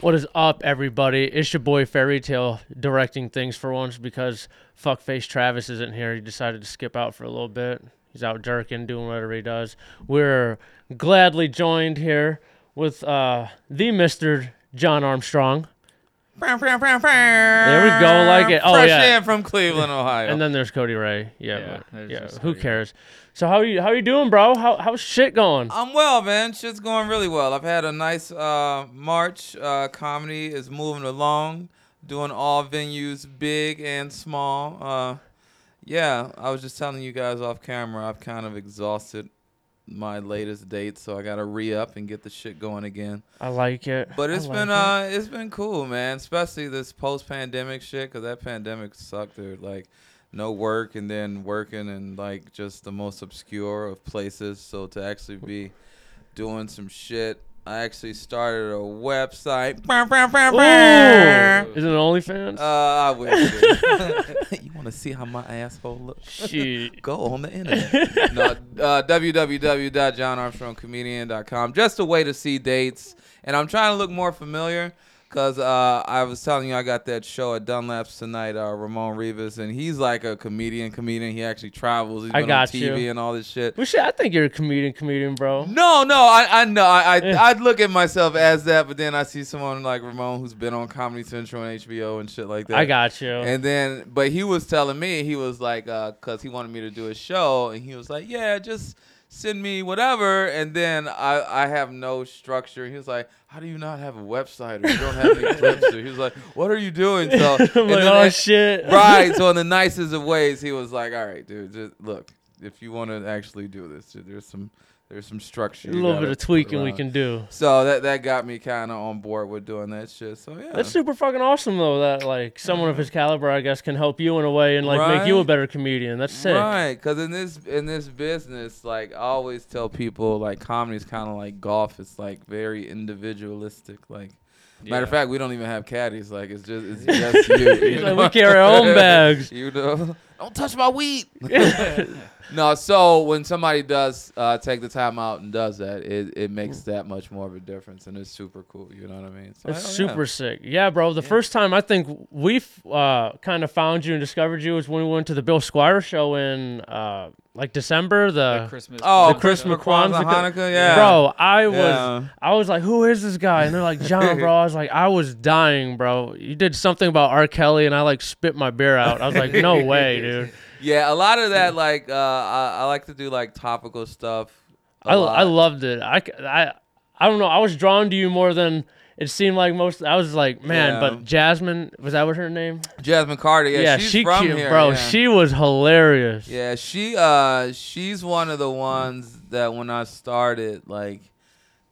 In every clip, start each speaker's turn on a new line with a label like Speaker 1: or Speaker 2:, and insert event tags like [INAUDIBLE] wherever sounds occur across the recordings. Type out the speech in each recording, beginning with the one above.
Speaker 1: What is up, everybody? It's your boy Fairy Tale directing things for once because fuckface Travis isn't here. He decided to skip out for a little bit. He's out jerking, doing whatever he does. We're gladly joined here with uh, the Mister John Armstrong,
Speaker 2: There we
Speaker 1: go, like it. Oh,
Speaker 2: Fresh
Speaker 1: yeah.
Speaker 2: air from Cleveland, Ohio.
Speaker 1: and then there's Cody Ray. Yeah,
Speaker 3: Yeah,
Speaker 1: but-
Speaker 3: there's
Speaker 1: yeah.
Speaker 3: just
Speaker 1: Who
Speaker 3: Cody Ray.
Speaker 1: cares? So how you how you doing, bro? How how's shit going?
Speaker 2: I'm well, man. Shit's going really well. I've had a nice uh, March. Uh, comedy is moving along, doing all venues, big and small. Uh, yeah, I was just telling you guys off camera, I've kind of exhausted my latest date, so I gotta re up and get the shit going again.
Speaker 1: I like it.
Speaker 2: But
Speaker 1: I
Speaker 2: it's
Speaker 1: like
Speaker 2: been
Speaker 1: it.
Speaker 2: uh, it's been cool, man. Especially this post pandemic shit, cause that pandemic sucked, dude. Like, no work and then working in like just the most obscure of places. So to actually be doing some shit, I actually started a website.
Speaker 1: Ooh,
Speaker 2: Uh,
Speaker 1: is it an OnlyFans?
Speaker 2: I wish. dude. [LAUGHS] you want to see how my asshole looks?
Speaker 1: Shit. [LAUGHS]
Speaker 2: Go on the internet. [LAUGHS] no, uh, www.johnarmstrongcomedian.com. Just a way to see dates. And I'm trying to look more familiar because uh, I was telling you I got that show at Dunlap's tonight, uh, Ramon Rivas, and he's like a comedian, comedian. He actually travels. He's
Speaker 1: I
Speaker 2: been
Speaker 1: got
Speaker 2: on
Speaker 1: you.
Speaker 2: TV and all this shit.
Speaker 1: Well, shit, I think you're a comedian, comedian, bro.
Speaker 2: No, no, I, I know. I,
Speaker 1: Yeah.
Speaker 2: I, I'd look at myself as that, but then I see someone like Ramon who's been on Comedy Central and HBO and shit like that.
Speaker 1: I got you.
Speaker 2: And then, but he was telling me he was like, uh, cause he wanted me to do a show, and he was like, yeah, just send me whatever. And then I, I have no structure. He was like, how do you not have a website? Or you don't have
Speaker 1: [LAUGHS]
Speaker 2: any clips? Or he was like, what are you doing? So,
Speaker 1: I'm like,
Speaker 2: and then
Speaker 1: oh
Speaker 2: [LAUGHS] it-
Speaker 1: shit.
Speaker 2: right. So in the nicest of ways, he was like, all right, dude, just look, if you want to actually do this, there's some, there's some structure.
Speaker 1: [LAUGHS] a
Speaker 2: you
Speaker 1: little
Speaker 2: gotta
Speaker 1: bit of
Speaker 2: put
Speaker 1: tweaking we
Speaker 2: around."
Speaker 1: can do.
Speaker 2: So that that got me kind of on board with doing that shit. So yeah.
Speaker 1: That's super fucking awesome though. That like someone of his caliber, I guess, can help you in a way and like make you a
Speaker 2: Right.
Speaker 1: better comedian. That's sick.
Speaker 2: Right, because in this in this business, like I always tell people, like comedy is kind of like golf. It's like very individualistic. Like, matter of
Speaker 3: Yeah.
Speaker 2: fact, we don't even have caddies. Like it's
Speaker 1: [LAUGHS]
Speaker 2: just it's just you. you
Speaker 1: He's
Speaker 2: know?
Speaker 1: like, we carry our own
Speaker 2: [LAUGHS]
Speaker 1: bags.
Speaker 2: you know, don't touch
Speaker 1: [LAUGHS]
Speaker 2: my weed. [LAUGHS] no, so when somebody does uh, take the time out and does that, it it makes
Speaker 1: Mm.
Speaker 2: that much more of a difference, and it's super cool. You know what I mean? So,
Speaker 1: That's
Speaker 2: hell yeah.
Speaker 1: super sick. Yeah, bro. The first time I think we f- uh, kind of found you and discovered you was when we went to the Bill Squire show in uh, like December. The,
Speaker 3: Like Christmas.
Speaker 2: Oh,
Speaker 1: The Christmas
Speaker 2: Kwanzaa,
Speaker 1: Kwanzaa-
Speaker 2: Hanukkah, yeah,
Speaker 1: bro, I was
Speaker 2: Yeah.
Speaker 1: I was like, who is this guy? And they're like, John, bro. I was like, I was dying, bro. You did something about R. Kelly, and I like spit my beer out. I was like,
Speaker 2: [LAUGHS]
Speaker 1: no way, dude.
Speaker 2: Yeah, a lot of that, like, uh, I, I like to do like topical stuff. a
Speaker 1: I,
Speaker 2: lot.
Speaker 1: I loved it. I, c- I I don't know. I was drawn to you more than it seemed like most. I was like, man,
Speaker 2: Yeah.
Speaker 1: but Jasmine was that what her name?
Speaker 2: Jasmine Carter. Yeah, she's
Speaker 1: she
Speaker 2: from
Speaker 1: cute,
Speaker 2: here,
Speaker 1: bro.
Speaker 2: yeah.
Speaker 1: She was hilarious.
Speaker 2: Yeah, she uh she's one of the ones that when I started like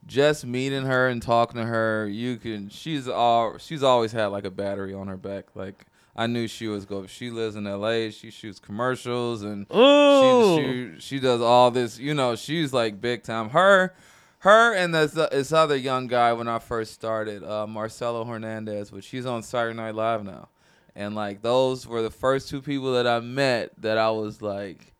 Speaker 2: just meeting her and talking to her, you can she's all she's always had like a battery on her back. Like I knew she was go she lives in LA, she shoots commercials and
Speaker 1: Ooh,
Speaker 2: she, she she does all this, you know, she's like big time. Her her and this, this other young guy when I first started, uh, Marcelo Hernandez, which he's on Saturday Night Live now. And like those were the first two people that I met that I was like,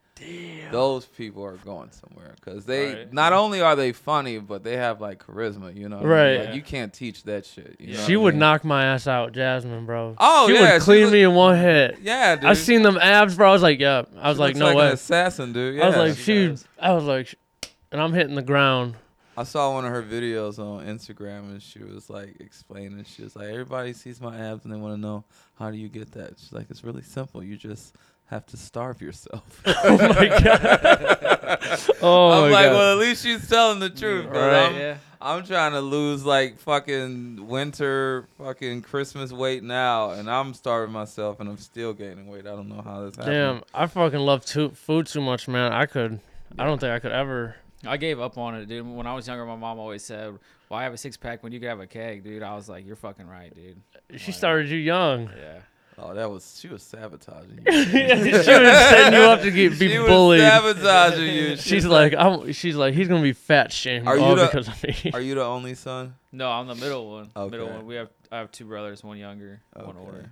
Speaker 2: those people are going somewhere because they
Speaker 3: Right.
Speaker 2: not only are they funny, but they have like charisma. You know, what I mean?
Speaker 1: Right.
Speaker 2: Like, you can't teach that shit. You
Speaker 3: Yeah.
Speaker 2: know
Speaker 1: she
Speaker 2: what I
Speaker 1: would
Speaker 2: mean?
Speaker 1: knock my ass out, Jasmine, bro.
Speaker 2: Oh,
Speaker 1: she
Speaker 2: yeah,
Speaker 1: would
Speaker 2: she
Speaker 1: clean
Speaker 2: was-
Speaker 1: me in one hit.
Speaker 2: Yeah, dude.
Speaker 1: I seen them abs, bro. I was like, yep. I was
Speaker 2: She
Speaker 1: like,
Speaker 2: looks
Speaker 1: no
Speaker 2: like
Speaker 1: way.
Speaker 2: an assassin, dude.
Speaker 1: I was
Speaker 2: Yeah.
Speaker 1: like,
Speaker 3: she
Speaker 1: she.
Speaker 3: does.
Speaker 1: I was like, sh- and I'm hitting the
Speaker 2: [LAUGHS]
Speaker 1: ground.
Speaker 2: I saw one of her videos on Instagram and she was like explaining. She was like, everybody sees my abs and they want to know how do you get that. She's like, it's really simple. You just have to starve yourself.
Speaker 1: [LAUGHS]
Speaker 2: [LAUGHS]
Speaker 1: Oh my god. oh my
Speaker 2: I'm like,
Speaker 1: god.
Speaker 2: well, at least she's telling the truth. 'cause
Speaker 1: Right.
Speaker 2: I'm,
Speaker 3: Yeah.
Speaker 2: I'm trying to lose like fucking winter, fucking Christmas weight now, and I'm starving myself and I'm still gaining weight. I don't know how this happened.
Speaker 1: Damn, I fucking love too, food too much, man. I could, I don't think I could ever.
Speaker 3: I gave up on it, dude. When I was younger, my mom always said, "Why have a six pack when you could have a keg, dude?" I was like, "You're fucking right, dude."
Speaker 1: She started you
Speaker 2: [LAUGHS]
Speaker 1: young. [LAUGHS]
Speaker 3: Yeah.
Speaker 2: Oh, that was she was sabotaging you.
Speaker 1: she was setting you up to get be
Speaker 2: she
Speaker 1: bullied.
Speaker 2: was sabotaging
Speaker 1: [LAUGHS]
Speaker 2: you.
Speaker 1: she's like, I'm. She's like, he's gonna be fat shamed
Speaker 2: Are you
Speaker 1: all
Speaker 2: the-
Speaker 1: because of me. [LAUGHS]
Speaker 2: Are you the only son?
Speaker 3: No, I'm the middle one. Middle
Speaker 2: Okay.
Speaker 3: one. We have I have two brothers, one younger, one
Speaker 2: Okay.
Speaker 3: older.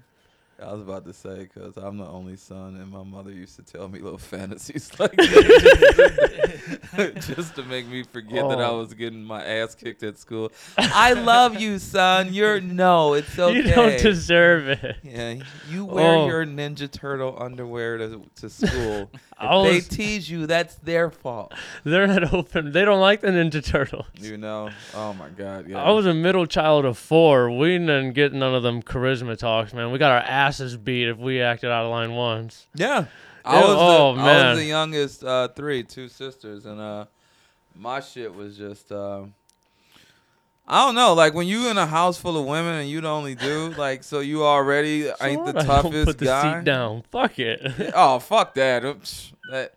Speaker 2: I was about to say because I'm the only son, and my mother used to tell me little
Speaker 1: [LAUGHS]
Speaker 2: [LAUGHS] fantasies like that [LAUGHS] just, to make me forget that I
Speaker 1: Oh.
Speaker 2: was getting my ass kicked at school. I love you, son.
Speaker 1: [LAUGHS]
Speaker 2: You're no, it's okay.
Speaker 1: You don't deserve it.
Speaker 2: yeah, you wear
Speaker 1: Oh.
Speaker 2: your Ninja Turtle underwear to, to
Speaker 1: [LAUGHS]
Speaker 2: school. if
Speaker 1: I was-
Speaker 2: they tease you, that's
Speaker 1: [LAUGHS]
Speaker 2: their fault.
Speaker 1: They're not open. They don't like the Ninja Turtles.
Speaker 2: You know? Oh my God. Yeah.
Speaker 1: I was a middle child of four. We didn't get none of them charisma talks, man. We got our asses beat if we acted out of line once.
Speaker 2: Yeah. I
Speaker 1: Ew,
Speaker 2: was,
Speaker 1: oh,
Speaker 2: the, I
Speaker 1: man.
Speaker 2: was the youngest uh, three, two sisters, and uh, my shit was just. Uh, I don't know, like when you in a house full of women and you the only dude, like so you already ain't the
Speaker 1: So what? I don't
Speaker 2: toughest
Speaker 1: put the
Speaker 2: guy.
Speaker 1: seat down. Fuck it. [LAUGHS]
Speaker 2: [LAUGHS] Oh fuck that. Oops. That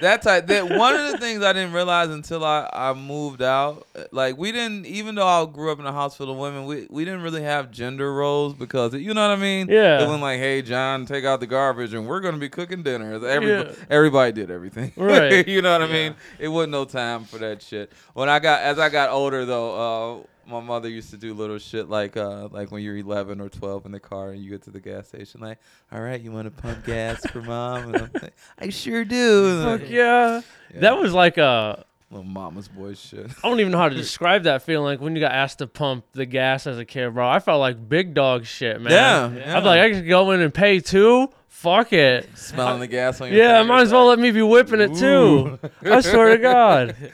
Speaker 2: that type that one of the things I didn't realize until I, I moved out. Like we didn't even though I grew up in a house full of women, we, we didn't really have gender roles because you know what I mean?
Speaker 1: Yeah.
Speaker 2: It wasn't like, hey John, take out the garbage and we're gonna be cooking dinner. Every,
Speaker 1: Yeah.
Speaker 2: everybody did everything. [LAUGHS]
Speaker 1: Right.
Speaker 2: you know what I mean? It wasn't no time for that shit. When I got as I got older though, uh my mother used to do little shit like uh like when you're 11 or 12 in the car and you get to the gas station like, "All right, you want to pump gas for mom?" And I'm like, [LAUGHS] "I sure do." And
Speaker 1: Fuck
Speaker 2: like,
Speaker 1: yeah.
Speaker 2: Yeah.
Speaker 1: That was like a.
Speaker 2: little mama's boy shit.
Speaker 1: I don't even know how to describe that feeling. Like when you got asked to pump the gas as a kid, bro. I felt like big dog shit, man.
Speaker 2: Yeah, yeah.
Speaker 1: I'd be like, I could go in and pay too. Fuck it.
Speaker 2: [LAUGHS] Smelling the gas on your
Speaker 1: Yeah,
Speaker 2: fingers,
Speaker 1: might as well let me be whipping it too. I swear to God.
Speaker 2: [LAUGHS]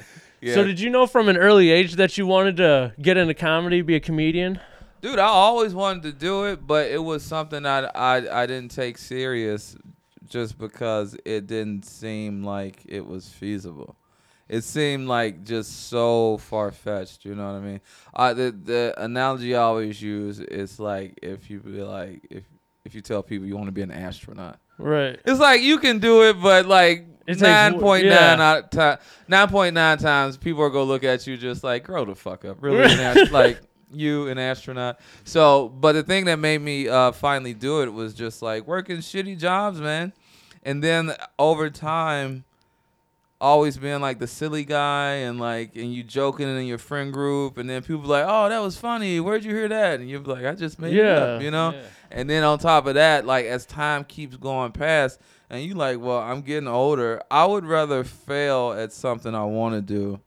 Speaker 2: Yeah.
Speaker 1: So did you know from an early age that you wanted to get into comedy, be a comedian?
Speaker 2: Dude, I always wanted to do it, but it was something I, I I didn't take serious just because it didn't seem like it was feasible. It seemed like just so far fetched, you know what I mean? I the the analogy I always use is like if you be like if if you tell people you want to be an astronaut.
Speaker 1: Right.
Speaker 2: It's like you can do it, but like
Speaker 1: It takes
Speaker 2: nine
Speaker 1: wo-
Speaker 2: point nine
Speaker 1: yeah.
Speaker 2: out ti nine point nine times, people are gonna look at you just like, grow the fuck up, really, an
Speaker 1: [LAUGHS]
Speaker 2: ast- like you an astronaut. So, but the thing that made me uh, finally do it was just like working shitty jobs, man, and then over time. Always being like the silly guy and like and you joking in your friend group and then people be like, Oh, that was funny, where'd you hear that? And you're like, I just made it up,
Speaker 1: Yeah.
Speaker 2: you know?
Speaker 3: Yeah.
Speaker 2: And then on top of that, like as time keeps going past, and you like, well, I'm getting older. I would rather fail at something I want to do.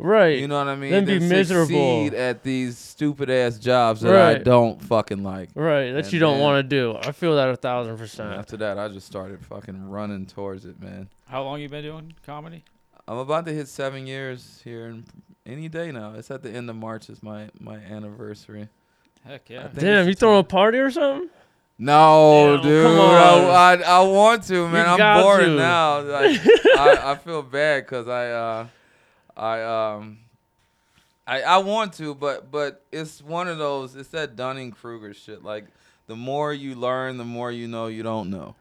Speaker 1: Right.
Speaker 2: You know what I mean?
Speaker 1: Then be
Speaker 2: than
Speaker 1: miserable.
Speaker 2: succeed at these stupid ass jobs that I
Speaker 1: Right.
Speaker 2: don't fucking like.
Speaker 1: Right. That
Speaker 2: And
Speaker 1: you don't
Speaker 2: then-
Speaker 1: want to do. I feel that a thousand
Speaker 2: And
Speaker 1: percent.
Speaker 2: after that, I just started fucking running towards it, man.
Speaker 3: How long you been doing comedy?
Speaker 2: I'm about to hit seven years here in any day now. It's at the end of March. Is my my anniversary.
Speaker 3: Heck yeah.
Speaker 2: think
Speaker 1: Damn,
Speaker 2: it's
Speaker 1: you throwing a party or something?
Speaker 2: No,
Speaker 1: Yeah, well,
Speaker 2: dude.
Speaker 1: come on.
Speaker 2: I, I I want to, man. I'm
Speaker 1: got
Speaker 2: bored
Speaker 1: to.
Speaker 2: now.
Speaker 1: [LAUGHS]
Speaker 2: Like, I I feel bad because I uh I um I I want to, but but it's one of those. It's that Dunning Kruger shit. Like the more you learn, the more you know you don't know.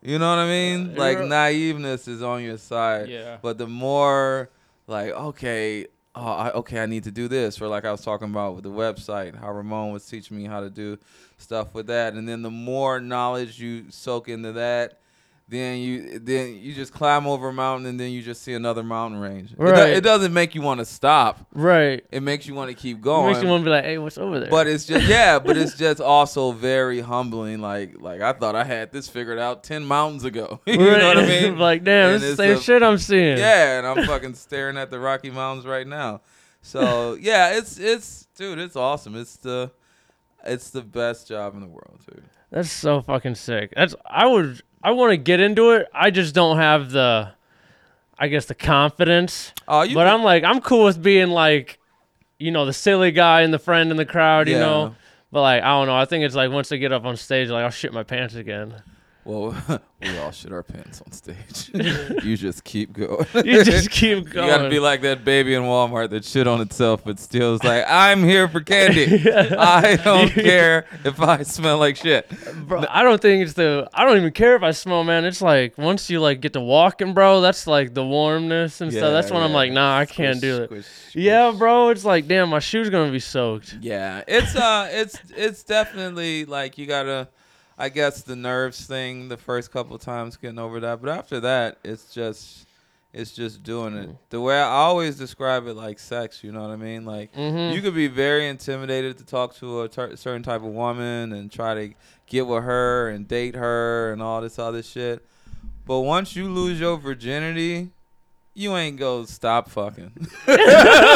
Speaker 2: You know what I mean?
Speaker 1: Yeah.
Speaker 2: Like naiveness is on your side.
Speaker 3: Yeah.
Speaker 2: [LAUGHS] But the more like okay, oh, I, okay, I need to do this, or like I was talking about with the website, how Ramon was teaching me how to do stuff with that, and then the more knowledge you soak into that, then you then you just climb over a mountain, and then you just see another mountain range. It do- It,
Speaker 1: Right.
Speaker 2: doesn't make you want to stop.
Speaker 1: Right.
Speaker 2: It makes you want to keep
Speaker 1: It
Speaker 2: going.
Speaker 1: makes you want to be like, hey, what's over there?
Speaker 2: Oh, But [LAUGHS] it's just yeah, but it's just also very humbling. Like like I thought I had this figured out ten mountains ago. [LAUGHS] you know what I
Speaker 1: Right. [LAUGHS]
Speaker 2: mean?
Speaker 1: like, damn,
Speaker 2: And
Speaker 1: it's the
Speaker 2: it's
Speaker 1: same
Speaker 2: a-
Speaker 1: shit I'm seeing.
Speaker 2: Yeah, and I'm fucking staring at the Rocky Mountains right now.
Speaker 1: [LAUGHS]
Speaker 2: So yeah, it's it's dude, it's awesome. It's the it's the best job in the world, dude.
Speaker 1: That's so fucking sick. That's I would I want to get into it. I just don't have the I guess the confidence.
Speaker 2: Oh, you
Speaker 1: but
Speaker 2: can-
Speaker 1: I'm like I'm cool with being like you know the silly guy and the friend in the crowd, you
Speaker 2: Yeah.
Speaker 1: know. But like I don't know. I think it's like once I get up on stage like I'll shit my pants again. [LAUGHS]
Speaker 2: [LAUGHS] well, we all shit our pants on stage. you just keep going.
Speaker 1: You just keep going.
Speaker 2: [LAUGHS] You gotta be like that baby in Walmart that shit on itself, but still is like, I'm here
Speaker 1: [LAUGHS]
Speaker 2: for candy. I don't care if I smell like shit.
Speaker 1: Bro, I don't think it's the. I don't even care if I smell, man. It's like once you like get to walking, bro. That's like the warmness and stuff. That's when I'm
Speaker 2: yeah.
Speaker 1: like, nah, I can't do it. Yeah, bro. It's like, damn, my shoe's gonna be soaked.
Speaker 2: Yeah, it's uh, it's it's definitely like you gotta, I guess the nerves thing the first couple times getting over that, but after that, it's just, It's just doing it. The way I always describe it like sex, you know what I mean? Like
Speaker 1: Mhm.
Speaker 2: you could be very intimidated to talk to a ter- certain type of woman and try to get with her and date her and all this other shit. But once you lose your virginity, you ain't go stop fucking. [LAUGHS]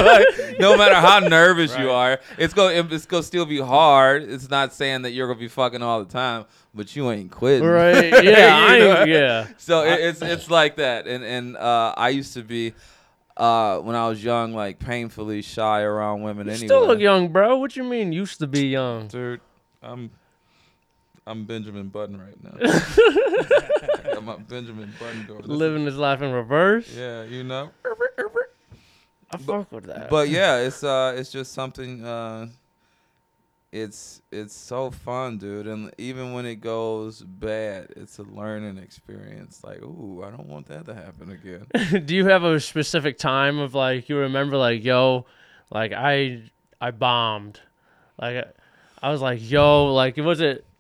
Speaker 2: Like, [LAUGHS] no matter how nervous you are, it's go it's gonna still be hard. It's not saying that you're gonna be fucking all the time, but you ain't quitting. [LAUGHS]
Speaker 1: Right.
Speaker 2: You
Speaker 1: Yeah. I
Speaker 2: know?
Speaker 1: ain't- yeah.
Speaker 2: So it, it's it's like that, and and uh, I used to be uh, when I was young, like painfully shy around women.
Speaker 1: You
Speaker 2: anyway,
Speaker 1: still look young, bro. What you mean used to be young?
Speaker 2: dude. I'm I'm Benjamin Button right
Speaker 1: [LAUGHS]
Speaker 2: now. I got my Benjamin Button going. This is-
Speaker 1: Living his life in reverse.
Speaker 2: Yeah, you know.
Speaker 1: I fuck with that.
Speaker 2: But yeah, it's uh, it's just something. Uh, it's it's so fun, dude. And even when it goes bad, it's a learning experience. Like, ooh, I don't want that to happen
Speaker 1: [LAUGHS]
Speaker 2: again.
Speaker 1: do you have a specific time of like you remember like yo, like I I bombed, like I- I was like yo, like was it?
Speaker 2: [LAUGHS]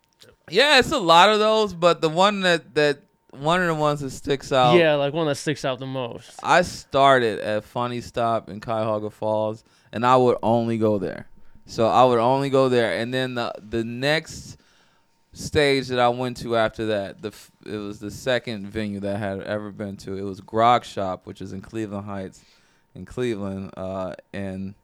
Speaker 2: Yeah, it's a lot of those, but the one that that one of the ones that sticks out.
Speaker 1: Yeah, like one that sticks out the most.
Speaker 2: Oh. I started at Funny Stop in Cuyahoga Falls, and I would only go there. So I would only go there, and then the the next stage that I went to after that, the f- it was the second venue that I had ever been to. It was Grog Shop, which is in Cleveland Heights, in Cleveland, uh, and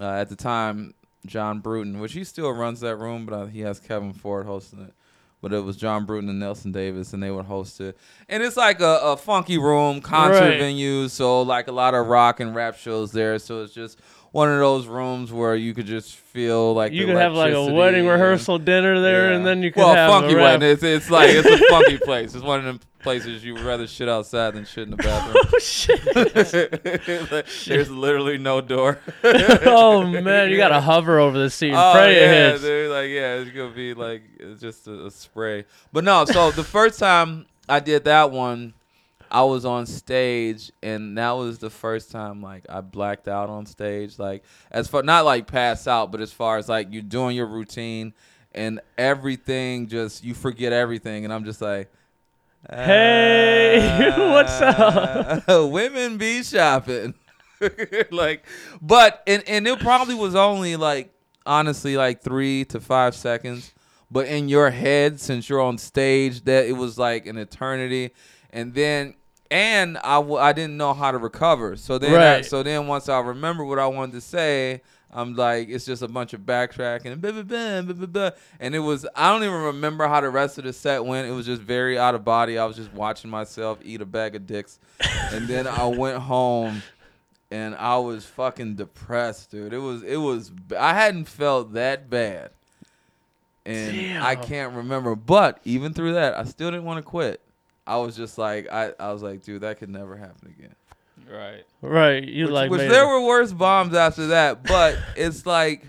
Speaker 2: uh, at the time John Bruton, which he still runs that room, but uh, he has Kevin Ford hosting it. But it was John Bruton and Nelson Davis, and they would host it. And it's like a, a funky room, concert
Speaker 1: Right.
Speaker 2: venue, so like a lot of rock and rap shows there. So it's just one of those rooms where you could just feel like
Speaker 1: You
Speaker 2: the
Speaker 1: could have like a
Speaker 2: electricity
Speaker 1: wedding
Speaker 2: and-
Speaker 1: rehearsal dinner there, and
Speaker 2: yeah.
Speaker 1: then you could
Speaker 2: well,
Speaker 1: have
Speaker 2: funky
Speaker 1: a rap.
Speaker 2: one. It's, it's like it's a funky place. It's one of them places you'd rather shit outside than shit in the bathroom.
Speaker 1: [LAUGHS] Oh, shit. [LAUGHS]
Speaker 2: It's like, [LAUGHS] There's literally no door.
Speaker 1: oh man, you
Speaker 2: [LAUGHS]
Speaker 1: gotta hover over the seat and
Speaker 2: Oh
Speaker 1: pray it
Speaker 2: yeah,
Speaker 1: hits.
Speaker 2: dude. Like yeah, it's gonna be like it's just a, a spray. But no, so the first time I did that one, I was on stage, and that was the first time like I blacked out on stage. Like as far not like pass out, but as far as like you're doing your routine and everything, just you forget everything, and I'm just like.
Speaker 1: Hey, [LAUGHS] what's up?
Speaker 2: Uh, [LAUGHS] women be shopping. [LAUGHS] like, but and and it probably was only like honestly like three to five seconds. But in your head, since you're on stage, that it was like an eternity. And then and I w- I didn't know how to recover. So then I,
Speaker 1: Right.
Speaker 2: so then once I remember what I wanted to say. I'm like, it's just a bunch of backtracking and blah, blah, blah, blah, blah, blah. And it was, I don't even remember how the rest of the set went. It was just very out of body. I was just watching myself eat a bag of dicks. and then I went home and I was fucking depressed, dude. It was it was I hadn't felt that bad. And I
Speaker 1: Damn.
Speaker 2: can't remember, but even through that, I still didn't want to quit. I was just like I, I was like, dude, that could never happen again.
Speaker 3: Right.
Speaker 1: Right, you
Speaker 2: Which,
Speaker 1: like
Speaker 2: which
Speaker 1: made
Speaker 2: there
Speaker 1: it.
Speaker 2: were worse bombs after that, but it's like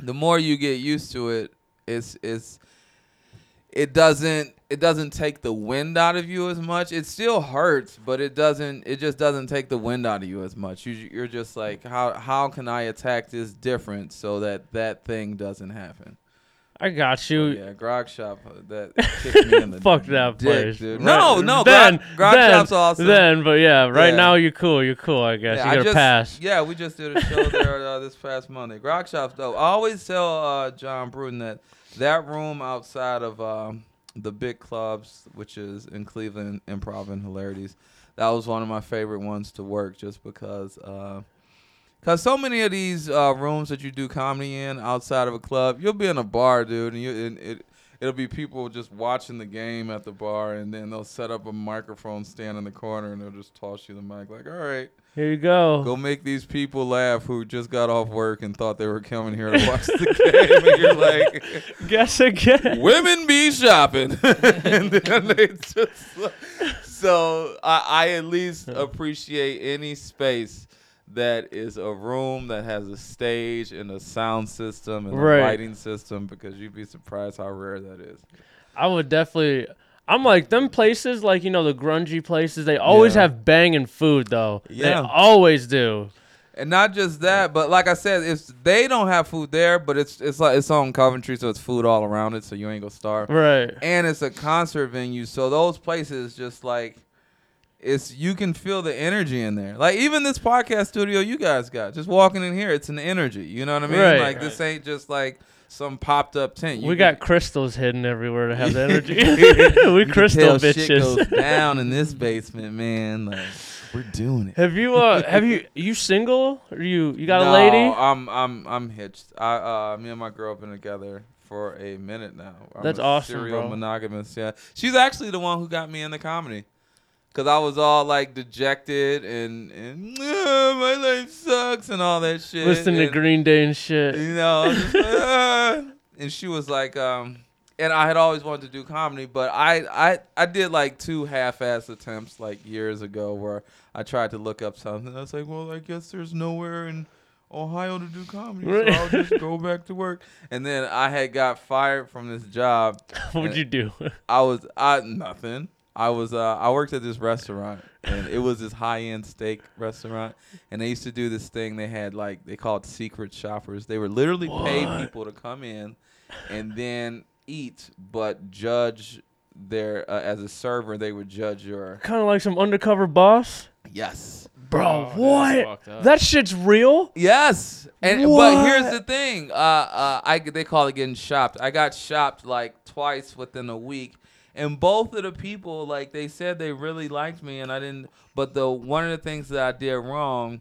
Speaker 2: the more you get used to it, it's it's it doesn't it doesn't take the wind out of you as much. It still hurts, but it doesn't it just doesn't take the wind out of you as much. You you're just like how how can I attack this different so that that thing doesn't happen.
Speaker 1: I got
Speaker 2: So,
Speaker 1: you.
Speaker 2: yeah, grog shop uh, that
Speaker 1: [LAUGHS]
Speaker 2: kicked me in the
Speaker 1: Fuck that
Speaker 2: dick,
Speaker 1: place.
Speaker 2: dude.
Speaker 1: Right-
Speaker 2: No, no,
Speaker 1: then,
Speaker 2: grog, grog
Speaker 1: then,
Speaker 2: shop's awesome.
Speaker 1: Then, but yeah, right
Speaker 2: Yeah.
Speaker 1: now you're cool. You're cool, I guess.
Speaker 2: Yeah,
Speaker 1: you
Speaker 2: I
Speaker 1: got to
Speaker 2: just,
Speaker 1: pass.
Speaker 2: Yeah, we just did a show there uh, [LAUGHS] this past Monday. Grog Shops, though. I always tell uh, John Bruton that that room outside of um, the big clubs, which is in Cleveland, Improv and Hilarities, that was one of my favorite ones to work just because. Uh, Cause so many of these uh, rooms that you do comedy in outside of a club, you'll be in a bar, dude, and, you, and it it'll be people just watching the game at the bar, and then they'll set up a microphone stand in the corner, and they'll just toss you the mic, like, all right,
Speaker 1: Here you go.
Speaker 2: Go make these people laugh who just got off work and thought they were coming here to watch the game. and you're like,
Speaker 1: Guess again.
Speaker 2: women be shopping. and then they just, so I, I at least appreciate any space that is a room that has a stage and a sound system and
Speaker 1: Right.
Speaker 2: a lighting system because you'd be surprised how rare that is.
Speaker 1: I would definitely. I'm like them places, like you know the grungy places. They always
Speaker 2: Yeah.
Speaker 1: have banging food though. They
Speaker 2: Yeah.
Speaker 1: always do.
Speaker 2: And not just that, but like I said, it's they don't have food there, but it's it's like it's on Coventry, so it's food all around it, so you ain't gonna starve.
Speaker 1: Right.
Speaker 2: and it's a concert venue so those places just like it's you can feel the energy in there. Like even this podcast studio you guys got, just walking in here, it's an energy. You know what I mean?
Speaker 1: Right.
Speaker 2: Like this ain't just like some popped up tent. You
Speaker 1: we
Speaker 2: can-
Speaker 1: got crystals hidden everywhere to have
Speaker 2: [LAUGHS]
Speaker 1: the energy. [LAUGHS] we
Speaker 2: you can
Speaker 1: crystal
Speaker 2: tell Shit goes
Speaker 1: bitches.
Speaker 2: down in this basement, man. Like we're doing
Speaker 1: [LAUGHS]
Speaker 2: it.
Speaker 1: Have you uh have you you single? Are you you got
Speaker 2: no,
Speaker 1: a lady?
Speaker 2: I'm I'm I'm hitched. I uh me and my girl have been together for a minute now. I'm
Speaker 1: That's
Speaker 2: a
Speaker 1: awesome,
Speaker 2: serial
Speaker 1: bro.
Speaker 2: monogamous. Yeah, she's actually the one who got me into comedy. Cause I was all like dejected and and "Ah, my life sucks and all that shit.
Speaker 1: Listen to
Speaker 2: and-
Speaker 1: Green Day and shit.
Speaker 2: you know just, "Ah." and she was like um and i had always wanted to do comedy but i i i did like two half-ass attempts like years ago where i tried to look up something i was like well i guess there's nowhere in ohio to do comedy so
Speaker 1: Right.
Speaker 2: i'll just go back to work and then i had got fired from this job
Speaker 1: [LAUGHS] What'd you do? [LAUGHS]
Speaker 2: I was I nothing. I was uh, I worked at this restaurant and it was this high end steak restaurant and they used to do this thing they had like they called secret shoppers. They were literally paid people to come in and then eat but judge their uh, as a server they would judge your
Speaker 1: kind of like some undercover boss.
Speaker 2: Oh, yes.
Speaker 1: Bro,
Speaker 3: that's fucked
Speaker 1: what?
Speaker 3: up.
Speaker 1: That shit's real?
Speaker 2: Yes. And but here's
Speaker 1: What?
Speaker 2: the thing. Uh, uh, I they call it getting shopped. I got shopped like twice within a week, and both of the people like they said they really liked me, and I didn't. But the one of the things that I did wrong,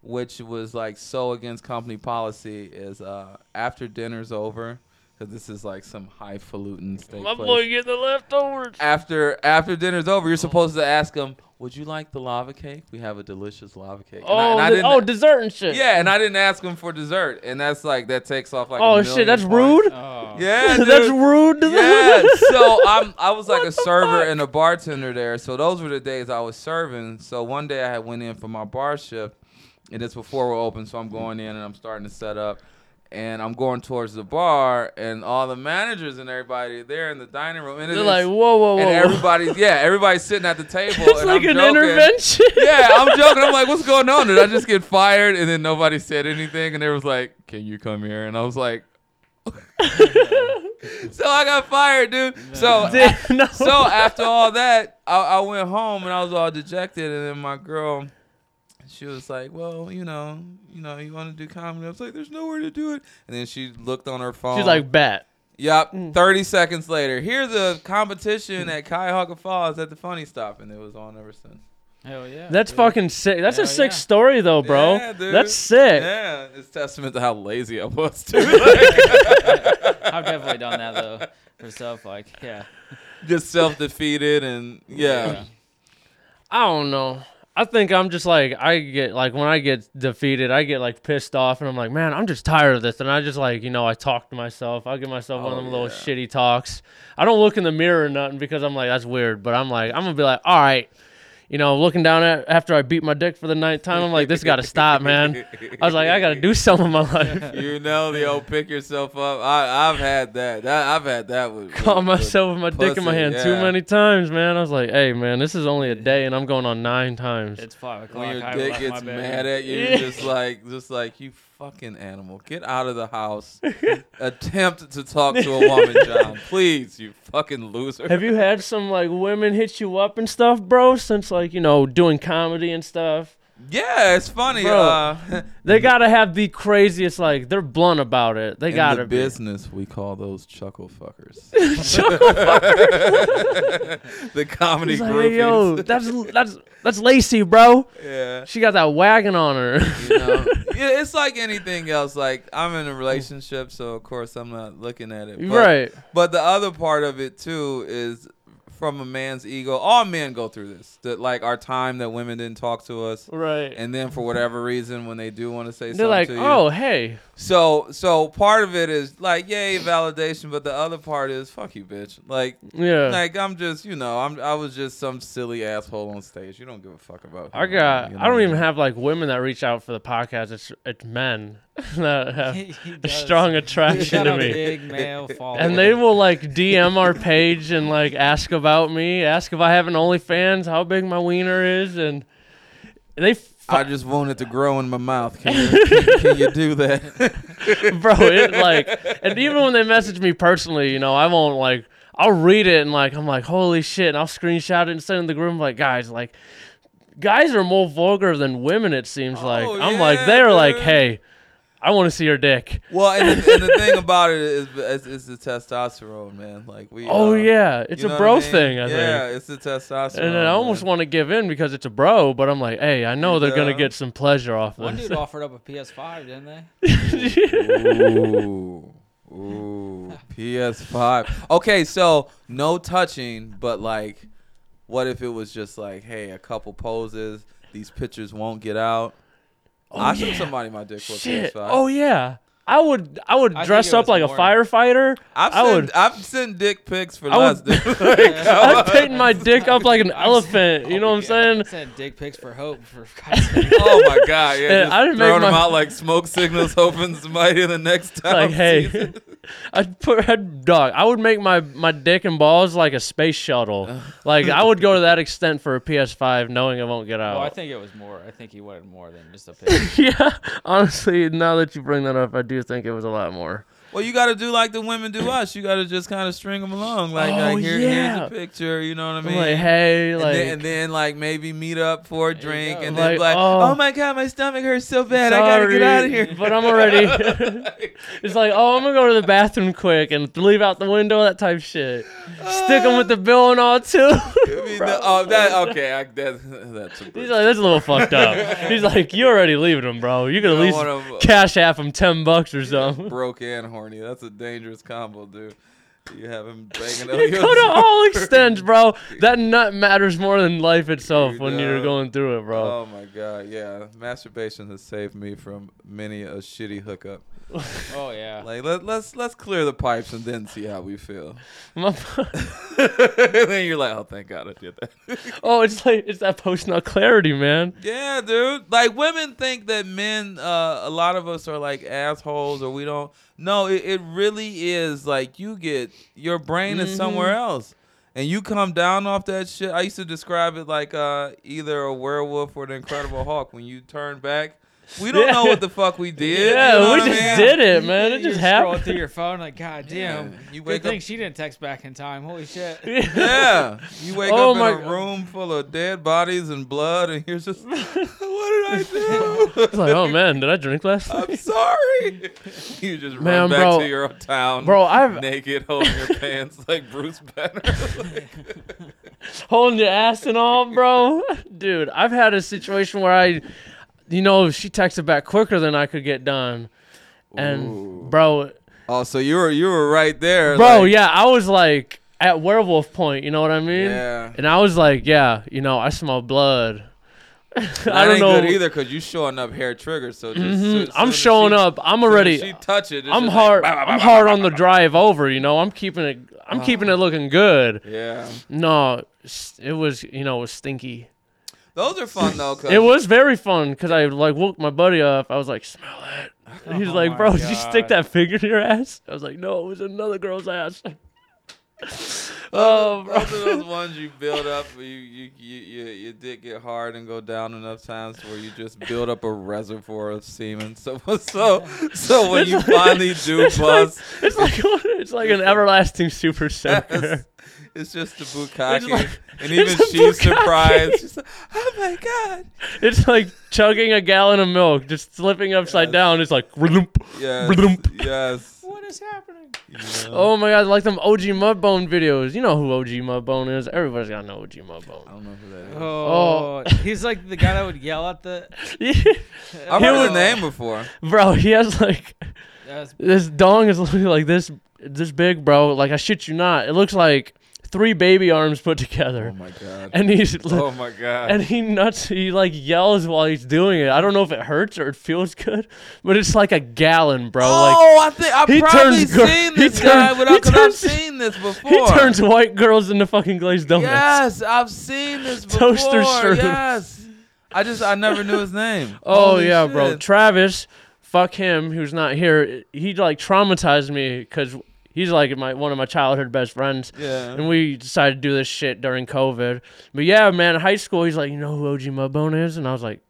Speaker 2: which was like so against company policy, is uh, after dinner's over, because this is like some highfalutin steak
Speaker 1: My
Speaker 2: place
Speaker 1: boy getting the leftovers.
Speaker 2: after after dinner's over, you're supposed to ask them, "Would you like the lava cake? We have a delicious lava cake." And I-
Speaker 1: Oh,
Speaker 2: and I
Speaker 1: the-
Speaker 2: didn't-
Speaker 1: oh, dessert and [LAUGHS] shit.
Speaker 2: yeah, and I didn't ask him for dessert, and that's like that takes off like. a
Speaker 1: oh
Speaker 2: million
Speaker 1: shit, that's
Speaker 2: points.
Speaker 1: rude.
Speaker 3: Oh.
Speaker 2: Yeah,
Speaker 1: [LAUGHS] that's
Speaker 2: dude.
Speaker 1: rude. [LAUGHS] to
Speaker 2: Yeah,
Speaker 1: them.
Speaker 2: so I'm I was like a server and a bartender there. So those were the days I was serving. So one day I had went in for my bar shift, and it's before we're open. So I'm going in and I'm starting to set up, and I'm going towards the bar, and all the managers and everybody there in the dining room, and
Speaker 1: They're
Speaker 2: it's-
Speaker 1: like, whoa, whoa, whoa.
Speaker 2: and
Speaker 1: whoa.
Speaker 2: everybody's yeah, everybody's
Speaker 1: [LAUGHS]
Speaker 2: sitting at the table.
Speaker 1: it's
Speaker 2: and
Speaker 1: like
Speaker 2: I'm
Speaker 1: an
Speaker 2: joking.
Speaker 1: intervention.
Speaker 2: Yeah, I'm joking. I'm like, what's going on? Did I just get fired? And then nobody said anything. And they was like, can you come here? And I was like, [LAUGHS] so I got fired, dude. So
Speaker 1: [LAUGHS]
Speaker 2: [LAUGHS]
Speaker 1: Damn, no.
Speaker 2: so after all that, I, I went home and I was all dejected. And then my girl, she was like, well, you know, you know, you want to do comedy? I was like, there's nowhere to do it. And then she looked on her phone.
Speaker 1: She's like, mm. bat.
Speaker 2: Yep. Thirty seconds later, here's a competition at Cuyahoga Falls at the Funny Stop, and it was on ever since.
Speaker 3: Hell yeah.
Speaker 1: That's
Speaker 3: dude.
Speaker 1: fucking sick. That's a
Speaker 3: Hell
Speaker 1: sick
Speaker 3: yeah.
Speaker 1: story though, bro.
Speaker 2: Yeah, dude.
Speaker 1: That's sick.
Speaker 2: Yeah, it's testament to how lazy I was too. [LAUGHS]
Speaker 3: I've definitely done that though. For stuff like yeah.
Speaker 2: Just self defeated and yeah.
Speaker 1: I don't know. I think I'm just like I get like when I get defeated, I get like pissed off, and I'm like, man, I'm just tired of this, and I just like you know I talk to myself. I give myself one of
Speaker 2: Oh,
Speaker 1: them little
Speaker 2: yeah.
Speaker 1: shitty talks. I don't look in the mirror or nothing because I'm like that's weird, but I'm like I'm gonna be like, all right, you know, looking down at after I beat my dick for the ninth time, I'm like this got to stop, man. I was like I
Speaker 2: [LAUGHS]
Speaker 1: gotta do something in my life. [LAUGHS]
Speaker 2: You know the old pick yourself up. I I've had that. that I've had that with.
Speaker 1: Caught
Speaker 2: with- with-
Speaker 1: myself with my dick in my
Speaker 2: pussy,
Speaker 1: hand too
Speaker 2: yeah.
Speaker 1: many times, man. I was like, hey, man, this is only a day, and I'm going on nine times.
Speaker 3: It's five
Speaker 2: [LAUGHS]
Speaker 3: o'clock.
Speaker 2: When your
Speaker 3: I
Speaker 2: dick
Speaker 3: left my
Speaker 2: gets
Speaker 3: bed.
Speaker 2: mad at you, you're just like, just like you fucking animal, get out of
Speaker 1: [LAUGHS]
Speaker 2: the house. Attempt to talk to a woman, John, please, you fucking loser.
Speaker 1: Have you had some like women hit you up and stuff, bro? Since like you know doing comedy and stuff,
Speaker 2: Yeah, it's funny.
Speaker 1: Bro,
Speaker 2: uh, [LAUGHS]
Speaker 1: they gotta have the craziest. Like they're blunt about it. They
Speaker 2: in
Speaker 1: gotta
Speaker 2: the
Speaker 1: be.
Speaker 2: business, we call those chuckle fuckers.
Speaker 1: [LAUGHS]
Speaker 2: [LAUGHS] the comedy
Speaker 1: It's like,
Speaker 2: groupies.
Speaker 1: hey,
Speaker 2: [LAUGHS]
Speaker 1: yo, that's that's that's Lacey, bro.
Speaker 2: yeah.
Speaker 1: She got that wagon on her. [LAUGHS]
Speaker 2: You know? yeah, it's like anything else. Like I'm in a relationship, so of course I'm not looking at it. But,
Speaker 1: right.
Speaker 2: But the other part of it too is from a man's ego. All men go through this. That like our time that women didn't talk to us.
Speaker 1: Right.
Speaker 2: And then for whatever reason, when they do want to say
Speaker 1: they're
Speaker 2: something
Speaker 1: like,
Speaker 2: to you,
Speaker 1: oh, hey,
Speaker 2: So so part of it is like yay validation, but the other part is fuck you, bitch. Like
Speaker 1: yeah.
Speaker 2: like I'm just you know I'm I was just some silly asshole on stage. You don't give a fuck about. who
Speaker 1: I got.
Speaker 2: am, you
Speaker 1: I don't
Speaker 2: know?
Speaker 1: even have like women that reach out for the podcast. It's it's men [LAUGHS] that have
Speaker 3: [LAUGHS] He- he
Speaker 1: a
Speaker 3: does.
Speaker 1: strong
Speaker 3: He's
Speaker 2: [LAUGHS]
Speaker 1: attraction
Speaker 3: got
Speaker 1: to
Speaker 3: a
Speaker 1: me.
Speaker 3: Big male follower.
Speaker 1: and they will like DM our page and like ask about me, ask if I have an OnlyFans, how big my wiener is, and they,
Speaker 2: I
Speaker 1: fuck, [LAUGHS]
Speaker 2: just wanted to grow in my mouth. Can you, can, can you do that? [LAUGHS]
Speaker 1: bro, it like, and even when they message me personally, you know, I won't like. I'll read it and like I'm like, holy shit, and I'll screenshot it and send it in the group. I'm like, guys, like guys are more vulgar than women, it seems like.
Speaker 2: Oh,
Speaker 1: I'm like,
Speaker 2: yeah,
Speaker 1: they're like,
Speaker 2: dude.
Speaker 1: hey, I want to see your dick.
Speaker 2: Well, and the, and the thing about it is, is, is the testosterone, man. Like we.
Speaker 1: Oh
Speaker 2: uh,
Speaker 1: yeah, it's
Speaker 2: you know
Speaker 1: a
Speaker 2: what
Speaker 1: bro
Speaker 2: I mean?
Speaker 1: thing, I
Speaker 2: yeah,
Speaker 1: think.
Speaker 2: it's the testosterone.
Speaker 1: And then I almost
Speaker 2: man.
Speaker 1: want to give in because it's a bro, but I'm like, hey, I know they're gonna
Speaker 2: Yeah.
Speaker 1: get some pleasure off
Speaker 3: One
Speaker 1: this.
Speaker 3: dude offered up a PS5, didn't they?
Speaker 1: [LAUGHS]
Speaker 2: Ooh, ooh, PS5. Okay, so no touching, but like, what if it was just like, hey, a couple poses, these pictures won't get out.
Speaker 1: Oh,
Speaker 2: I showed
Speaker 1: yeah.
Speaker 2: somebody my dick for a
Speaker 1: Shit.
Speaker 2: PS5.
Speaker 1: Oh yeah. I would I would
Speaker 3: I think
Speaker 1: dress
Speaker 3: it
Speaker 1: up
Speaker 3: was
Speaker 1: like a
Speaker 3: more- [LAUGHS]
Speaker 1: firefighter.
Speaker 2: I've
Speaker 1: I
Speaker 2: sent,
Speaker 1: would-
Speaker 2: I've sent dick Oh pics for
Speaker 1: I
Speaker 2: less.
Speaker 1: [LAUGHS] would-
Speaker 2: Dude. [LAUGHS]
Speaker 1: I'd paint my dick up like an
Speaker 3: [LAUGHS] I said-
Speaker 1: elephant. You know what
Speaker 3: Oh,
Speaker 1: I'm
Speaker 3: yeah.
Speaker 1: saying?
Speaker 3: I said dick pics for hope for [LAUGHS] God's sake.
Speaker 2: oh my god,
Speaker 1: [LAUGHS]
Speaker 2: yeah,
Speaker 1: Yeah,
Speaker 2: just
Speaker 1: I didn't make
Speaker 2: throwing them
Speaker 1: my-
Speaker 2: out like smoke signals, [LAUGHS] hoping somebody the next time.
Speaker 1: [LAUGHS] Like,
Speaker 2: sees
Speaker 1: hey,
Speaker 2: it.
Speaker 1: I'd put I'd, dog. I would make my my dick and balls like a space
Speaker 3: [LAUGHS]
Speaker 1: shuttle. Like I would go to that extent for a PS5, knowing it won't get out.
Speaker 3: Well, Oh, I think it was more. I think he wanted more than just a
Speaker 1: [LAUGHS]
Speaker 3: pic.
Speaker 1: yeah, honestly, now that you bring that up, I do think it was a lot more.
Speaker 2: Well, you got to do like the women do us. You got to just kind of string them along. Like,
Speaker 1: Oh,
Speaker 2: like here,
Speaker 1: yeah.
Speaker 2: here's a picture. You know what I
Speaker 1: I'm
Speaker 2: mean?
Speaker 1: like, hey,
Speaker 2: and,
Speaker 1: like,
Speaker 2: then, and then like maybe meet up for a
Speaker 3: you
Speaker 2: drink
Speaker 3: go.
Speaker 2: and then be
Speaker 1: Like,
Speaker 2: like,
Speaker 1: oh.
Speaker 2: oh. my god, my stomach hurts so bad. I gotta get
Speaker 1: sorry,
Speaker 2: out of here.
Speaker 1: [LAUGHS] But I'm already.
Speaker 2: [LAUGHS]
Speaker 1: it's like, oh, I'm gonna go to the bathroom quick and leave out the window, that type shit. Stick them with the bill and all too. [LAUGHS]
Speaker 2: I mean, the- oh, that okay. I, that, that's [LAUGHS] a
Speaker 1: He's
Speaker 2: bridge.
Speaker 1: like, that's a little fucked up. He's like, you're already leaving them, bro. You could at
Speaker 2: don't
Speaker 1: least
Speaker 2: wanna-
Speaker 1: cash half them ten bucks or something. [LAUGHS]
Speaker 2: [LAUGHS] broke and horny. That's a dangerous combo, dude. You have him
Speaker 1: [LAUGHS]
Speaker 2: banging
Speaker 1: You
Speaker 2: up
Speaker 1: go to
Speaker 2: [LAUGHS] your-
Speaker 1: all extents, bro. That nut matters more than life itself
Speaker 2: Dude,
Speaker 1: when you're
Speaker 2: uh,
Speaker 1: going through it, bro.
Speaker 2: Oh my god, yeah. Masturbation has saved me from many a shitty hookup.
Speaker 3: oh yeah.
Speaker 2: Like let, let's let's clear the pipes and then see how we feel. [LAUGHS]
Speaker 1: My- [LAUGHS]
Speaker 2: and then you're like, oh, thank God I did that.
Speaker 1: oh, it's like it's that post nut clarity, man. [LAUGHS]
Speaker 2: yeah, dude. Like women think that men, uh, a lot of us are like assholes or we don't. No, it, it really is like you get your brain
Speaker 1: Mm-hmm.
Speaker 2: is somewhere else. And you come down off that shit. I used to describe it like uh, either a werewolf or the Incredible Hulk. When you turn back, we don't
Speaker 1: Yeah.
Speaker 2: know what the fuck we did.
Speaker 1: yeah,
Speaker 2: you know
Speaker 1: we
Speaker 2: what I
Speaker 1: just
Speaker 2: mean?
Speaker 1: did it, man.
Speaker 3: You-
Speaker 1: It
Speaker 3: you
Speaker 1: just
Speaker 3: scroll
Speaker 1: happened.
Speaker 3: through your phone like, God damn.
Speaker 2: Yeah. You
Speaker 3: Good
Speaker 2: wake
Speaker 3: thing
Speaker 2: up.
Speaker 3: she didn't text back in time. Holy shit. [LAUGHS]
Speaker 2: Yeah, you wake
Speaker 1: Oh
Speaker 2: up
Speaker 1: my
Speaker 2: in a
Speaker 1: God.
Speaker 2: room full of dead bodies and blood, and you're just, [LAUGHS] what did I
Speaker 1: [LAUGHS]
Speaker 2: do?
Speaker 1: It's like, oh man, did I drink last night? [LAUGHS]
Speaker 2: I'm sorry. [LAUGHS] You just
Speaker 1: Man,
Speaker 2: run back
Speaker 1: bro.
Speaker 2: to your town,
Speaker 1: Bro, I've
Speaker 2: [LAUGHS] naked,
Speaker 1: [LAUGHS]
Speaker 2: holding your pants like Bruce Banner.
Speaker 1: holding your ass and all, bro. [LAUGHS] Dude, I've had a situation where I, you know, she texted back quicker than I could get done, and
Speaker 2: Ooh.
Speaker 1: bro,
Speaker 2: [LAUGHS] oh, so you were you were right there,
Speaker 1: bro,
Speaker 2: like-
Speaker 1: yeah, I was like at werewolf point. You know what I mean?
Speaker 2: Yeah.
Speaker 1: And I was like, yeah, you know, I smell blood. [LAUGHS] I
Speaker 2: That
Speaker 1: don't
Speaker 2: ain't
Speaker 1: know.
Speaker 2: good either because you showing up hair trigger. So just
Speaker 1: Mhm,
Speaker 2: soon- soon
Speaker 1: I'm
Speaker 2: as
Speaker 1: showing
Speaker 2: she-
Speaker 1: up. I'm
Speaker 2: soon as
Speaker 1: already.
Speaker 2: She touch it. it's
Speaker 1: I'm
Speaker 2: just
Speaker 1: hard.
Speaker 2: Like, bah, bah, bah,
Speaker 1: I'm
Speaker 2: bah,
Speaker 1: hard
Speaker 2: bah,
Speaker 1: on the
Speaker 2: bah, Ah.
Speaker 1: drive over. You know, I'm keeping it. I'm keeping it looking good.
Speaker 2: bah. [LAUGHS] Yeah,
Speaker 1: No, s- it was. You know, it was stinky.
Speaker 2: those are fun though. 'cause-
Speaker 1: It was very fun because I like woke my buddy up. I was like, smell it. And he's
Speaker 3: Oh
Speaker 1: like,
Speaker 3: my
Speaker 1: bro, did you stick
Speaker 3: God.
Speaker 1: that finger in your ass? I was like, no, it was another girl's ass. [LAUGHS] oh, bro.
Speaker 2: [LAUGHS] Those are those ones you build up. You you you you, you did get hard and go down enough times where you just build up a reservoir of semen. [LAUGHS] So so so when
Speaker 1: It's
Speaker 2: you
Speaker 1: like-
Speaker 2: finally do
Speaker 1: it's like-
Speaker 2: bust,
Speaker 1: It's like [LAUGHS] it's like an everlasting
Speaker 3: [LAUGHS]
Speaker 1: super sucker.
Speaker 2: [LAUGHS] it's just the bukkake,
Speaker 1: like-
Speaker 2: and
Speaker 1: it's
Speaker 2: even
Speaker 1: a
Speaker 2: she's
Speaker 1: bukkake. [LAUGHS]
Speaker 2: surprised. She's like, "Oh my god!"
Speaker 1: It's like chugging a gallon of milk, just slipping upside
Speaker 2: Yes.
Speaker 1: down. It's like,
Speaker 2: Yes, yes.
Speaker 3: What is happening?
Speaker 2: you know.
Speaker 1: oh my god, like them OG Mudbone videos. You know who OG Mudbone is? Everybody's gotta know OG
Speaker 2: I
Speaker 1: Mudbone.
Speaker 2: don't know who that is.
Speaker 3: Oh, he's like the guy that would yell at the. Oh.
Speaker 1: Yeah.
Speaker 2: I've
Speaker 1: He
Speaker 2: heard
Speaker 1: was-
Speaker 2: the name before.
Speaker 1: [LAUGHS] bro, he has like [LAUGHS]
Speaker 3: That's
Speaker 1: this dong is looking like this, this big, bro. Like I shit you not, it looks like three baby arms put
Speaker 2: Oh
Speaker 1: together,
Speaker 2: my god.
Speaker 1: and he's
Speaker 2: Oh my god.
Speaker 1: and he nuts he like yells while he's doing it i don't know if it hurts or it feels [LAUGHS] good but it's like a gallon bro
Speaker 2: oh, I think I've
Speaker 1: he
Speaker 2: probably
Speaker 1: turns gr-
Speaker 2: seen
Speaker 1: he
Speaker 2: this guy
Speaker 1: turns-
Speaker 2: without
Speaker 1: he
Speaker 2: 'cause
Speaker 1: turns-
Speaker 2: I've seen this before.
Speaker 1: like he turns white girls into fucking glazed donuts
Speaker 2: Oh, Yes, I've seen this before.
Speaker 1: Toaster strudels.
Speaker 2: Yes. I just I never knew his name.
Speaker 1: oh
Speaker 2: Holy
Speaker 1: yeah bro
Speaker 2: shit.
Speaker 1: travis fuck him who's not here he like traumatized me because he's like my one of my childhood best friends
Speaker 2: Yeah.
Speaker 1: and we decided to do this shit during COVID. But yeah, man, high school, he's like, you know who OG Mudbone is? And I was like,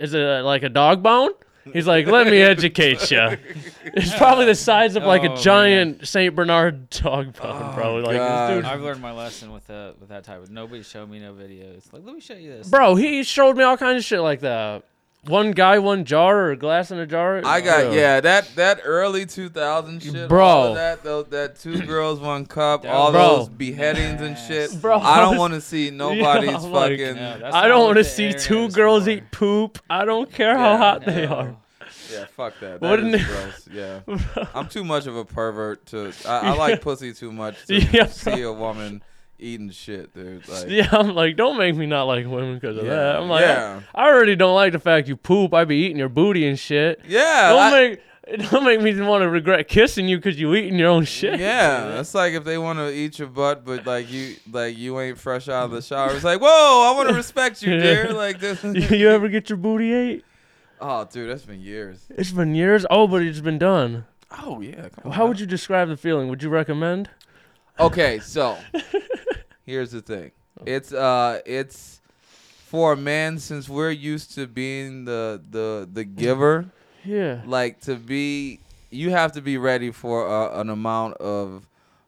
Speaker 1: is it uh, like a dog bone? He's like, let me educate
Speaker 2: [LAUGHS]
Speaker 1: you. It's probably the size of like
Speaker 3: Oh,
Speaker 1: a giant Saint Bernard dog bone, bro. Like
Speaker 2: Oh, God.
Speaker 1: this dude.
Speaker 3: I've learned my lesson with that with that type of nobody showed me no videos. Like, let me show you this.
Speaker 1: Bro, he showed me all kinds of shit like that. One guy, one jar, or a glass in a jar.
Speaker 2: I got
Speaker 1: Bro.
Speaker 2: yeah that that early 2000 shit,
Speaker 1: Bro.
Speaker 2: all of that tho- that two girls one cup, all
Speaker 1: Bro.
Speaker 2: those beheadings and
Speaker 1: [LAUGHS]
Speaker 2: shit.
Speaker 1: Bro,
Speaker 2: I
Speaker 1: I was-
Speaker 2: don't want to see
Speaker 1: [LAUGHS]
Speaker 2: nobody's
Speaker 1: Yeah, I'm like-
Speaker 2: fucking.
Speaker 3: Yeah, that's
Speaker 1: I
Speaker 3: not
Speaker 1: don't
Speaker 3: what
Speaker 1: want to
Speaker 3: the
Speaker 1: see
Speaker 3: internet
Speaker 1: two
Speaker 3: is
Speaker 1: girls
Speaker 3: for. Oh.
Speaker 1: eat poop. I don't care how
Speaker 2: Yeah,
Speaker 1: hot they
Speaker 3: No.
Speaker 1: are.
Speaker 2: Yeah, fuck that.
Speaker 1: What
Speaker 2: That
Speaker 1: an-
Speaker 2: is gross.
Speaker 1: [LAUGHS]
Speaker 2: Yeah, I'm too much of a pervert to. I, I like pussy too much to
Speaker 1: Yeah.
Speaker 2: see a woman eating shit, dude. Like,
Speaker 1: [LAUGHS] Yeah, I'm like, don't make me not like women because of
Speaker 2: Yeah,
Speaker 1: that. I'm like,
Speaker 2: yeah.
Speaker 1: I, I already don't like the fact you poop. I be eating your booty and shit.
Speaker 2: yeah,
Speaker 1: Don't
Speaker 2: I-
Speaker 1: make don't make me want to regret kissing you because you eating your own shit.
Speaker 2: Yeah, it's like if they want to eat your butt, but like you, like you ain't fresh out of the shower. It's like, whoa, I want to
Speaker 1: [LAUGHS]
Speaker 2: respect you, dear. Like
Speaker 1: [LAUGHS]
Speaker 2: this.
Speaker 1: You, you ever get your booty ate?
Speaker 2: oh, dude, that's been years.
Speaker 1: It's been years. Oh, but it's been done.
Speaker 2: Oh yeah. Come
Speaker 1: How would you describe the feeling? Would you recommend?
Speaker 2: Okay, [LAUGHS] so here's the thing. It's uh, it's for a man since we're used to being the the the giver. [LAUGHS]
Speaker 1: Yeah.
Speaker 2: like to be you have to be ready for uh, an amount of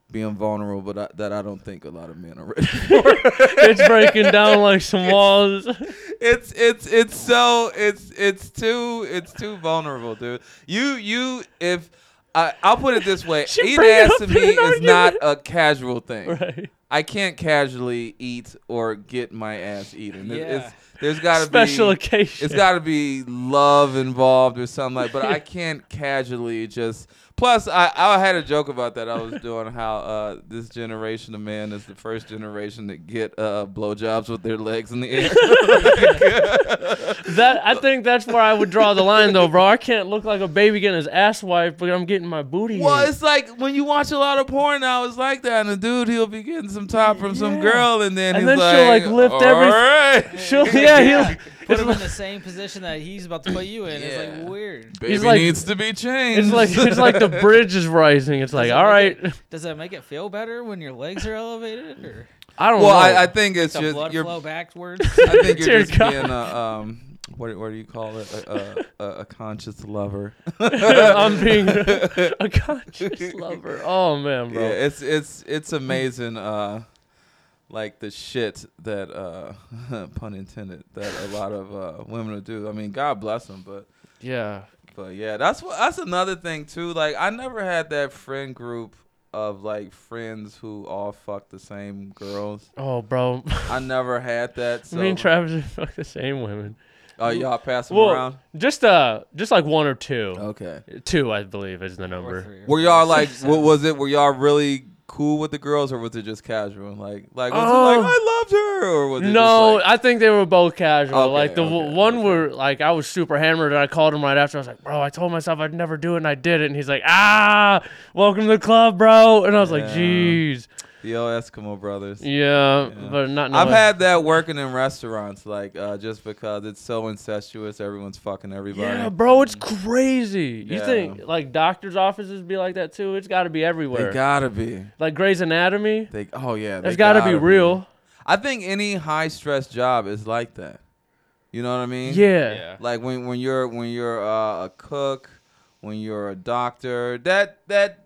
Speaker 2: being vulnerable but I, that i don't think a lot of men are ready [LAUGHS]
Speaker 1: it's breaking down like some walls. [LAUGHS]
Speaker 2: it's it's it's so it's it's too it's too vulnerable dude you you if I, I'll put it this way.
Speaker 1: She
Speaker 2: Eat
Speaker 1: bring
Speaker 2: ass
Speaker 1: up
Speaker 2: to
Speaker 1: an
Speaker 2: me is not
Speaker 1: argument.
Speaker 2: a casual thing.
Speaker 1: right.
Speaker 2: I can't casually eat or get my ass eaten. It-
Speaker 3: Yeah.
Speaker 2: It's, there's got to be
Speaker 1: Special occasion.
Speaker 2: It's got to be love involved or something like. But
Speaker 1: [LAUGHS]
Speaker 2: I can't casually just. Plus, I I had a joke about that. I was doing how uh, this generation of man is the first generation to get uh, blowjobs with their legs in the air.
Speaker 1: [LAUGHS]
Speaker 2: [LAUGHS]
Speaker 1: that I think that's where I would draw the line though, bro. I can't look like a baby getting his ass wiped, but I'm getting my booty.
Speaker 2: well,
Speaker 1: ate.
Speaker 2: it's like when you watch a lot of porn now, it's like that. And a dude, he'll be getting some top from some
Speaker 1: Yeah.
Speaker 2: girl, and then
Speaker 1: And then
Speaker 2: he's
Speaker 1: she'll,
Speaker 2: like,
Speaker 1: like, lift
Speaker 2: "All
Speaker 1: every- [LAUGHS]
Speaker 2: right."
Speaker 1: She'll- yeah, he'll- [LAUGHS]
Speaker 3: Put him in the same position that he's about to put you in. It's
Speaker 2: Yeah.
Speaker 3: like weird.
Speaker 2: Baby
Speaker 1: like-
Speaker 2: needs to be changed.
Speaker 1: It's like it's like the bridge is rising. It's like,
Speaker 3: it
Speaker 1: all
Speaker 3: make
Speaker 1: right,
Speaker 3: Does that make it feel better when your legs are elevated, or
Speaker 1: [LAUGHS] I don't
Speaker 2: well,
Speaker 1: know.
Speaker 2: I, I think it's
Speaker 3: does the
Speaker 2: just
Speaker 3: blood
Speaker 2: you're.
Speaker 3: flow backwards?
Speaker 2: I
Speaker 1: [LAUGHS]
Speaker 2: think you're
Speaker 1: Dear
Speaker 2: just
Speaker 1: God.
Speaker 2: being a um. What, what do you call it? A, a, a, a conscious
Speaker 3: [LAUGHS]
Speaker 2: lover.
Speaker 1: [LAUGHS] I'm being a conscious lover. Oh man,
Speaker 2: Yeah,
Speaker 1: bro.
Speaker 2: it's it's it's
Speaker 3: hmm.
Speaker 2: amazing. Uh, like the shit that uh, [LAUGHS] pun intended, that a lot of uh, women will do. I mean, God bless them, but
Speaker 1: Yeah.
Speaker 2: But yeah, that's what that's another thing too. Like I never had that friend group of like friends who all fuck the same girls.
Speaker 1: Oh, bro. [LAUGHS]
Speaker 2: I never had that. So
Speaker 1: Me and Travis are [LAUGHS] fuck the same women.
Speaker 2: oh, y'all pass them
Speaker 1: Well,
Speaker 2: around.
Speaker 1: Just uh, just like one or two.
Speaker 2: Okay.
Speaker 1: Two, I believe, is the
Speaker 3: Or
Speaker 1: number.
Speaker 3: three or
Speaker 2: Were y'all
Speaker 3: four,
Speaker 1: [LAUGHS]
Speaker 2: like
Speaker 3: six,
Speaker 2: what
Speaker 3: seven.
Speaker 2: was it? Were y'all really cool with the girls or was it just casual? Like like was it
Speaker 1: Oh.
Speaker 2: like I loved her or was it
Speaker 1: No,
Speaker 2: just like,
Speaker 1: I think they were both casual.
Speaker 2: Okay,
Speaker 1: like the w-
Speaker 2: okay,
Speaker 1: one
Speaker 2: okay.
Speaker 1: where like I was super hammered and I called him right after. I was like, "Bro, I told myself I'd never do it and I did it." And he's like, "Ah, welcome to the club, bro." And I was like,
Speaker 2: Yeah.
Speaker 1: "Jeez,
Speaker 2: the old Eskimo brothers?
Speaker 1: yeah,
Speaker 2: Yeah.
Speaker 1: but not." No
Speaker 2: I've
Speaker 1: way.
Speaker 2: had that working in restaurants, like uh, just because it's so incestuous, everyone's fucking everybody.
Speaker 1: Yeah, bro, it's crazy. You
Speaker 2: Yeah.
Speaker 1: think like doctors' offices be like that too? It's got to be everywhere.
Speaker 2: They gotta be.
Speaker 1: like Grey's Anatomy,
Speaker 2: They oh yeah,
Speaker 1: that's
Speaker 2: they
Speaker 1: got to be
Speaker 2: gotta
Speaker 1: real.
Speaker 2: I think any high stress job is like that. You know what I mean?
Speaker 1: Yeah.
Speaker 3: Yeah.
Speaker 2: Like when when you're when you're uh, a cook, when you're a doctor, that that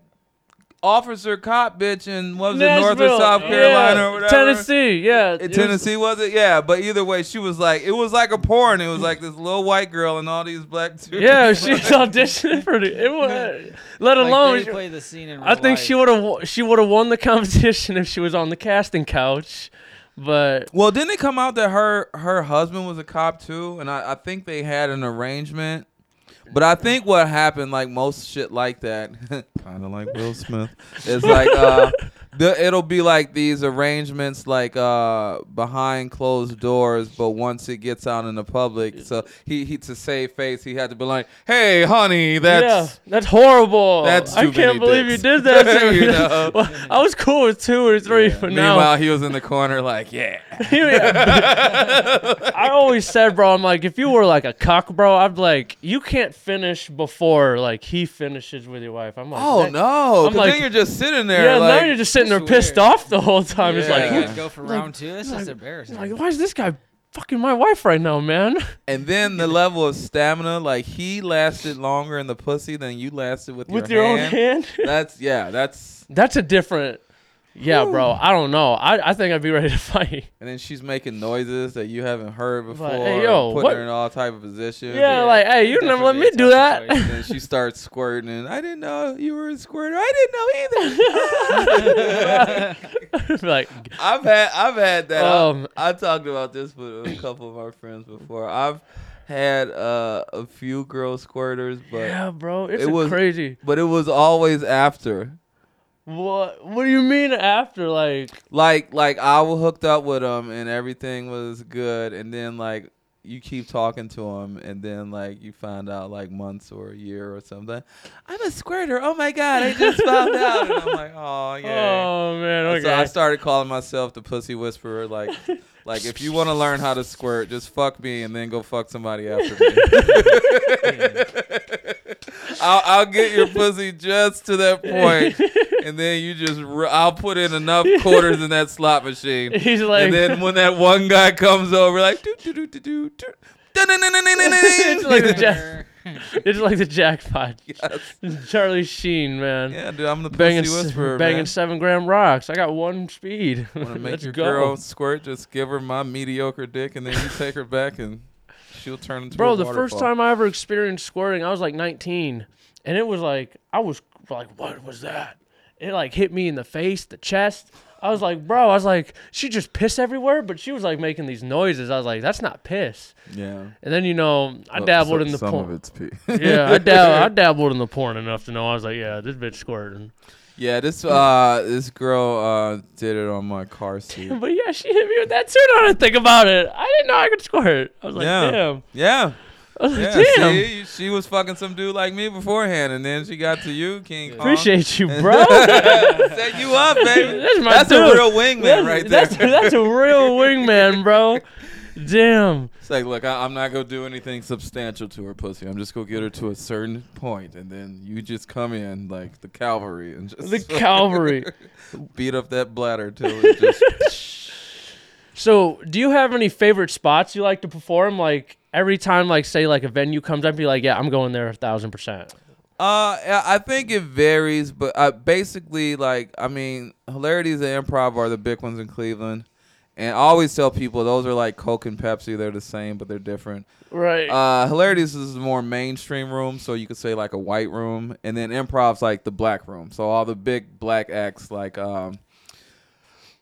Speaker 2: officer cop bitch in what was it North or
Speaker 1: Nashville,
Speaker 2: South
Speaker 1: yeah.
Speaker 2: Carolina or whatever.
Speaker 1: Tennessee, yeah,
Speaker 2: In
Speaker 1: it was-
Speaker 2: Tennessee was it? Yeah, but either way, she was like it was like a porn. It was like this little white girl and all these black dudes.
Speaker 1: Yeah, she's auditioning for the- it.
Speaker 2: [LAUGHS]
Speaker 1: Was, let
Speaker 3: Like,
Speaker 1: alone,
Speaker 3: they play the scene in
Speaker 1: I
Speaker 3: real
Speaker 1: think she
Speaker 3: life.
Speaker 1: would have she would have won the [LAUGHS] competition if she was on the casting couch, but
Speaker 2: Well, didn't it come out that her her husband was a cop too, and I, I think they had an arrangement. But I think what happened, like most shit like that, [LAUGHS] kind of like Will Smith, is like uh, the, it'll be like these arrangements, like uh, behind closed doors. But once it gets out in the public, so he, he to save face, he had to be like, "Hey, honey, that's."
Speaker 1: yeah, that's horrible.
Speaker 2: that's
Speaker 1: I
Speaker 2: too many
Speaker 1: can't believe
Speaker 2: dicks.
Speaker 1: you did
Speaker 2: [LAUGHS]
Speaker 1: that. To me.
Speaker 2: You know?
Speaker 1: [LAUGHS] Well, I was cool with two or three, but now [LAUGHS]
Speaker 2: Meanwhile, he was in the corner, like, "Yeah."
Speaker 1: I
Speaker 2: [LAUGHS]
Speaker 1: always said, bro, I'm like, if you were like a cock, bro, I'm like, you can't finish before like he finishes with your wife. I'm like,
Speaker 2: Oh
Speaker 1: that-
Speaker 2: no!
Speaker 1: I'm
Speaker 2: [LAUGHS] 'cause
Speaker 1: like-
Speaker 2: then you're just sitting there.
Speaker 1: Yeah,
Speaker 2: like,
Speaker 1: now you're just sitting there
Speaker 3: that's
Speaker 1: pissed
Speaker 3: weird.
Speaker 1: off the whole time. It's
Speaker 2: Yeah.
Speaker 1: like,
Speaker 3: go for
Speaker 1: like-
Speaker 3: round two. That's just embarrassing.
Speaker 1: like, why is this guy fucking my wife right now, man.
Speaker 2: And
Speaker 1: [LAUGHS]
Speaker 2: then the level of stamina, like he lasted longer in the pussy than you lasted with,
Speaker 1: With
Speaker 2: your,
Speaker 1: your
Speaker 2: hand.
Speaker 1: own hand.
Speaker 2: [LAUGHS] That's yeah, that's
Speaker 1: That's a different. Yeah, bro. I don't know. I, I think I'd be ready to [LAUGHS] fight.
Speaker 2: and then she's making noises that you haven't heard before,
Speaker 1: Like, hey, yo,
Speaker 2: and putting
Speaker 1: what-
Speaker 2: her in all type of positions.
Speaker 1: Yeah, like, hey, you never let me
Speaker 3: definitely a
Speaker 1: do
Speaker 3: tough
Speaker 1: that.
Speaker 2: And then she starts squirting, and I didn't know you were a squirter. I didn't know
Speaker 1: [LAUGHS]
Speaker 2: either.
Speaker 1: like,
Speaker 2: I've had I've had that.
Speaker 1: Um,
Speaker 2: I, I talked about this with a couple of our friends before. I've had uh, a few girl squirters, but
Speaker 1: yeah, bro. It's
Speaker 2: it was-
Speaker 1: crazy.
Speaker 2: but it was always after.
Speaker 1: What? What do you mean after? Like,
Speaker 2: Like like I was hooked up with them and everything was good, and then like you keep talking to them, and then like you find out like months or a year or something. I'm a squirter. Oh my god, I just found out, and I'm like,
Speaker 1: [LAUGHS]
Speaker 2: oh yeah.
Speaker 1: oh man, okay.
Speaker 2: So I started calling myself the pussy whisperer. Like, like if you want to learn how to squirt, just fuck me and then go fuck somebody after
Speaker 1: [LAUGHS]
Speaker 2: me. I'll, I'll get your pussy just to
Speaker 1: [LAUGHS]
Speaker 2: that point, and then you just r- I'll put in enough quarters in that slot
Speaker 1: [LAUGHS]
Speaker 2: machine,
Speaker 1: [LAUGHS] He's like,
Speaker 2: and then when that one guy comes over, like do do do do do do.
Speaker 1: [LAUGHS] It's like
Speaker 2: [LAUGHS]
Speaker 1: the Jack- it's like the jackpot.
Speaker 2: Yes.
Speaker 1: Charlie Sheen, man.
Speaker 2: Yeah, dude, I'm the
Speaker 1: Banging,
Speaker 2: pussy
Speaker 1: s-
Speaker 2: whisperer.
Speaker 1: banging
Speaker 2: man.
Speaker 1: seven gram rocks. I got one speed.
Speaker 2: Want
Speaker 1: [LAUGHS]
Speaker 2: to make
Speaker 1: Let's
Speaker 2: your
Speaker 1: go.
Speaker 2: girl squirt? Just give her my mediocre dick, and then you take her back, and she'll turn into
Speaker 1: Bro,
Speaker 2: a
Speaker 1: the first
Speaker 2: waterfall.
Speaker 1: time I ever experienced squirting, I was like 19, and it was like I was like, what was that? It like hit me in the face, the chest. I was like, bro, I was like, she just pissed everywhere, but she was like making these noises. I was like, that's not piss.
Speaker 2: Yeah,
Speaker 1: And then you know, I
Speaker 2: Well,
Speaker 1: dabbled
Speaker 2: so-
Speaker 1: in the
Speaker 2: some of
Speaker 1: porn.
Speaker 2: it's pee.
Speaker 1: [LAUGHS]
Speaker 2: [LAUGHS]
Speaker 1: yeah, I, dab- I dabbled in the porn enough to know I was like, yeah, this bitch squirting.
Speaker 2: yeah, this uh, this girl uh did it on my car seat.
Speaker 1: But yeah, she hit me with that too. Now that I think about it, I didn't know I could squirt. I was like,
Speaker 2: Yeah.
Speaker 1: damn.
Speaker 2: Yeah,
Speaker 1: I was
Speaker 2: yeah.
Speaker 1: like, damn.
Speaker 2: See, you- she was fucking some dude like me beforehand, and then she got to you, King. Kong.
Speaker 1: Appreciate you, bro.
Speaker 2: [LAUGHS] Set you up,
Speaker 1: [LAUGHS]
Speaker 2: baby.
Speaker 1: That's my
Speaker 2: a
Speaker 1: dude.
Speaker 2: real wingman right there.
Speaker 1: That's, that's a real wingman, bro. Damn.
Speaker 2: It's like, look, I, I'm not gonna do anything substantial to her pussy. I'm just gonna get her to a certain point, and then you just come in like the cavalry and just
Speaker 1: The cavalry.
Speaker 2: [LAUGHS] beat up that bladder till it just.
Speaker 1: So, do you have any favorite spots you like to perform? Like every time, like say, like a venue comes up, be like, yeah, I'm going there a thousand percent.
Speaker 2: uh, I- I think it varies, but uh, basically, like, I mean, hilarities and improv are the big ones in Cleveland, and I always tell people those are like Coke and Pepsi. They're the same, but they're different.
Speaker 1: Right.
Speaker 2: Uh, hilarities is more mainstream room, so you could say like a white room, and then improv's like the black room. So all the big black acts like um,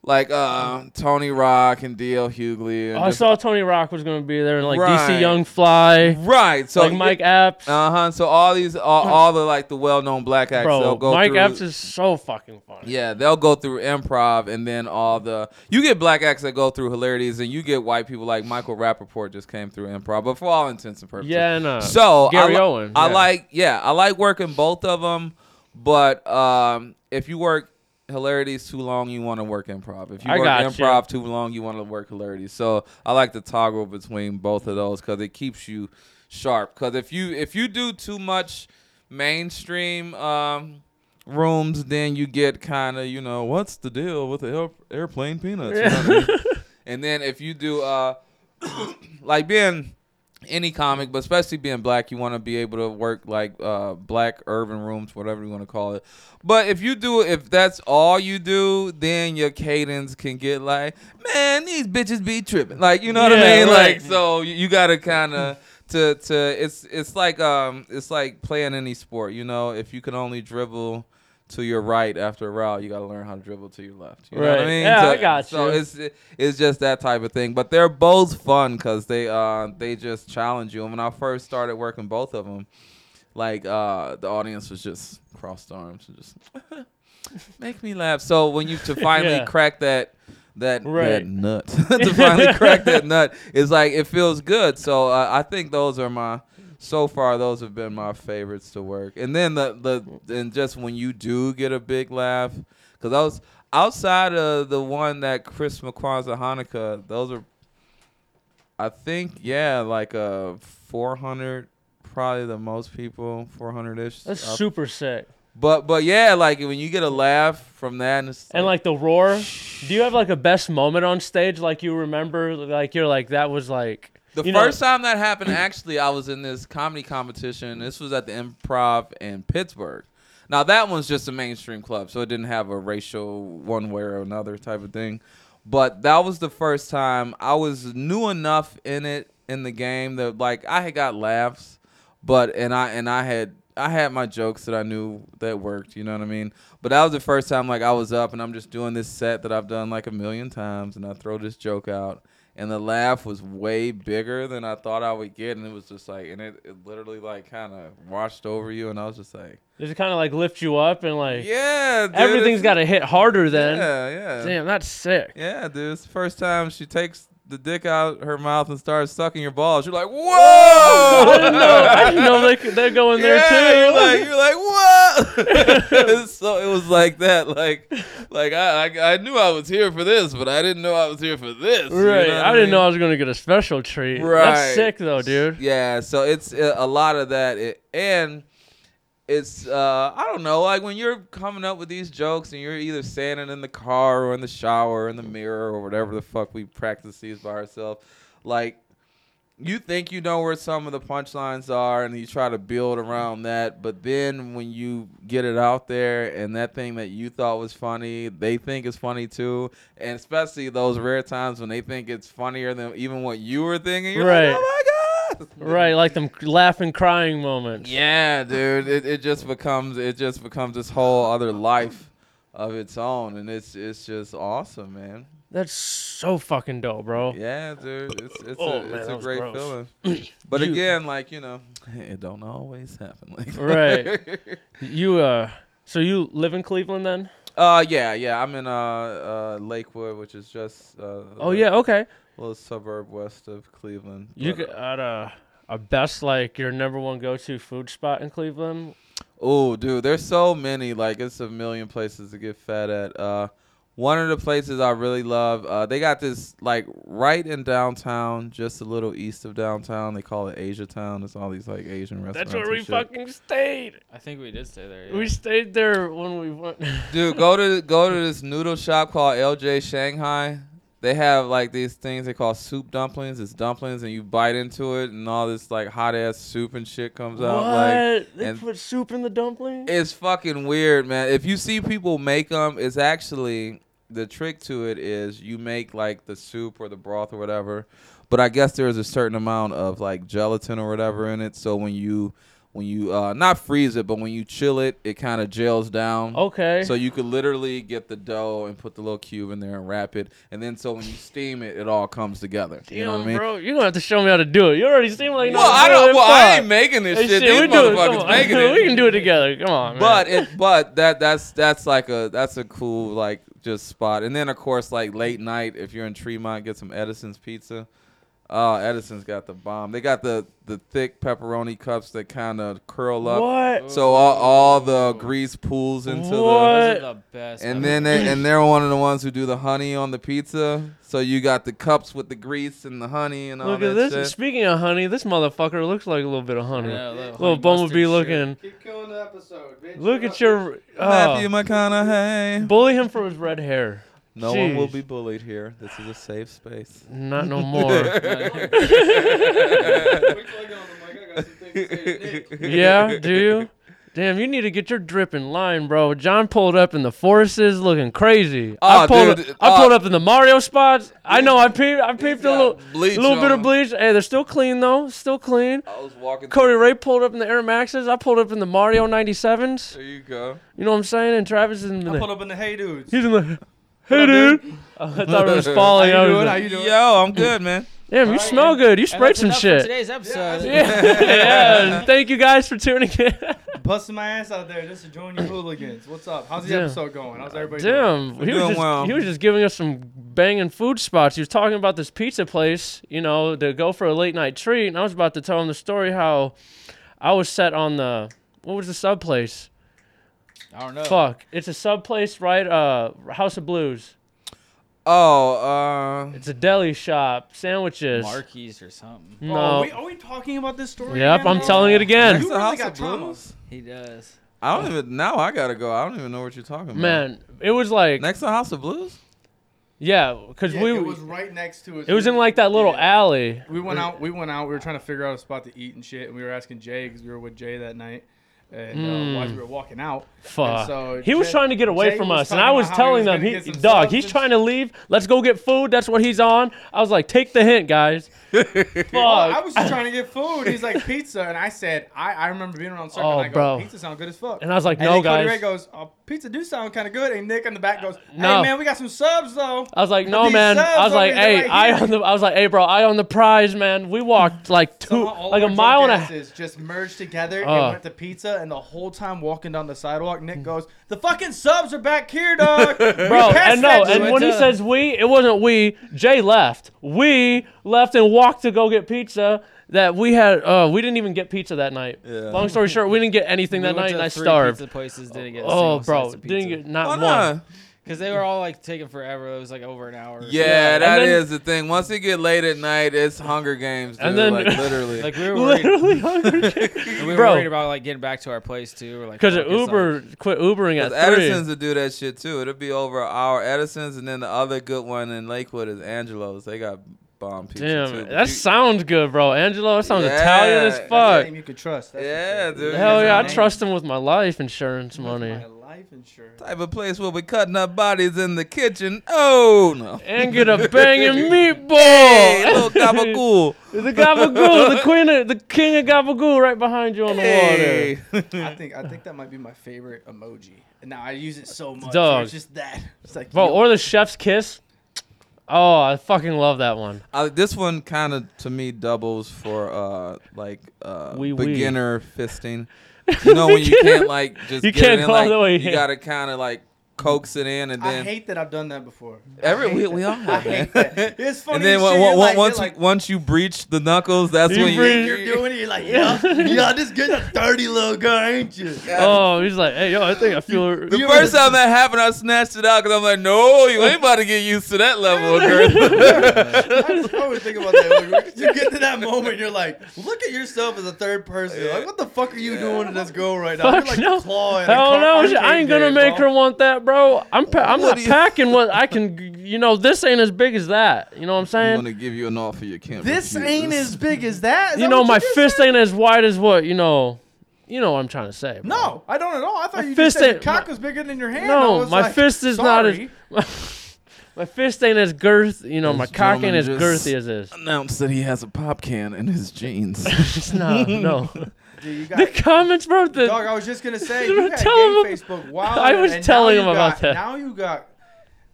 Speaker 2: like uh, Tony Rock and D.L. Hughley. And
Speaker 1: Oh, I
Speaker 2: just-
Speaker 1: saw Tony Rock was going to be there, and like
Speaker 2: Right.
Speaker 1: DC Young Fly,
Speaker 2: right. So
Speaker 1: like Mike Epps.
Speaker 2: Uh huh. So all these, all, all the like the well-known black acts, they'll
Speaker 1: bro,
Speaker 2: go
Speaker 1: Mike
Speaker 2: through.
Speaker 1: Epps is so fucking funny.
Speaker 2: yeah, they'll go through improv, and then all the you get black acts that go through hilarities, and you get white people like Michael Rappaport just came through improv, but for all intents and purposes,
Speaker 1: Yeah, and uh,
Speaker 2: so
Speaker 1: Gary
Speaker 2: I, li-
Speaker 1: Owen,
Speaker 2: I
Speaker 1: yeah.
Speaker 2: like yeah, I like working both of them, but um, if you work hilarities too long, you want to work improv. If you
Speaker 1: I
Speaker 2: work
Speaker 1: gotcha.
Speaker 2: improv too long, you want to work hilarities. So I like to toggle between both of those because it keeps you sharp. Because if you if you do too much mainstream. Um, rooms then you get kind of you know what's the deal with the air- airplane peanuts You know what I
Speaker 1: [LAUGHS]
Speaker 2: mean? And then if you do, uh, [COUGHS] like being any comic, but especially being black, you want to be able to work like uh, black urban rooms, whatever you want to call it. But if you do, if that's all you do, then your cadence can get like, man, these bitches be tripping. Like, you know what I
Speaker 1: Yeah,
Speaker 2: mean?
Speaker 1: right.
Speaker 2: Like, so you, you gotta kind of. To, to it's it's like um it's like playing any sport you know if you can only dribble to your right after a route you got to learn how to dribble to your left you know what I
Speaker 1: Right.
Speaker 2: mean
Speaker 1: Yeah,
Speaker 2: so,
Speaker 1: I got
Speaker 2: so
Speaker 1: you.
Speaker 2: it's it's it's just that type of thing. But they're both fun because they uh they just challenge you. And when I first started working both of them, like uh the audience was just crossed arms and just [LAUGHS] make me laugh. So when you
Speaker 1: [LAUGHS]
Speaker 2: to finally
Speaker 1: Yeah.
Speaker 2: crack that. That, that
Speaker 1: Right. [LAUGHS]
Speaker 2: nut [LAUGHS] to finally crack that nut is like it feels good. So uh, I think those are my so far those have been my favorites to work. And then the the and just when you do get a big laugh, because I was outside of the one that Chris McQuanza Hanukkah, those are, I think, yeah, like uh 400, probably the most people, 400 ish.
Speaker 1: That's super sick.
Speaker 2: But but yeah, like when you get a laugh from that, and, it's
Speaker 1: And like the roar, do you have like a best moment on stage? Like you remember, like you're like that was like
Speaker 2: The
Speaker 1: you know-
Speaker 2: first time
Speaker 1: [CLEARS THROAT]
Speaker 2: that happened, actually, I was in this comedy competition. This was at the Improv in Pittsburgh. Now that one's just a mainstream club, so it didn't have a racial one way or another type of thing. But that was the first time I was new enough in it in the game that like I had got laughs, but and I and I had I had my jokes that I knew that worked. You know what I mean? But that was the first time like I was up and I'm just doing this set that I've done like a million times, and I throw this joke out and the laugh was way bigger than I thought I would get, and it was just like, and it, it literally like kind of washed over you, and I was just like,
Speaker 1: Does it kind of like lift you up and like
Speaker 2: yeah, dude,
Speaker 1: everything's got to hit harder
Speaker 2: yeah,
Speaker 1: then?
Speaker 2: yeah,
Speaker 1: Damn, that's sick.
Speaker 2: yeah, dude. It's the first time she takes the dick out her mouth and starts sucking your balls. You're like, whoa!
Speaker 1: [LAUGHS] I didn't know. I didn't know they could- they're going there
Speaker 2: Yeah,
Speaker 1: too. [LAUGHS]
Speaker 2: You're like, you're like what? [LAUGHS] so it was like that, like, like I, I, I knew I was here for this, but I didn't know I was here for this. you
Speaker 1: [LAUGHS] right.
Speaker 2: know what
Speaker 1: I didn't
Speaker 2: mean?
Speaker 1: know I was gonna get a special treat.
Speaker 2: Right.
Speaker 1: That's sick though, dude.
Speaker 2: Yeah, so it's uh, a lot of that, it, and it's uh, I don't know, like when you're coming up with these jokes and you're either saying it in the car or in the shower or in the mirror or whatever the fuck we practice these by ourselves, like you think you know where some of the punchlines are and you try to build around that but then when you get it out there and that thing that you thought was funny they think is funny too and especially those rare times when they think it's funnier than even what you were thinking you're
Speaker 1: Right.
Speaker 2: like oh my god
Speaker 1: Right, like them laughing, crying moments.
Speaker 2: yeah dude it, it just becomes it just becomes this whole other life of its own and it's it's just awesome man
Speaker 1: That's so fucking dope, bro.
Speaker 2: yeah dude it's it's
Speaker 1: Oh,
Speaker 2: a,
Speaker 1: man,
Speaker 2: it's
Speaker 1: that
Speaker 2: a
Speaker 1: was
Speaker 2: great
Speaker 1: gross. [CLEARS THROAT]
Speaker 2: feeling but
Speaker 1: You-
Speaker 2: again like you know [LAUGHS] it don't always happen like
Speaker 1: Right. You uh, so you live in Cleveland then?
Speaker 2: [LAUGHS] Uh, yeah, yeah. I'm in uh, uh Lakewood, which is just uh, a
Speaker 1: Oh
Speaker 2: lit-
Speaker 1: yeah, okay.
Speaker 2: little suburb west of Cleveland.
Speaker 1: You
Speaker 2: But-
Speaker 1: got a a best like your number one go to food spot in Cleveland.
Speaker 2: Oh, dude, there's so many. Like, it's a million places to get fat at. Uh, one of the places I really love, uh, they got this like right in downtown, just a little east of downtown. They call it Asia Town. It's all these like Asian restaurants.
Speaker 1: That's where
Speaker 2: and
Speaker 1: we
Speaker 2: shit.
Speaker 1: fucking stayed.
Speaker 3: I think we did stay there.
Speaker 1: We
Speaker 3: yeah.
Speaker 1: stayed there when we went. [LAUGHS]
Speaker 2: Dude, go to go to this noodle shop called LJ Shanghai. They have like these things they call soup dumplings. It's dumplings and you bite into it and all this like hot ass soup and shit comes
Speaker 1: what?
Speaker 2: out. Like
Speaker 1: they
Speaker 2: and-
Speaker 1: put soup in the dumpling?
Speaker 2: it's fucking weird, man. If you see people make them, it's actually the trick to it is you make like the soup or the broth or whatever, but I guess there is a certain amount of like gelatin or whatever in it. So when you when you uh not freeze it, but when you chill it, it kind of gels down.
Speaker 1: okay.
Speaker 2: So you could literally get the dough and put the little cube in there and wrap it, and then so when you steam it, it all comes together.
Speaker 1: Damn,
Speaker 2: you know what I mean?
Speaker 1: bro, you're gonna have to show me how to do it. You already seem like you know
Speaker 2: Well,
Speaker 1: how
Speaker 2: I
Speaker 1: to do
Speaker 2: don't.
Speaker 1: it.
Speaker 2: Well, I ain't
Speaker 1: Fuck.
Speaker 2: making this
Speaker 1: Hey,
Speaker 2: shit.
Speaker 1: we
Speaker 2: These
Speaker 1: do it. Come
Speaker 2: motherfuckers
Speaker 1: on. [LAUGHS]
Speaker 2: making
Speaker 1: we
Speaker 2: it.
Speaker 1: can do it together. Come on, man.
Speaker 2: But it, but that that's that's like a that's a cool like just spot. And then of course like late night if you're in Tremont, get some Edison's pizza. Oh, Edison's got the bomb. They got the the thick pepperoni cups that kind of curl up.
Speaker 1: what?
Speaker 2: So all, all the grease pools into the
Speaker 1: What?
Speaker 3: Those are the best.
Speaker 2: and
Speaker 3: I've
Speaker 2: then
Speaker 3: ever-
Speaker 2: they, and they're one of the ones who do the honey on the pizza. So you got the cups with the grease and the honey and all
Speaker 1: Look
Speaker 2: that
Speaker 1: at this.
Speaker 2: shit.
Speaker 1: Speaking of honey, this motherfucker looks like a little bit of honey.
Speaker 3: Yeah, little
Speaker 1: little
Speaker 3: honey mustard
Speaker 1: bumblebee
Speaker 3: shit.
Speaker 1: looking.
Speaker 4: Keep killing the episode, bitch.
Speaker 1: Look at your.
Speaker 2: Matthew
Speaker 1: Oh,
Speaker 2: McConaughey.
Speaker 1: bully him for his red hair.
Speaker 2: No one will
Speaker 1: Jeez.
Speaker 2: be bullied here. This is a safe space.
Speaker 1: Not
Speaker 2: [LAUGHS]
Speaker 1: no more.
Speaker 4: Quick leg on the mic. I got some things to say. Nick,
Speaker 1: [LAUGHS] yeah,
Speaker 2: [LAUGHS]
Speaker 1: do you? Damn, you need to get your drip in line, bro. John pulled up in the forces looking crazy. I
Speaker 2: Oh,
Speaker 1: pulled
Speaker 2: dude,
Speaker 1: up, I
Speaker 2: uh,
Speaker 1: pulled up in the Mario spots. I know I peeped I peeped a
Speaker 2: got
Speaker 1: little
Speaker 2: bleach
Speaker 1: little bit
Speaker 2: on
Speaker 1: of
Speaker 2: him.
Speaker 1: bleach. Hey, they're still clean though. Still clean.
Speaker 2: I was walking.
Speaker 1: Cody Ray pulled up in the Air Maxes. I pulled up in the Mario 97s.
Speaker 2: There you go.
Speaker 1: You know what I'm saying? And Travis is in
Speaker 4: I pulled
Speaker 1: the
Speaker 4: up in the hey dudes.
Speaker 1: He's in the Hey dude.
Speaker 4: [LAUGHS]
Speaker 1: I thought it was falling. I
Speaker 4: How you
Speaker 1: was
Speaker 4: doing?
Speaker 1: like,
Speaker 4: How you doing?
Speaker 2: Yo, I'm good, man.
Speaker 1: Damn, you
Speaker 3: Alright,
Speaker 1: smell
Speaker 3: and-
Speaker 1: good. You
Speaker 3: And
Speaker 1: sprayed
Speaker 3: that's
Speaker 1: some
Speaker 3: enough for
Speaker 1: shit.
Speaker 3: today's episode.
Speaker 4: Yeah.
Speaker 1: Yeah. [LAUGHS] yeah. Thank you guys for tuning in.
Speaker 4: Busting my ass out there just to join you hooligans. What's up? How's the
Speaker 1: Damn.
Speaker 4: episode going? How's everybody doing?
Speaker 1: Damn, he was,
Speaker 2: doing
Speaker 1: just,
Speaker 2: well.
Speaker 1: he was just giving us some banging food spots. He was talking about this pizza place, you know, to go for a late night treat, and I was about to tell him the story how I was set on the what was the sub place?
Speaker 3: I
Speaker 4: Oh.
Speaker 3: don't know.
Speaker 1: Fuck, it's a sub place, right? Uh, House of Blues.
Speaker 2: Oh, uh,
Speaker 1: It's a deli shop, sandwiches.
Speaker 3: Marquis or something.
Speaker 4: Oh, are,
Speaker 1: No.
Speaker 4: we, are we talking about this story?
Speaker 1: Yep,
Speaker 4: again,
Speaker 1: I'm
Speaker 4: bro?
Speaker 1: telling it again.
Speaker 2: That's
Speaker 4: You
Speaker 2: the
Speaker 4: really
Speaker 2: House
Speaker 4: got
Speaker 2: of Blues?
Speaker 4: traumas.
Speaker 3: He does.
Speaker 2: I don't even now. I gotta go. I don't even know what you're talking about.
Speaker 1: Man, it was like
Speaker 2: next to House of Blues.
Speaker 1: yeah, cause
Speaker 4: Yeah,
Speaker 1: we
Speaker 4: it was right next to us.
Speaker 1: in like that little
Speaker 4: Yeah.
Speaker 1: alley.
Speaker 4: We went out. We went out. We were trying to figure out a spot to eat and shit. And we were asking Jay because we were with Jay that night. And
Speaker 1: Mm.
Speaker 4: uh, while we were walking out,
Speaker 1: Fuck.
Speaker 4: so
Speaker 1: he was
Speaker 4: Jay-
Speaker 1: trying to get away
Speaker 4: Jay
Speaker 1: from
Speaker 4: was
Speaker 1: us, and
Speaker 4: talking
Speaker 1: I was
Speaker 4: about how he
Speaker 1: telling
Speaker 4: was
Speaker 1: them,
Speaker 4: gonna
Speaker 1: he,
Speaker 4: get some
Speaker 1: dog, he's
Speaker 4: substance.
Speaker 1: trying to leave. Let's go get food. That's what he's on. I was like, take the hint,
Speaker 2: [LAUGHS]
Speaker 1: guys. Fuck.
Speaker 4: Well, oh, I was just trying to get food.
Speaker 1: [LAUGHS]
Speaker 4: He's like pizza, and I said, I, I remember being around circle.
Speaker 1: Oh,
Speaker 4: and I go,
Speaker 1: bro.
Speaker 4: pizza sound good as fuck.
Speaker 1: And I was like,
Speaker 4: And
Speaker 1: no,
Speaker 4: then Cody Ray
Speaker 1: guys.
Speaker 4: goes, oh, pizza do sound kind of good. And Nick in the back goes, Hey
Speaker 1: No.
Speaker 4: man, we got some subs though.
Speaker 1: I was like, no,
Speaker 4: these
Speaker 1: man. I
Speaker 4: subs
Speaker 1: was like,
Speaker 4: over here,
Speaker 1: hey,
Speaker 4: right
Speaker 1: I
Speaker 4: here.
Speaker 1: on the. I was like, hey, bro, I on the prize, man. We
Speaker 4: [LAUGHS]
Speaker 1: walked like two,
Speaker 4: Somehow all
Speaker 1: like
Speaker 4: our
Speaker 1: a mile
Speaker 4: drunk
Speaker 1: and a. half.
Speaker 4: asses just merged together
Speaker 1: Uh. Mm.
Speaker 4: and went to pizza. And the whole time walking down the sidewalk, Nick goes, "The fucking subs are back
Speaker 2: [LAUGHS]
Speaker 4: here, dog."
Speaker 1: Bro, and no, and
Speaker 3: dude.
Speaker 1: when he
Speaker 3: Yeah.
Speaker 1: says we, it wasn't we. Jay left. We left and walked to go get pizza. That we had, uh, we didn't even get pizza that night.
Speaker 2: Yeah.
Speaker 1: Long story short, we didn't get anything that
Speaker 3: We went
Speaker 1: night, and
Speaker 3: to
Speaker 1: I
Speaker 3: three
Speaker 1: starved.
Speaker 3: Pizza places didn't get.
Speaker 1: Oh, bro, didn't get
Speaker 2: Why
Speaker 1: not
Speaker 2: not?
Speaker 1: one.
Speaker 3: because they were all like taking forever. It was like over an hour.
Speaker 2: Yeah,
Speaker 1: And
Speaker 2: that is
Speaker 1: then-
Speaker 2: the thing. Once it get late at night, it's Hunger Games, dude.
Speaker 1: And then- [LAUGHS]
Speaker 2: like literally.
Speaker 3: like we [LAUGHS] were worried.
Speaker 1: Literally hungry.
Speaker 3: and we were
Speaker 1: Bro.
Speaker 3: worried about like getting back to our place too. We're like,
Speaker 1: Because
Speaker 3: fuck, it's, like,
Speaker 1: Uber quit Ubering
Speaker 2: 'Cause
Speaker 1: at three.
Speaker 2: Edison's to do that shit too. It'll be over an hour. Edison's, and then the other good one in Lakewood is Angelo's. They got bomb pizza
Speaker 1: Damn,
Speaker 2: too. but
Speaker 1: that
Speaker 2: you-
Speaker 1: sounds good, bro. Angelo, that sounds
Speaker 2: Yeah.
Speaker 1: Italian as
Speaker 4: That's a
Speaker 1: fuck.
Speaker 4: name you could trust. That's for
Speaker 2: Yeah,
Speaker 4: sure.
Speaker 2: dude.
Speaker 1: Hell
Speaker 2: That's
Speaker 1: yeah, I
Speaker 2: my name.
Speaker 1: trust him with my life insurance
Speaker 4: That's
Speaker 1: money.
Speaker 4: My life insurance.
Speaker 2: type of place where we cutting up bodies in the kitchen. Oh no.
Speaker 1: And get a banging meatball.
Speaker 2: Hey,
Speaker 1: [LAUGHS]
Speaker 2: little gabagool.
Speaker 1: the gabagool, the queen, of, the king of gabagool, right behind you on the wall
Speaker 2: Hey.
Speaker 4: I think I think that might be my favorite emoji. And now I use it so much.
Speaker 1: Dog.
Speaker 4: Dog. It's just that. [LAUGHS] It's like,
Speaker 1: there, bro.
Speaker 4: yo,
Speaker 1: Or the chef's kiss. Oh, I fucking love that one.
Speaker 2: [LAUGHS] I, this one kind of to me doubles for uh like uh
Speaker 1: Wee wee.
Speaker 2: beginner
Speaker 1: [LAUGHS]
Speaker 2: fisting. You know when you can't like just
Speaker 1: You
Speaker 2: get it
Speaker 1: can't
Speaker 2: in,
Speaker 1: go all
Speaker 2: like,
Speaker 1: the way
Speaker 2: You
Speaker 1: in.
Speaker 2: gotta kind of like coax it in and
Speaker 4: I
Speaker 2: then
Speaker 4: hate that I've done
Speaker 2: [LAUGHS]
Speaker 4: that before.
Speaker 2: every
Speaker 4: I hate
Speaker 2: we, we all
Speaker 4: I
Speaker 2: have
Speaker 4: hate
Speaker 2: that. [LAUGHS]
Speaker 4: that. It's funny.
Speaker 2: And then
Speaker 4: as
Speaker 2: wa-
Speaker 4: shit.
Speaker 2: wa- wa-
Speaker 4: You're like-
Speaker 2: once
Speaker 4: you're
Speaker 2: you
Speaker 4: like,
Speaker 2: once you breach the knuckles, that's
Speaker 1: You
Speaker 2: when you
Speaker 1: breach-
Speaker 4: you're doing it. You're
Speaker 1: [LAUGHS]
Speaker 4: like, yeah, yeah, this good, dirty little guy, ain't you?
Speaker 1: Oh, he's like, hey, yo, I think I feel.
Speaker 2: [LAUGHS] The first time that happened, I snatched it out because I'm like,
Speaker 1: [LAUGHS]
Speaker 2: no, you ain't about to get used to that level of girth.
Speaker 4: I
Speaker 1: [LAUGHS]
Speaker 4: always think about that. Like, you get to that moment, you're like, look at yourself as a third person. Like, what the fuck are you doing to this girl right now?
Speaker 1: Fuck
Speaker 4: you're like
Speaker 1: no.
Speaker 4: clawing.
Speaker 1: Hell no! she- I ain't gonna make her want that, bro. I'm pa- I'm
Speaker 2: What
Speaker 1: not
Speaker 2: do you-
Speaker 1: packing what
Speaker 2: [LAUGHS]
Speaker 1: I can. g- You know, this ain't as big as that. You know what I'm
Speaker 2: I'm
Speaker 1: saying?
Speaker 2: gonna give you an offer you can't.
Speaker 4: This
Speaker 2: refuse.
Speaker 4: ain't as big as that. Is
Speaker 1: You
Speaker 4: that
Speaker 1: know,
Speaker 4: what
Speaker 1: my
Speaker 4: just
Speaker 1: fist
Speaker 4: said?
Speaker 1: ain't as wide as what you know. You know what I'm trying to say. bro.
Speaker 4: No, I don't at all. I thought
Speaker 1: My
Speaker 4: you just
Speaker 1: fist
Speaker 4: said your
Speaker 1: ain't-
Speaker 4: cock was bigger than your hand. I
Speaker 1: No,
Speaker 4: was
Speaker 1: my
Speaker 4: like,
Speaker 1: fist is
Speaker 4: sorry.
Speaker 1: not as. My fist ain't as girth. You know, my
Speaker 2: This
Speaker 1: cock ain't
Speaker 2: gentleman
Speaker 1: as
Speaker 2: just-
Speaker 1: girthy as
Speaker 2: [LAUGHS]
Speaker 1: this.
Speaker 2: announced that he has a pop can in
Speaker 1: [LAUGHS]
Speaker 2: his jeans.
Speaker 1: It's not.
Speaker 2: [LAUGHS]
Speaker 1: No.
Speaker 4: Dude, you
Speaker 1: [LAUGHS] the
Speaker 4: got,
Speaker 1: comments, bro. The,
Speaker 4: dog, I was just gonna say
Speaker 1: You
Speaker 4: you
Speaker 1: were
Speaker 4: got
Speaker 1: telling
Speaker 4: gay
Speaker 1: him-
Speaker 4: Facebook
Speaker 1: [LAUGHS]
Speaker 4: wild.
Speaker 1: I was
Speaker 4: and now
Speaker 1: telling
Speaker 4: you
Speaker 1: him about
Speaker 4: got-
Speaker 1: that.
Speaker 4: Now you got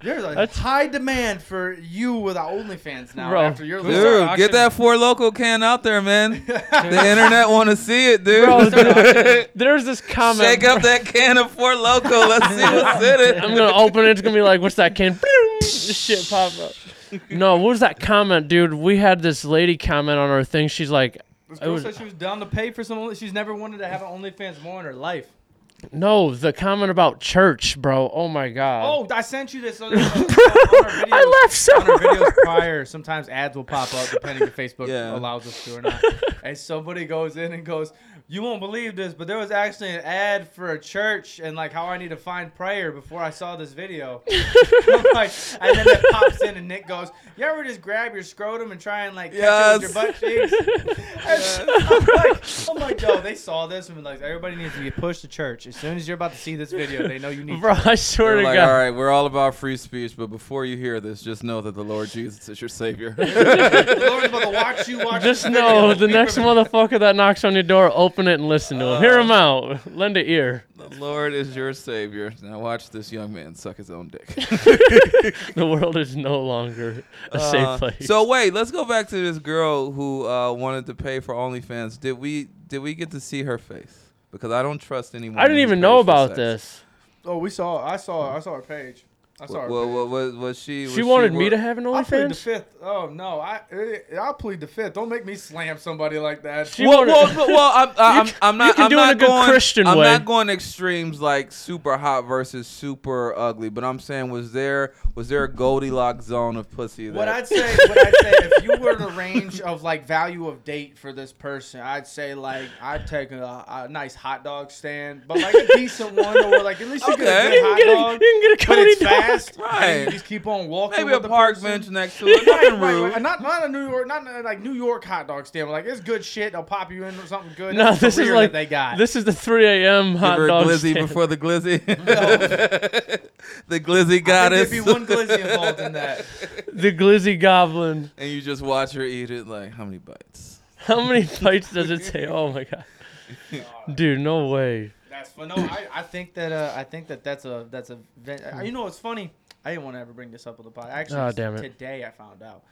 Speaker 4: there's a
Speaker 1: That's-
Speaker 4: high demand for you with our OnlyFans now
Speaker 1: Bro.
Speaker 4: after your
Speaker 3: Who's our
Speaker 2: Dude,
Speaker 3: auction-
Speaker 2: get that four local can out there,
Speaker 1: [LAUGHS]
Speaker 2: man. the
Speaker 3: Dude.
Speaker 2: internet want to see it, dude. [LAUGHS]
Speaker 1: bro, oh, the- there's this comment.
Speaker 2: Shake up that can of four loco. Let's see
Speaker 1: [LAUGHS]
Speaker 2: what's in it.
Speaker 1: I'm gonna open it. It's gonna be like, what's that can? Boom, Shit pop up.
Speaker 2: [LAUGHS]
Speaker 1: No, what was that comment, dude? We had this lady comment on our thing. She's like,
Speaker 4: This
Speaker 1: It
Speaker 4: girl
Speaker 1: was-
Speaker 4: said she was down to pay for some. Only, she's never wanted to have an OnlyFans more in her life.
Speaker 1: no, the comment about church, bro. Oh my god.
Speaker 4: Oh, I sent
Speaker 1: [LAUGHS]
Speaker 4: you this. Other, on our videos,
Speaker 1: I laughed so
Speaker 4: on our videos
Speaker 1: hard.
Speaker 4: prior. Sometimes ads will pop up depending if Facebook
Speaker 2: Yeah.
Speaker 4: allows us to or
Speaker 1: [LAUGHS]
Speaker 4: not. And somebody goes in and goes, "You won't believe this, but there was actually an ad for a church and like how I need to find prayer before I saw
Speaker 1: [LAUGHS]
Speaker 4: this video." I'm like, and then it pops in and Nick goes, "You ever just grab your scrotum and try and like catch it with your butt
Speaker 2: Yes.
Speaker 4: cheeks?"
Speaker 2: [LAUGHS]
Speaker 4: And I'm like, I'm like, yo, they saw this and were like, everybody needs to get pushed to church. As soon as you're about to see this video, they know you need.
Speaker 1: Bro, I swear
Speaker 2: They're
Speaker 1: to
Speaker 2: like, all
Speaker 1: God.
Speaker 2: right, we're all about free speech, but before you hear this, just know that the Lord Jesus is your savior. [LAUGHS]
Speaker 4: the Lord's about to watch you watch.
Speaker 1: Just
Speaker 4: this
Speaker 1: know
Speaker 4: video.
Speaker 1: the next motherfucker that knocks on your door, open it and listen to him.
Speaker 2: Uh.
Speaker 1: Hear him out. Lend an ear.
Speaker 2: the Lord is your savior. Now watch this young man suck his own dick.
Speaker 1: The world is no longer a
Speaker 2: Uh,
Speaker 1: safe place.
Speaker 2: So wait, let's go back to this girl who uh, wanted to pay for OnlyFans. Did we did we get to see her face? Because I don't trust anyone.
Speaker 1: I didn't even know about this.
Speaker 4: Oh, we saw. I saw. I saw her page. I saw
Speaker 2: What,
Speaker 4: her.
Speaker 2: what, what, was she?
Speaker 1: She
Speaker 2: was
Speaker 1: wanted me
Speaker 2: wor-
Speaker 1: to have an
Speaker 4: I plead the
Speaker 1: OnlyFans.
Speaker 4: fifth. Oh no, I eh, I'll plead the fifth. Don't make me slam somebody like that.
Speaker 1: She
Speaker 2: Well,
Speaker 1: wanted- [LAUGHS]
Speaker 2: well, well, well, I'm, I'm,
Speaker 1: can-
Speaker 2: I'm
Speaker 1: you
Speaker 2: not.
Speaker 1: can
Speaker 2: I'm
Speaker 1: do it in
Speaker 2: not
Speaker 1: a good
Speaker 2: going,
Speaker 1: Christian
Speaker 2: I'm
Speaker 1: way.
Speaker 2: not going extremes like super hot versus super ugly. But I'm saying, was there was there a Goldilocks zone of pussy? That,
Speaker 4: What I'd say, what I'd say, if you
Speaker 2: [LAUGHS]
Speaker 4: were to range of like value of date for this person, I'd say like I'd take a, a nice hot dog stand, but
Speaker 1: [LAUGHS]
Speaker 4: like a decent one, or like at least you
Speaker 2: Okay.
Speaker 4: get a
Speaker 1: You can
Speaker 2: You
Speaker 4: good
Speaker 1: get a, [LAUGHS]
Speaker 4: hot dog.
Speaker 1: you can get a
Speaker 4: But
Speaker 1: Cody
Speaker 4: it's
Speaker 1: dog.
Speaker 4: fast, and
Speaker 2: Right.
Speaker 4: You just keep on walking.
Speaker 2: maybe
Speaker 4: with
Speaker 2: a
Speaker 4: the
Speaker 2: park
Speaker 4: person.
Speaker 2: bench next to it. Nothing
Speaker 4: [LAUGHS] Right,
Speaker 2: rude.
Speaker 4: right. Not not a New York, not a, like New York hot dog stand. but, Like it's good shit. They'll pop you in with something good.
Speaker 1: No,
Speaker 4: That's the
Speaker 1: this is
Speaker 4: career that
Speaker 1: like
Speaker 4: they got.
Speaker 1: This is the 3 a.m.
Speaker 2: Give
Speaker 1: hot
Speaker 2: her a
Speaker 1: dog
Speaker 2: glizzy
Speaker 1: stand.
Speaker 2: before the
Speaker 4: [LAUGHS]
Speaker 2: glizzy. [LAUGHS] the glizzy
Speaker 4: I think
Speaker 2: goddess.
Speaker 4: There'd be one glizzy involved
Speaker 1: [LAUGHS]
Speaker 4: in that.
Speaker 1: the glizzy goblin.
Speaker 2: and you just watch her eat it. Like how many bites?
Speaker 1: How many bites does it take? Oh my god, dude, no way.
Speaker 4: Uh, That's fun. No, I, I think that uh, I think that that's a that's a ven- uh, you know what's funny. I didn't want to ever bring this up on the pod. Actually,
Speaker 1: Aw, Ah, damn it.
Speaker 4: today I found out.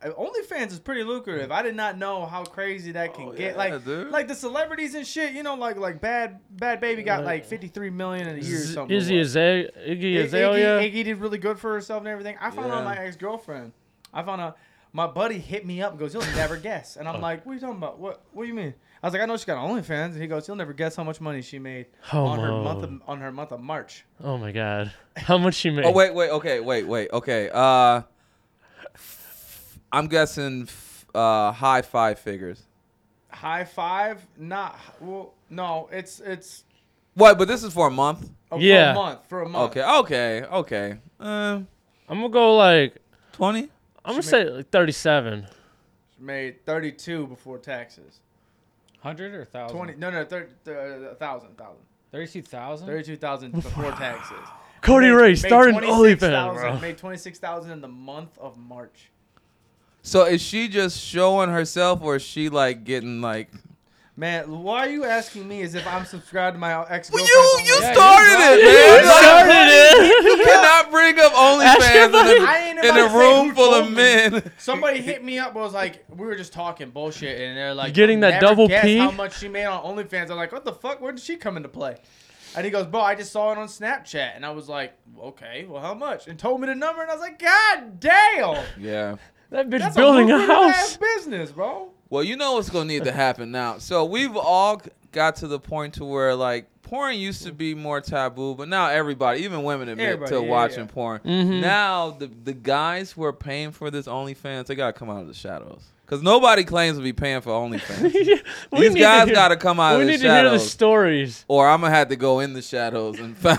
Speaker 4: Uh, OnlyFans is pretty lucrative. I did not know how crazy that can
Speaker 2: Oh,
Speaker 4: get.
Speaker 2: yeah,
Speaker 4: like,
Speaker 2: dude.
Speaker 4: like the celebrities and shit. You know, like like bad bad baby got
Speaker 1: Uh,
Speaker 4: like fifty three million in a year or
Speaker 1: Z-
Speaker 4: something.
Speaker 1: Izzy Aza- Iggy
Speaker 4: I-
Speaker 1: Azalea.
Speaker 4: Iggy, Iggy did really good for herself and everything. I found
Speaker 2: Yeah.
Speaker 4: out my ex girlfriend. I found out my buddy hit me up and goes, "You'll never guess."
Speaker 2: Oh.
Speaker 4: And I'm like, "What are you talking about? What What do you mean?" I was like, "I know she got OnlyFans." And he goes, "You'll never guess how much money she made
Speaker 2: Oh,
Speaker 4: on her
Speaker 1: Homo.
Speaker 4: month of, on her month of March."
Speaker 1: Oh my god, how much she made?
Speaker 2: Oh wait, wait, okay, wait, wait, okay. Uh, I'm guessing f- uh, high five figures.
Speaker 4: High five? Not well. No, it's it's
Speaker 2: What? But this is for a month.
Speaker 4: oh,
Speaker 1: Yeah.
Speaker 4: for a month for a month.
Speaker 2: Okay, okay, okay. Um,
Speaker 1: I'm gonna go like
Speaker 2: twenty.
Speaker 1: I'm gonna say like 37.
Speaker 4: She made thirty two before taxes.
Speaker 3: Hundred or thousand?
Speaker 4: Twenty? No, no, thirty, uh, thousand, thousand,
Speaker 3: Thirty-two thousand.
Speaker 4: thirty-two thousand before taxes.
Speaker 1: Cody
Speaker 4: Made-
Speaker 1: Ray
Speaker 4: made
Speaker 1: started an
Speaker 4: 26,000
Speaker 1: OnlyFans, bro. [LAUGHS]
Speaker 4: Made twenty six thousand in the month of March.
Speaker 2: So is she just showing herself, or is she like getting like?
Speaker 4: Man, why are you asking me as if I'm subscribed to my ex
Speaker 2: Well,
Speaker 4: girlfriend?
Speaker 2: you you
Speaker 3: Yeah, you
Speaker 2: started
Speaker 3: started
Speaker 2: it, man.
Speaker 1: You
Speaker 2: Like,
Speaker 1: started
Speaker 2: [LAUGHS]
Speaker 1: it.
Speaker 2: You cannot bring up
Speaker 1: Ask your buddy.
Speaker 4: I
Speaker 2: OnlyFans in
Speaker 4: ain't
Speaker 2: a, in
Speaker 4: about
Speaker 2: a
Speaker 4: to say
Speaker 2: room
Speaker 4: who
Speaker 2: full
Speaker 4: told
Speaker 2: of
Speaker 4: me.
Speaker 2: men.
Speaker 4: Somebody hit me up. I was like, we were just talking bullshit, and they're like,
Speaker 1: Getting
Speaker 4: "You'll
Speaker 1: that
Speaker 4: never
Speaker 1: double
Speaker 4: guess
Speaker 1: P?
Speaker 4: How much she made on OnlyFans? I'm like, what the fuck? Where did she come into play? And he goes, bro, I just saw it on Snapchat, and I was like, okay, well, how much? And told me the number, and I was like, god damn,
Speaker 2: Yeah.
Speaker 1: That bitch
Speaker 4: that's
Speaker 1: building
Speaker 4: a,
Speaker 1: a
Speaker 4: lucrative
Speaker 1: house. [LAUGHS]
Speaker 4: ass business, bro.
Speaker 2: Well, you know what's gonna need to happen now. So we've all g- got to the point to where like porn used to be more taboo, but now everybody, even women, admit
Speaker 4: Everybody,
Speaker 2: to
Speaker 4: yeah,
Speaker 2: watching
Speaker 4: yeah.
Speaker 2: porn.
Speaker 1: Mhm.
Speaker 2: Now the the guys who are paying for this OnlyFans, they gotta come out of the shadows because nobody claims to
Speaker 1: [LAUGHS]
Speaker 2: be paying for OnlyFans.
Speaker 1: We
Speaker 2: These
Speaker 1: need to
Speaker 2: guys
Speaker 1: hear-
Speaker 2: gotta come out
Speaker 1: We
Speaker 2: of
Speaker 1: need
Speaker 2: the
Speaker 1: to hear the
Speaker 2: shadows, [LAUGHS]
Speaker 1: stories.
Speaker 2: or I'm gonna have to go in the shadows and [LAUGHS] find.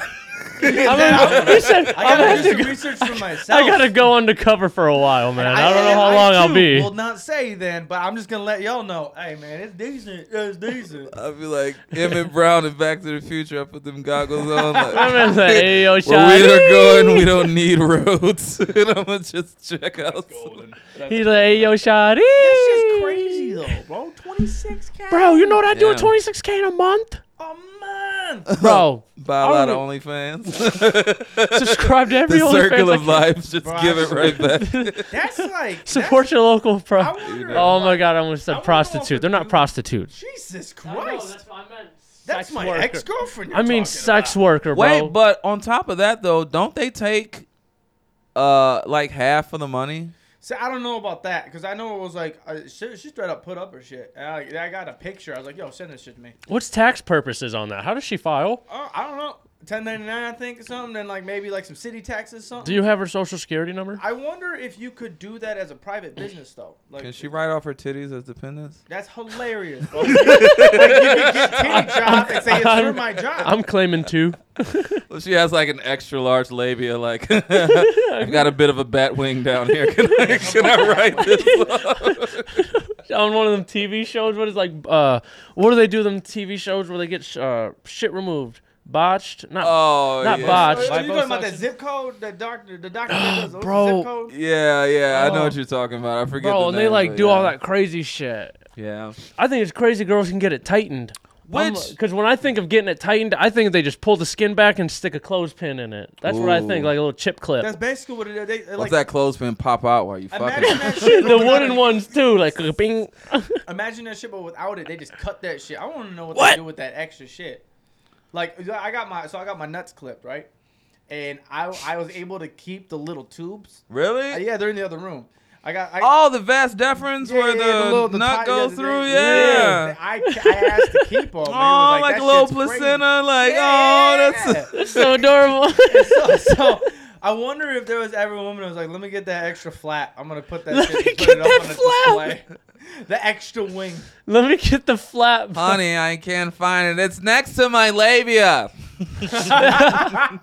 Speaker 1: I'm gonna, [LAUGHS] he said, I'm
Speaker 4: I
Speaker 1: gonna have
Speaker 4: gotta do some
Speaker 1: to go,
Speaker 4: research for myself.
Speaker 1: I gotta go undercover for a while, man. I, don't know
Speaker 4: and
Speaker 1: how
Speaker 4: I,
Speaker 1: long I'll
Speaker 4: too,
Speaker 1: be. [LAUGHS]
Speaker 4: Will not say then, but I'm just gonna let y'all know. Hey man, it's decent. It's decent.
Speaker 2: I'll be like
Speaker 1: [LAUGHS]
Speaker 2: Emmett Brown and Back to the Future. I put them goggles on. Like,
Speaker 1: I'm gonna
Speaker 2: [LAUGHS]
Speaker 1: say, "Hey, yo,
Speaker 2: Where we are
Speaker 1: Shotty."
Speaker 2: going, we don't need roads. [LAUGHS] and I'm gonna just check out.
Speaker 1: [LAUGHS] He's like, hey, yo, Shotty.
Speaker 4: That's just crazy though, bro. 26k.
Speaker 1: Bro, you know what I do
Speaker 2: Yeah.
Speaker 1: at 26K in a month?
Speaker 4: a month.
Speaker 1: Bro,
Speaker 2: Buy a lot of
Speaker 1: Oh. [LAUGHS]
Speaker 2: OnlyFans. [LAUGHS]
Speaker 1: subscribe to
Speaker 2: the
Speaker 1: every
Speaker 2: circle
Speaker 1: OnlyFans.
Speaker 2: of life. Just
Speaker 4: Bro,
Speaker 2: give
Speaker 4: I-
Speaker 2: it
Speaker 1: [LAUGHS]
Speaker 2: right back.
Speaker 4: That's like
Speaker 1: Support your local pro.
Speaker 4: That's, I wonder.
Speaker 1: Oh
Speaker 4: if,
Speaker 1: my
Speaker 4: like,
Speaker 1: god, I almost
Speaker 4: I
Speaker 1: said
Speaker 4: wanna know
Speaker 1: prostitute.
Speaker 4: if
Speaker 1: They're not
Speaker 4: you-
Speaker 1: prostitutes.
Speaker 4: Jesus
Speaker 1: Christ.
Speaker 4: Christ. That's my ex girlfriend.
Speaker 1: I mean, sex worker, bro.
Speaker 2: Wait, but on top of that though, don't they take uh like half of the money?
Speaker 4: So I don't know about that because I know it was like uh, she, she straight up put up her shit. And I, I got a picture. I was like, yo, send this shit to me.
Speaker 1: What's tax purposes on that? How does she file?
Speaker 4: Oh, I don't know. 1099, I think, or something. And like maybe like some city taxes, something.
Speaker 1: Do you have her social security number?
Speaker 4: I wonder if you could do that as a private business though. Like
Speaker 2: Can she write off her titties as dependents?
Speaker 4: that's hilarious. Bro. [LAUGHS] like you could get
Speaker 1: [LAUGHS]
Speaker 4: titty job and say it's for
Speaker 1: I'm-
Speaker 4: my job.
Speaker 1: I'm claiming two.
Speaker 2: Well, she has like an extra large
Speaker 1: [LAUGHS]
Speaker 2: labia. Like [LAUGHS] I've got a bit of a bat wing down here. [LAUGHS] Can I, can I write
Speaker 1: [LAUGHS]
Speaker 2: this?
Speaker 1: on one of them TV shows. What is like? Uh, what do they do? Them TV shows where they get sh- uh, shit removed, botched. Not
Speaker 2: Oh,
Speaker 1: Not
Speaker 2: yeah.
Speaker 1: botched.
Speaker 4: Are you talking about
Speaker 3: Liposuction.
Speaker 4: that zip code? The doctor, the doctor that
Speaker 1: [GASPS]
Speaker 4: does what's
Speaker 1: Bro.
Speaker 4: the zip code.
Speaker 2: Yeah, yeah, I know
Speaker 1: Oh.
Speaker 2: what you're talking about. I forget.
Speaker 1: bro.
Speaker 2: the
Speaker 1: and
Speaker 2: name
Speaker 1: they
Speaker 2: of
Speaker 1: like
Speaker 2: it,
Speaker 1: do
Speaker 2: yeah.
Speaker 1: all that crazy shit.
Speaker 2: Yeah.
Speaker 1: I think it's crazy girls can get it tightened.
Speaker 2: Which-
Speaker 1: Because when I think of getting it tightened, I think they just pull the skin back and stick a clothespin in it. That's what I think,
Speaker 2: Ooh.
Speaker 1: like a little chip clip.
Speaker 4: That's basically what it is. They, they,
Speaker 2: What's
Speaker 4: like,
Speaker 2: that clothespin pop out while you fucking?
Speaker 4: Imagine
Speaker 2: [LAUGHS]
Speaker 4: that
Speaker 1: [LAUGHS]
Speaker 4: shit.
Speaker 1: the
Speaker 4: but without
Speaker 1: wooden
Speaker 4: it.
Speaker 1: ones too, like [LAUGHS] bing.
Speaker 4: Imagine that shit, but without it, they just cut that shit. I want to know what,
Speaker 2: What?
Speaker 4: they do with that extra shit. Like I got my so I got my nuts clipped right, and I I was able to keep the little tubes.
Speaker 2: Really?
Speaker 4: Uh, yeah, they're in the other room. I got I,
Speaker 2: All the vast deferens
Speaker 4: yeah,
Speaker 2: where
Speaker 4: yeah,
Speaker 2: the,
Speaker 4: yeah, little-
Speaker 2: nut
Speaker 4: ti-
Speaker 2: goes
Speaker 4: the-
Speaker 2: through. Yeah.
Speaker 4: I, I asked to keep them. Oh,
Speaker 2: Oh,
Speaker 4: like,
Speaker 2: like,
Speaker 4: that
Speaker 2: a little
Speaker 4: shit's crazy.
Speaker 2: placenta. Like, oh, that's.
Speaker 1: That's so adorable. [LAUGHS]
Speaker 4: so, so I wonder if there was ever a woman who was like, "Let me get that extra flap. I'm gonna put that
Speaker 1: Let
Speaker 4: shit
Speaker 1: me
Speaker 4: and put
Speaker 1: get
Speaker 4: it up on the
Speaker 1: that
Speaker 4: display. [LAUGHS] The extra wing.
Speaker 1: Let me get the flap.
Speaker 2: Honey, I can't find it. It's next to my labia.
Speaker 3: Not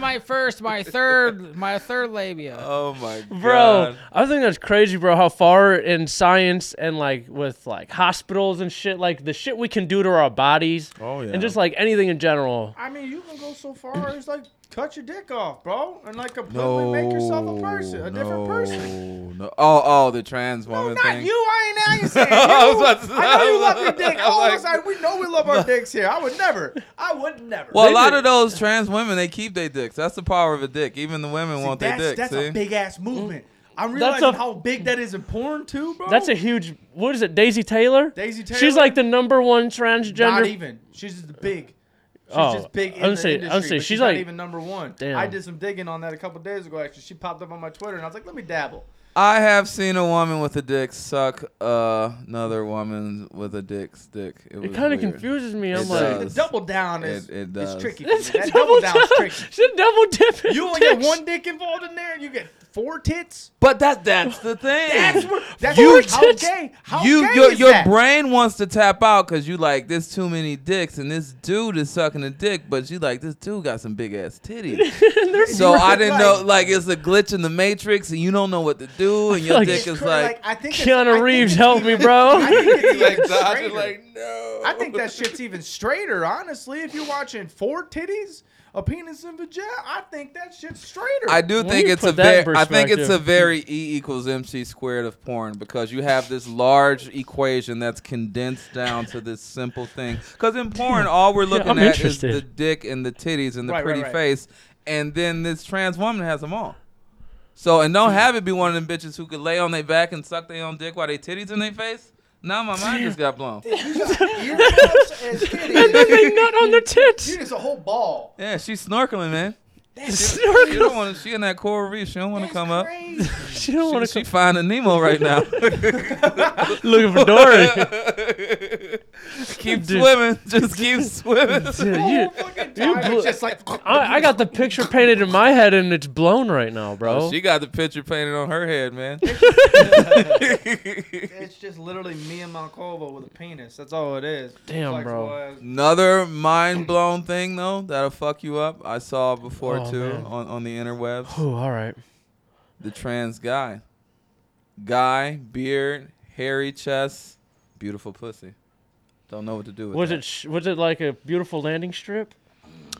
Speaker 3: my
Speaker 2: [LAUGHS]
Speaker 3: first, my third, my third labia.
Speaker 2: Oh my god.
Speaker 1: [LAUGHS] Bro, I think that's crazy, bro. How far in science and like with like hospitals and shit, like the shit we can do to our bodies,
Speaker 2: Oh yeah.
Speaker 1: and just like anything in general.
Speaker 4: I mean, you can go so far as like cut your dick off, bro, and like completely make yourself a person, a different person.
Speaker 2: No. Oh, oh, the trans
Speaker 4: No,
Speaker 2: woman
Speaker 4: not
Speaker 2: thing.
Speaker 4: you. I ain't
Speaker 2: [LAUGHS]
Speaker 4: now you saying you.
Speaker 2: I
Speaker 4: I,
Speaker 2: was about to say,
Speaker 4: know you
Speaker 2: I was
Speaker 4: love your
Speaker 2: like-
Speaker 4: dick.
Speaker 2: I was
Speaker 4: All of us,
Speaker 2: like-
Speaker 4: I, we know we
Speaker 2: [LAUGHS]
Speaker 4: love our dicks here. I would never. I would never.
Speaker 2: Well, a
Speaker 1: They
Speaker 2: lot
Speaker 1: did-
Speaker 2: of those trans women, they keep their dicks. That's the power of a dick. Even the women
Speaker 4: See,
Speaker 2: want their
Speaker 4: that's,
Speaker 2: dicks.
Speaker 4: that's
Speaker 2: see?
Speaker 4: a big ass movement. I'm
Speaker 1: That's
Speaker 4: realizing
Speaker 1: a-
Speaker 4: how big that is in porn too, bro.
Speaker 1: That's a huge. What is it, Daisy Taylor?
Speaker 4: Daisy
Speaker 1: She's
Speaker 4: Taylor?
Speaker 1: like the number one transgender.
Speaker 4: Not even. She's just big. She's
Speaker 1: Oh,
Speaker 4: just big in
Speaker 1: I
Speaker 4: the
Speaker 1: would say- I would
Speaker 4: industry.
Speaker 1: say
Speaker 4: but
Speaker 1: she's
Speaker 4: she's not
Speaker 1: like-
Speaker 4: even number one.
Speaker 1: Damn.
Speaker 4: I did some digging on that a couple days ago. Actually, she popped up on my Twitter, and I was like, "Let me dabble."
Speaker 2: I have seen a woman with a dick suck uh, another woman with a dick's dick. It,
Speaker 1: It
Speaker 2: was
Speaker 1: kind of
Speaker 2: weird. uh,
Speaker 1: confuses me. I'm
Speaker 2: It
Speaker 1: like, [LAUGHS]
Speaker 4: [LAUGHS]
Speaker 2: does.
Speaker 4: The double down is
Speaker 2: It- it does.
Speaker 4: is tricky.
Speaker 1: It's a
Speaker 4: that
Speaker 1: double
Speaker 4: double down's
Speaker 1: down.
Speaker 4: tricky.
Speaker 1: It's a double dip. in
Speaker 4: You only get
Speaker 1: dicks.
Speaker 4: one dick involved in there, and you get four tits.
Speaker 2: But that that's the thing.
Speaker 4: That's what. That's
Speaker 1: You-
Speaker 4: how gay. How
Speaker 2: you
Speaker 4: gay
Speaker 2: your
Speaker 4: is
Speaker 2: your
Speaker 4: that?
Speaker 2: brain wants to tap out because you like there's too many dicks and this dude is sucking a dick, but you like this dude got some big ass titties. so I didn't know like it's a glitch in the matrix and you don't know what to do and your
Speaker 1: like
Speaker 2: dick
Speaker 4: It's
Speaker 2: is
Speaker 4: cra-
Speaker 2: like,
Speaker 4: I think it's- I
Speaker 1: Keanu
Speaker 4: think
Speaker 1: Reeves,
Speaker 4: it's
Speaker 1: help
Speaker 4: even-
Speaker 1: me, bro.
Speaker 4: I
Speaker 2: [LAUGHS]
Speaker 4: think it's
Speaker 2: like,
Speaker 4: even
Speaker 2: dodging,
Speaker 4: straighter.
Speaker 2: like no.
Speaker 4: I think that shit's even straighter, honestly. If you're watching four titties, a penis and vagina, I think that shit's straighter.
Speaker 2: I do
Speaker 1: When
Speaker 2: think
Speaker 1: you
Speaker 2: it's
Speaker 1: put
Speaker 2: a
Speaker 1: that in
Speaker 2: very I think it's a
Speaker 1: perspective-
Speaker 2: very E equals MC squared of porn because you have this large equation that's condensed down to this simple thing. Because in
Speaker 1: [LAUGHS]
Speaker 2: porn, all we're looking
Speaker 1: I'm
Speaker 2: at
Speaker 1: interested.
Speaker 2: is the dick and the titties and the
Speaker 4: Right, right,
Speaker 2: pretty
Speaker 4: right.
Speaker 2: face, and then this trans woman has them all. So and
Speaker 4: Hmm.
Speaker 2: don't have it be one of them bitches who could lay on their back and suck their own dick while they titties in their face. Now my mind just got
Speaker 4: [LAUGHS]
Speaker 2: blown. [LAUGHS]
Speaker 4: Earmuffs and titties.
Speaker 1: And then they nut on their tits. [LAUGHS]
Speaker 4: Dude, it's a whole ball.
Speaker 2: Yeah, she's snorkeling, man. She
Speaker 1: Snorkel.
Speaker 2: don't want to. She in that coral reef. She don't want to come up.
Speaker 4: Crazy.
Speaker 1: [LAUGHS] She don't want
Speaker 2: She
Speaker 1: to
Speaker 2: finding Nemo right now.
Speaker 4: [LAUGHS]
Speaker 1: looking for Dory.
Speaker 2: keep
Speaker 1: Dude.
Speaker 2: swimming. Just keep [LAUGHS] swimming.
Speaker 1: Dude, you-
Speaker 4: Whole fucking time,
Speaker 1: blew-
Speaker 4: it's just like
Speaker 1: I, I got the picture painted in my head and it's blown right now, bro.
Speaker 2: She got the picture painted on her head, man.
Speaker 4: it's just literally me and Malkova with a penis. That's all it is.
Speaker 1: Damn,
Speaker 4: Flexible
Speaker 1: bro.
Speaker 4: ass-
Speaker 2: [LAUGHS] Another mind blown thing though that'll fuck you up. I saw before
Speaker 1: Oh,
Speaker 2: too
Speaker 1: man.
Speaker 2: on, on the interwebs. [GASPS]
Speaker 1: Ooh, all right.
Speaker 2: The trans guy, guy, beard, hairy chest, beautiful pussy. Don't know what to do with
Speaker 1: Was
Speaker 2: that.
Speaker 1: it sh- was it like a beautiful landing strip?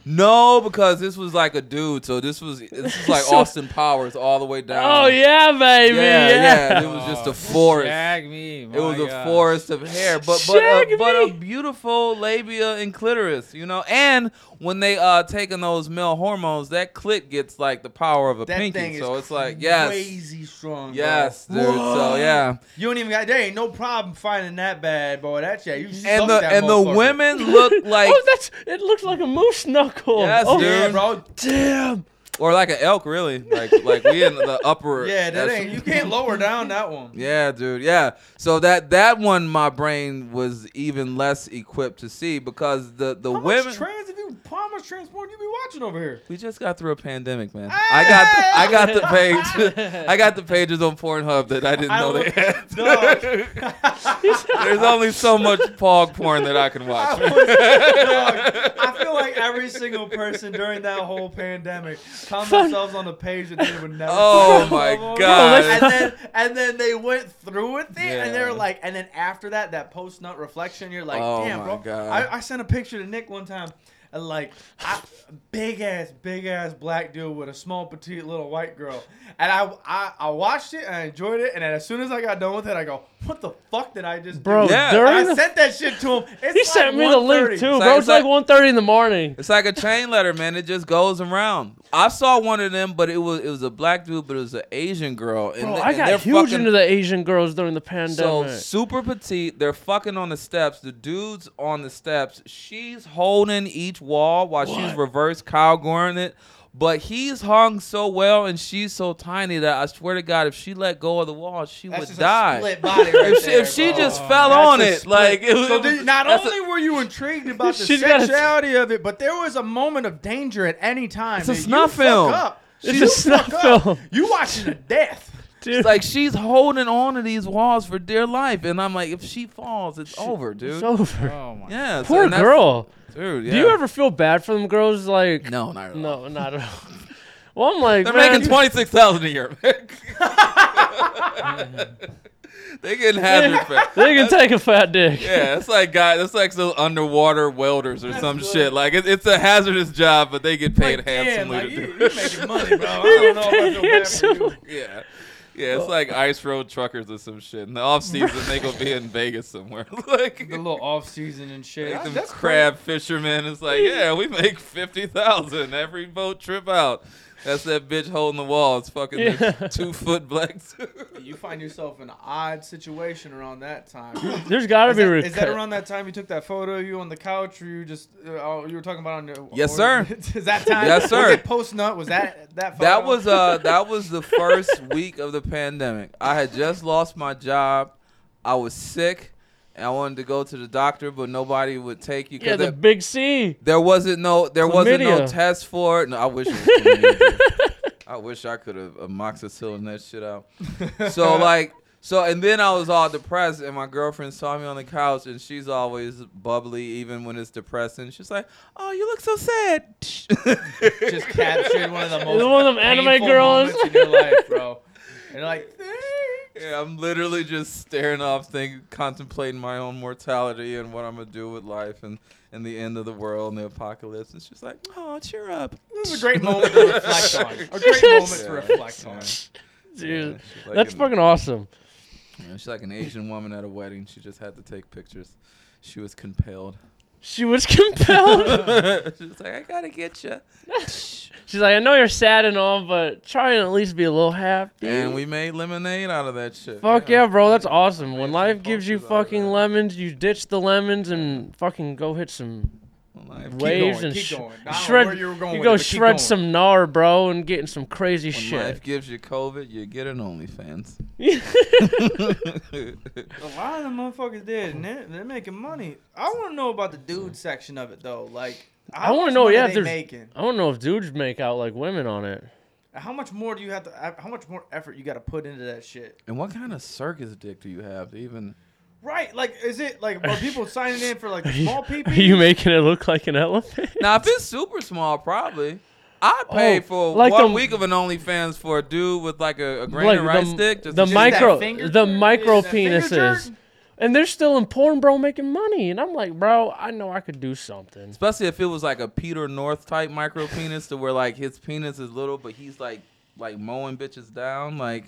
Speaker 2: No, because this was like a dude. So this was this was [LAUGHS] like
Speaker 1: So-
Speaker 2: Austin Powers all the way down.
Speaker 1: Oh yeah, baby.
Speaker 2: yeah,
Speaker 1: Yeah.
Speaker 2: yeah. It was just a forest.
Speaker 3: Shag me.
Speaker 2: It was
Speaker 3: my
Speaker 2: a
Speaker 3: gosh.
Speaker 2: forest of hair, but but a,
Speaker 1: Shag
Speaker 2: but a
Speaker 1: me.
Speaker 2: beautiful labia and clitoris, you know. And when they uh taking those male hormones, that clit gets like the power of a
Speaker 4: That
Speaker 2: pinky.
Speaker 4: thing is
Speaker 2: so it's like yes,
Speaker 4: crazy strong. bro.
Speaker 2: yes, dude. So yeah,
Speaker 4: You don't even got. There ain't no problem finding that bad boy. That yeah. You suck
Speaker 2: and the
Speaker 4: that
Speaker 2: and the
Speaker 4: motherfucker. [LAUGHS]
Speaker 2: women look like
Speaker 1: [LAUGHS] oh, that's it. Looks like a moose knuckle.
Speaker 2: Yes,
Speaker 1: oh,
Speaker 2: dude.
Speaker 4: Yeah, bro.
Speaker 1: Damn.
Speaker 2: or like an elk, really. Like like we in the upper.
Speaker 4: [LAUGHS] Yeah, that
Speaker 2: echelon.
Speaker 4: ain't. You can't lower down that one.
Speaker 2: [LAUGHS] Yeah, dude. Yeah. So that that one, my brain was even less equipped to see because the the
Speaker 4: How
Speaker 2: women.
Speaker 4: much trans have you? How much trans porn you be watching over here?
Speaker 2: We just got through a pandemic, man. I got the, I got the
Speaker 1: [LAUGHS]
Speaker 2: page. [LAUGHS] I got the pages on Pornhub that I didn't know they had.
Speaker 4: [LAUGHS] Dog,
Speaker 2: There's only so much pog porn that I can
Speaker 4: I,
Speaker 2: watch.
Speaker 4: was, dog, I
Speaker 2: [LAUGHS]
Speaker 4: feel like every single person during that whole pandemic found themselves on a page that they would never.
Speaker 2: Oh
Speaker 4: find
Speaker 2: my
Speaker 4: themselves on.
Speaker 2: God.
Speaker 4: And then, and then they went through with it, and
Speaker 2: Yeah.
Speaker 4: they're like, and then after that, that post nut reflection, you're like,
Speaker 2: Oh
Speaker 4: damn,
Speaker 2: my
Speaker 4: bro.
Speaker 2: God.
Speaker 4: I, I sent a picture to Nick one time. And like, I, big ass, big ass black dude with a small petite little white girl, and I, I, I watched it, and I enjoyed it, and then as soon as I got done with it, I go, what the fuck did I just
Speaker 1: Bro,
Speaker 4: do?
Speaker 2: Yeah.
Speaker 1: during
Speaker 4: And I
Speaker 1: the,
Speaker 4: sent that shit to him. It's
Speaker 1: he
Speaker 4: like
Speaker 1: sent me the link
Speaker 4: 1:30.
Speaker 1: too,
Speaker 2: It's like-
Speaker 1: bro.
Speaker 2: it's
Speaker 1: It's like
Speaker 2: like-
Speaker 1: 1.30 in the morning.
Speaker 2: [LAUGHS] It's like a chain letter, man. It just goes around. I saw one of them, but it was it was a black dude, but it was an Asian girl. And,
Speaker 1: Bro,
Speaker 2: they-
Speaker 1: I
Speaker 2: and they're
Speaker 1: got huge
Speaker 2: fucking-
Speaker 1: into the Asian girls during the
Speaker 2: So
Speaker 1: pandemic.
Speaker 2: super petite, they're fucking on the steps. The dude's on the steps. She's holding each wall while she's
Speaker 1: What?
Speaker 2: reverse cow goring it. But he's hung so well and she's so tiny that I swear to God, if she let go of the wall, she
Speaker 4: That's
Speaker 2: would
Speaker 4: just
Speaker 2: die.
Speaker 4: a split body right
Speaker 2: if she,
Speaker 4: there,
Speaker 2: if she
Speaker 4: bro.
Speaker 2: just
Speaker 4: Oh,
Speaker 2: fell
Speaker 4: that's
Speaker 2: on
Speaker 4: a
Speaker 2: it,
Speaker 4: split.
Speaker 2: like it was,
Speaker 4: So then, not
Speaker 2: that's a-
Speaker 4: only were
Speaker 2: [LAUGHS]
Speaker 4: you intrigued about the
Speaker 1: She's got a-
Speaker 4: sexuality of it, but there was a moment of danger at any time.
Speaker 2: It's a
Speaker 4: that you
Speaker 2: snuff
Speaker 4: fuck
Speaker 2: film.
Speaker 4: up,
Speaker 1: It's
Speaker 4: you
Speaker 1: a
Speaker 4: fuck
Speaker 1: snuff
Speaker 4: up,
Speaker 1: film.
Speaker 4: You watching a death.
Speaker 1: dude.
Speaker 2: It's [LAUGHS] like she's holding on to these walls for dear life, and I'm like, if she falls, it's over, dude.
Speaker 1: It's over.
Speaker 3: Oh my.
Speaker 2: yeah, so-
Speaker 1: Poor
Speaker 2: and that's-
Speaker 1: girl.
Speaker 2: Dude, yeah.
Speaker 1: Do you ever feel bad for them girls? Like,
Speaker 2: No, not at all.
Speaker 1: no, not at all. [LAUGHS] Well, I'm like,
Speaker 2: They're
Speaker 1: man,
Speaker 2: making twenty six thousand a year.
Speaker 1: [LAUGHS]
Speaker 2: [LAUGHS] they
Speaker 1: [LAUGHS]
Speaker 2: getting hazard pay.
Speaker 1: they can take a fat dick.
Speaker 2: Yeah, it's like guys, it's like those underwater welders or some shit. Like it, it's a hazardous job, but they get paid
Speaker 4: Like, damn,
Speaker 2: handsomely
Speaker 4: like,
Speaker 2: to
Speaker 4: you,
Speaker 2: do.
Speaker 4: you making
Speaker 2: [LAUGHS]
Speaker 4: money, bro.
Speaker 1: [LAUGHS]
Speaker 4: I don't know
Speaker 1: paid
Speaker 4: about the
Speaker 1: handsomely.
Speaker 4: handsome.
Speaker 2: it. Yeah. Yeah, it's like ice road truckers or some shit. In the off season, they gonna be in Vegas somewhere. [LAUGHS] like
Speaker 4: The little off season and shit.
Speaker 2: [LAUGHS] Like them
Speaker 4: That's
Speaker 2: crab fishermen. It's like, yeah, we make fifty thousand every boat trip out. That's that bitch holding the wall. It's fucking
Speaker 1: Yeah.
Speaker 2: two foot
Speaker 4: [LAUGHS]
Speaker 2: black.
Speaker 4: crazy. You find yourself in an odd situation around that time.
Speaker 1: There's gotta
Speaker 4: Is
Speaker 1: be.
Speaker 4: that-
Speaker 1: rec-
Speaker 4: is that around that time you took that photo of you on the couch, or you just uh, oh, you were talking about on your?
Speaker 2: Yes,
Speaker 4: or-
Speaker 2: sir.
Speaker 4: [LAUGHS] is that time?
Speaker 2: Yes, sir.
Speaker 4: Was it post nut? Was that that? Photo?
Speaker 2: that was
Speaker 4: [LAUGHS]
Speaker 2: uh that
Speaker 1: [LAUGHS]
Speaker 2: was the first week of the pandemic. I had just lost my job. I was sick, and I wanted to go to the doctor, but nobody would take you. 'cause
Speaker 1: yeah, the
Speaker 2: they-
Speaker 1: big C.
Speaker 2: There wasn't no there wasn't no
Speaker 1: Chlamydia.
Speaker 2: test for it. No, I wish it was chlamydia.
Speaker 1: [LAUGHS]
Speaker 2: I wish I could have amoxicillin that shit out. So like so and then I was all depressed and my girlfriend saw me on the couch and she's always bubbly even when it's depressing. She's like, "Oh, you look so sad." [LAUGHS]
Speaker 4: just captured one of the most
Speaker 1: one of them anime [LAUGHS]
Speaker 4: painful
Speaker 1: girls.
Speaker 4: moments in
Speaker 1: [LAUGHS]
Speaker 4: your life, bro. And you're like,
Speaker 2: yeah, I'm literally just staring off thinking contemplating my own mortality and what I'm going to do with life and and the end of the world and the apocalypse and she's like, "Oh, cheer up."
Speaker 4: this is a great moment to reflect on. A
Speaker 1: [LAUGHS]
Speaker 4: great moment to
Speaker 2: Yeah.
Speaker 4: reflect on.
Speaker 1: Dude,
Speaker 2: Yeah, she's like
Speaker 1: that's
Speaker 2: an-
Speaker 1: fucking awesome.
Speaker 2: You know, she's like an Asian woman at a wedding. She just had to take pictures. She
Speaker 1: [LAUGHS]
Speaker 2: was compelled.
Speaker 1: She was compelled.
Speaker 2: [LAUGHS] she's like, I gotta get you.
Speaker 1: She's like, I know you're sad and all, but try and at least be a little happy.
Speaker 2: And we made lemonade out of that shit.
Speaker 1: Fuck yeah, bro. That's awesome. When
Speaker 2: some
Speaker 1: life gives you
Speaker 2: pulses out of
Speaker 1: fucking
Speaker 2: that.
Speaker 1: lemons, you ditch the lemons and fucking go hit some
Speaker 2: Like,
Speaker 1: Keep waves
Speaker 4: going,
Speaker 1: and
Speaker 4: keep
Speaker 1: sh-
Speaker 4: going. I don't know where
Speaker 1: shred.
Speaker 4: you were going
Speaker 1: you
Speaker 4: with
Speaker 1: go
Speaker 4: it, but keep
Speaker 1: shred
Speaker 4: going.
Speaker 1: some gnar, bro, and getting some crazy
Speaker 2: When
Speaker 1: shit.
Speaker 2: life gives you COVID, you get
Speaker 1: [LAUGHS]
Speaker 2: an OnlyFans. [LAUGHS]
Speaker 4: A lot of the motherfuckers did, and they're, they're making money. I want to know about the dude section of it though. Like,
Speaker 1: I
Speaker 4: how
Speaker 1: wanna
Speaker 4: much
Speaker 1: know,
Speaker 4: money
Speaker 1: yeah, if
Speaker 4: they
Speaker 1: there's-
Speaker 4: making.
Speaker 1: I don't know if dudes make out like women on it.
Speaker 4: How much more do you have to? uh, How much more effort you got to put into that shit?
Speaker 2: and what kind of circus dick do you have to [LAUGHS] even?
Speaker 4: Right? Like, is it like
Speaker 1: [LAUGHS]
Speaker 4: are people signing in for like the
Speaker 1: Are you-
Speaker 4: small people?
Speaker 1: Are [LAUGHS] you making it look like an elephant? [LAUGHS]
Speaker 2: Now, if it's super small, probably. I'd pay
Speaker 1: Oh,
Speaker 2: for
Speaker 1: like
Speaker 2: one
Speaker 1: the-
Speaker 2: week of an OnlyFans for a dude with like a, a grain
Speaker 1: Like
Speaker 2: of rice
Speaker 1: the-
Speaker 2: stick. Just
Speaker 1: the
Speaker 2: to-
Speaker 4: that
Speaker 1: micro,
Speaker 4: finger
Speaker 1: the
Speaker 4: jerk?
Speaker 1: micro
Speaker 4: Is that finger
Speaker 1: penises,
Speaker 4: jerk?
Speaker 1: and they're still in porn, bro, making money. And I'm like, bro, I know I could do something.
Speaker 2: Especially if it was like a Peter North type micro penis, to where like his penis is little, but he's like like mowing bitches down, like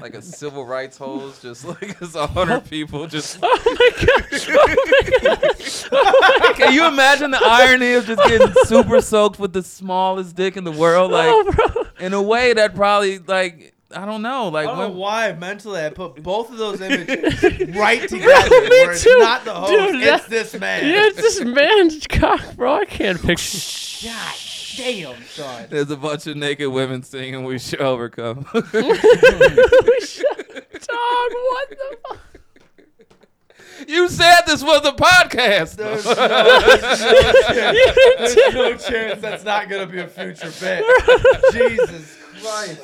Speaker 2: like a civil rights hose, just [LAUGHS] like it's
Speaker 1: [LAUGHS]
Speaker 2: a hundred people. Just
Speaker 1: Oh my
Speaker 2: [LAUGHS]
Speaker 1: gosh! Oh
Speaker 2: can you imagine the irony of just getting super soaked with the smallest dick in the world? Like
Speaker 4: [LAUGHS]
Speaker 1: oh, bro.
Speaker 2: in a way that probably like I don't know,
Speaker 4: I
Speaker 2: like
Speaker 1: Oh.
Speaker 4: don't know
Speaker 2: when,
Speaker 4: why mentally I put both of
Speaker 1: [LAUGHS]
Speaker 4: those images right together. where it's
Speaker 1: too.
Speaker 4: not the host,
Speaker 1: Dude,
Speaker 4: it's
Speaker 1: that-
Speaker 4: this man.
Speaker 1: Yeah, it's this man's cock, bro. I
Speaker 4: [LAUGHS]
Speaker 1: can't picture.
Speaker 4: God damn, son.
Speaker 2: there's a bunch of naked women singing "We Shall Overcome." [LAUGHS]
Speaker 1: Dog, what
Speaker 4: [LAUGHS]
Speaker 1: the fuck? [LAUGHS]
Speaker 2: you said this was a
Speaker 1: [LAUGHS]
Speaker 4: There's
Speaker 2: podcast.
Speaker 4: no, there's no chance that's not gonna be a future
Speaker 1: [LAUGHS]
Speaker 4: bet. Jesus Christ.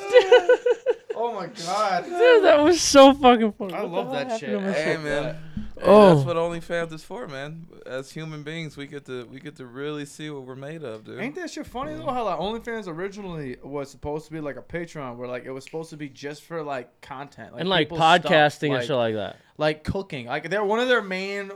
Speaker 4: Oh my god.
Speaker 1: Dude, that was so fucking funny.
Speaker 4: I
Speaker 1: What the
Speaker 4: love
Speaker 1: hell
Speaker 4: that
Speaker 1: happened
Speaker 4: shit.
Speaker 1: to my
Speaker 2: [LAUGHS] Hey man.
Speaker 1: Oh.
Speaker 2: That's what OnlyFans is for, man. As human beings, we get to we get to really see what we're made of, dude.
Speaker 4: Ain't that shit funny though? How like OnlyFans originally was supposed to be like a Patreon, where like it was supposed to be just for like content, like
Speaker 1: and like
Speaker 4: people's stuff,
Speaker 1: podcasting and
Speaker 4: like-
Speaker 1: shit like that.
Speaker 4: like cooking. Like their one of their main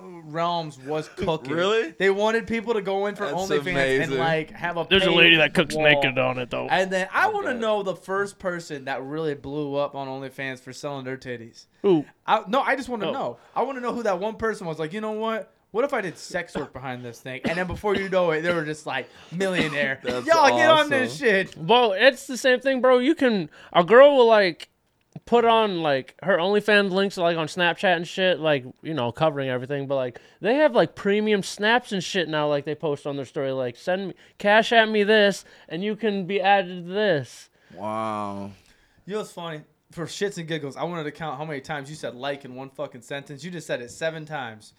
Speaker 2: [LAUGHS]
Speaker 4: realms was cooking.
Speaker 2: Really?
Speaker 4: They wanted people to go in for
Speaker 2: That's
Speaker 4: OnlyFans
Speaker 2: amazing.
Speaker 4: and like have a.
Speaker 1: There's a
Speaker 4: paid
Speaker 1: lady that cooks
Speaker 4: wall.
Speaker 1: naked on it though.
Speaker 4: And then I want to
Speaker 2: bet.
Speaker 4: know the first person that really blew up on OnlyFans for selling their titties.
Speaker 1: Ooh,
Speaker 4: I, no, I just want to
Speaker 1: Oh.
Speaker 4: know. I want to know who that one person was. Like, you know what? What if I did sex work behind this thing? And then before you know it, they were just like millionaire. Y'all
Speaker 2: That's
Speaker 4: get on this
Speaker 2: awesome.
Speaker 4: shit.
Speaker 1: well, it's the same thing, bro. You can a girl will like put on like her OnlyFans links like on Snapchat and shit, like you know, covering everything. But like they have like premium snaps and shit now. Like they post on their story, like send me cash at me this, and you can be added to this.
Speaker 2: Wow.
Speaker 4: You know what's funny? For shits and giggles, I wanted to count how many times you said like in one fucking sentence. You just said it seven times.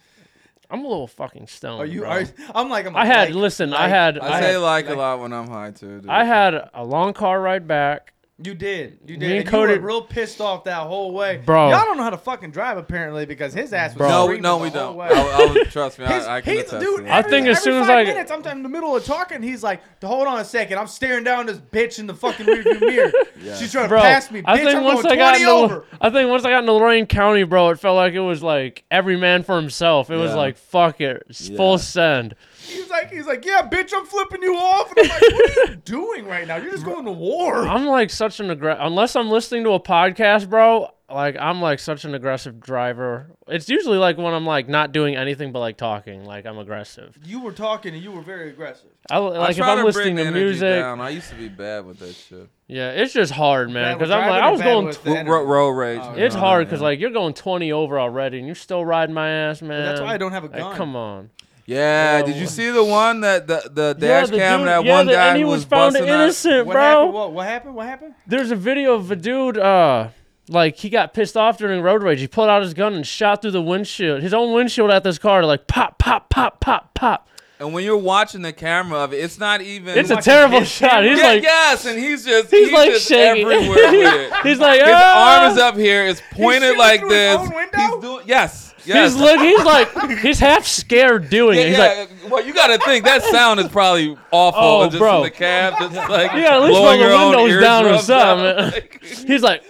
Speaker 1: I'm a little fucking stoned.
Speaker 4: Are you?
Speaker 1: bro.
Speaker 4: Are, I'm like, I'm
Speaker 1: I had
Speaker 4: like,
Speaker 1: listen. I
Speaker 4: like,
Speaker 1: had
Speaker 2: I,
Speaker 1: I
Speaker 2: say
Speaker 1: had,
Speaker 2: like, a lot when I'm high too. Dude.
Speaker 1: I had a long car ride back.
Speaker 4: You did. You
Speaker 1: Me and
Speaker 4: did. And
Speaker 1: Cody-
Speaker 4: you were real pissed off that whole way.
Speaker 1: Bro.
Speaker 4: Y'all don't know how to fucking drive apparently because his ass was
Speaker 1: Bro.
Speaker 2: no,
Speaker 4: screaming
Speaker 2: no,
Speaker 4: the
Speaker 2: we
Speaker 4: whole
Speaker 2: don't.
Speaker 4: way.
Speaker 2: I, I, was- trust me,
Speaker 4: His,
Speaker 2: I, I can
Speaker 4: he's,
Speaker 2: attest to
Speaker 4: dude, every,
Speaker 1: I
Speaker 2: that.
Speaker 1: think as
Speaker 4: every
Speaker 1: soon as
Speaker 4: five
Speaker 1: I-
Speaker 4: minutes, I'm in the middle of talking. He's like, "Hold on a second, I'm staring down this bitch in the fucking
Speaker 1: [LAUGHS]
Speaker 4: rearview mirror.
Speaker 2: Yeah.
Speaker 4: She's trying to
Speaker 1: Bro,
Speaker 4: pass me. Bitch,
Speaker 1: I think
Speaker 4: am
Speaker 1: once
Speaker 4: going
Speaker 1: I got
Speaker 4: 20
Speaker 1: into,
Speaker 4: over.
Speaker 1: I think once I got into Lorain County, bro, it felt like it was like every man for himself. It was
Speaker 2: Yeah.
Speaker 1: like fuck it, it's
Speaker 2: Yeah.
Speaker 1: full send.
Speaker 4: He's like, he's like, yeah, bitch, I'm flipping you off. And I'm like,
Speaker 1: [LAUGHS]
Speaker 4: what are you doing right now? You're just going to war.
Speaker 1: I'm like such an aggressive. Unless I'm listening to a podcast, bro, like I'm like such an aggressive driver. It's usually like when I'm like not doing anything but like talking, like I'm aggressive.
Speaker 4: You were talking and you were very aggressive.
Speaker 1: I like if
Speaker 2: I try
Speaker 1: I'm
Speaker 2: to
Speaker 1: listening
Speaker 2: bring
Speaker 1: to
Speaker 2: the energy
Speaker 1: music.
Speaker 2: Down. I used to be bad with that shit.
Speaker 1: Yeah, it's just hard, man.
Speaker 4: Bad with
Speaker 1: Because I'm like
Speaker 4: driving
Speaker 1: I
Speaker 4: or
Speaker 1: was
Speaker 4: bad
Speaker 1: going.
Speaker 4: with
Speaker 1: tw-
Speaker 4: the
Speaker 2: Ro-
Speaker 4: energy?
Speaker 2: road rage.
Speaker 4: Oh,
Speaker 1: it's
Speaker 2: No,
Speaker 1: hard
Speaker 2: no,
Speaker 1: because
Speaker 2: yeah.
Speaker 1: like you're going 20 over already, and you're still riding my ass, man.
Speaker 4: that's why I don't have a gun.
Speaker 1: Like, come on.
Speaker 2: Yeah, did you
Speaker 1: Yo.
Speaker 2: see the one that the the dash
Speaker 1: the
Speaker 2: cam
Speaker 1: dude-
Speaker 2: that
Speaker 1: yeah,
Speaker 2: one
Speaker 1: the-
Speaker 2: guy
Speaker 1: and he
Speaker 2: who
Speaker 1: was,
Speaker 2: was
Speaker 1: found
Speaker 2: busting ass?
Speaker 1: innocent,
Speaker 4: What
Speaker 1: bro.
Speaker 4: happened? What, what happened? What happened?
Speaker 1: There's a video of a dude, uh, like he got pissed off during road rage. He pulled out his gun and shot through the windshield, his own windshield at this car, like pop, pop, pop, pop, pop.
Speaker 2: And when you're watching the camera of it, it's not even.
Speaker 1: It's a
Speaker 4: watching
Speaker 1: terrible
Speaker 4: his
Speaker 1: shot.
Speaker 4: camera?
Speaker 1: He's
Speaker 2: yeah,
Speaker 1: like,
Speaker 2: yes, and he's just
Speaker 1: he's,
Speaker 2: he's,
Speaker 1: like
Speaker 2: just
Speaker 1: shaking. [LAUGHS]
Speaker 2: everywhere with it.
Speaker 1: he's like,
Speaker 2: His
Speaker 1: ah.
Speaker 2: arm is up here. It's pointed
Speaker 4: shooting
Speaker 2: like
Speaker 4: through his
Speaker 2: this.
Speaker 4: own window?
Speaker 2: He's doing yes, yes.
Speaker 1: He's look. He's like, he's half scared doing
Speaker 2: yeah,
Speaker 1: it. He's
Speaker 2: yeah.
Speaker 1: like,
Speaker 2: well, you got to
Speaker 1: [LAUGHS]
Speaker 2: think that sound is probably awful.
Speaker 1: Oh,
Speaker 2: just
Speaker 1: bro.
Speaker 2: in the cab, just
Speaker 1: [LAUGHS]
Speaker 2: like
Speaker 1: Yeah, at least
Speaker 2: blowing
Speaker 1: roll the
Speaker 2: your own
Speaker 1: windows
Speaker 2: ears
Speaker 1: down or
Speaker 2: rubbed out.
Speaker 1: something.
Speaker 2: [LAUGHS]
Speaker 1: [LAUGHS]
Speaker 2: Like,
Speaker 1: he's like,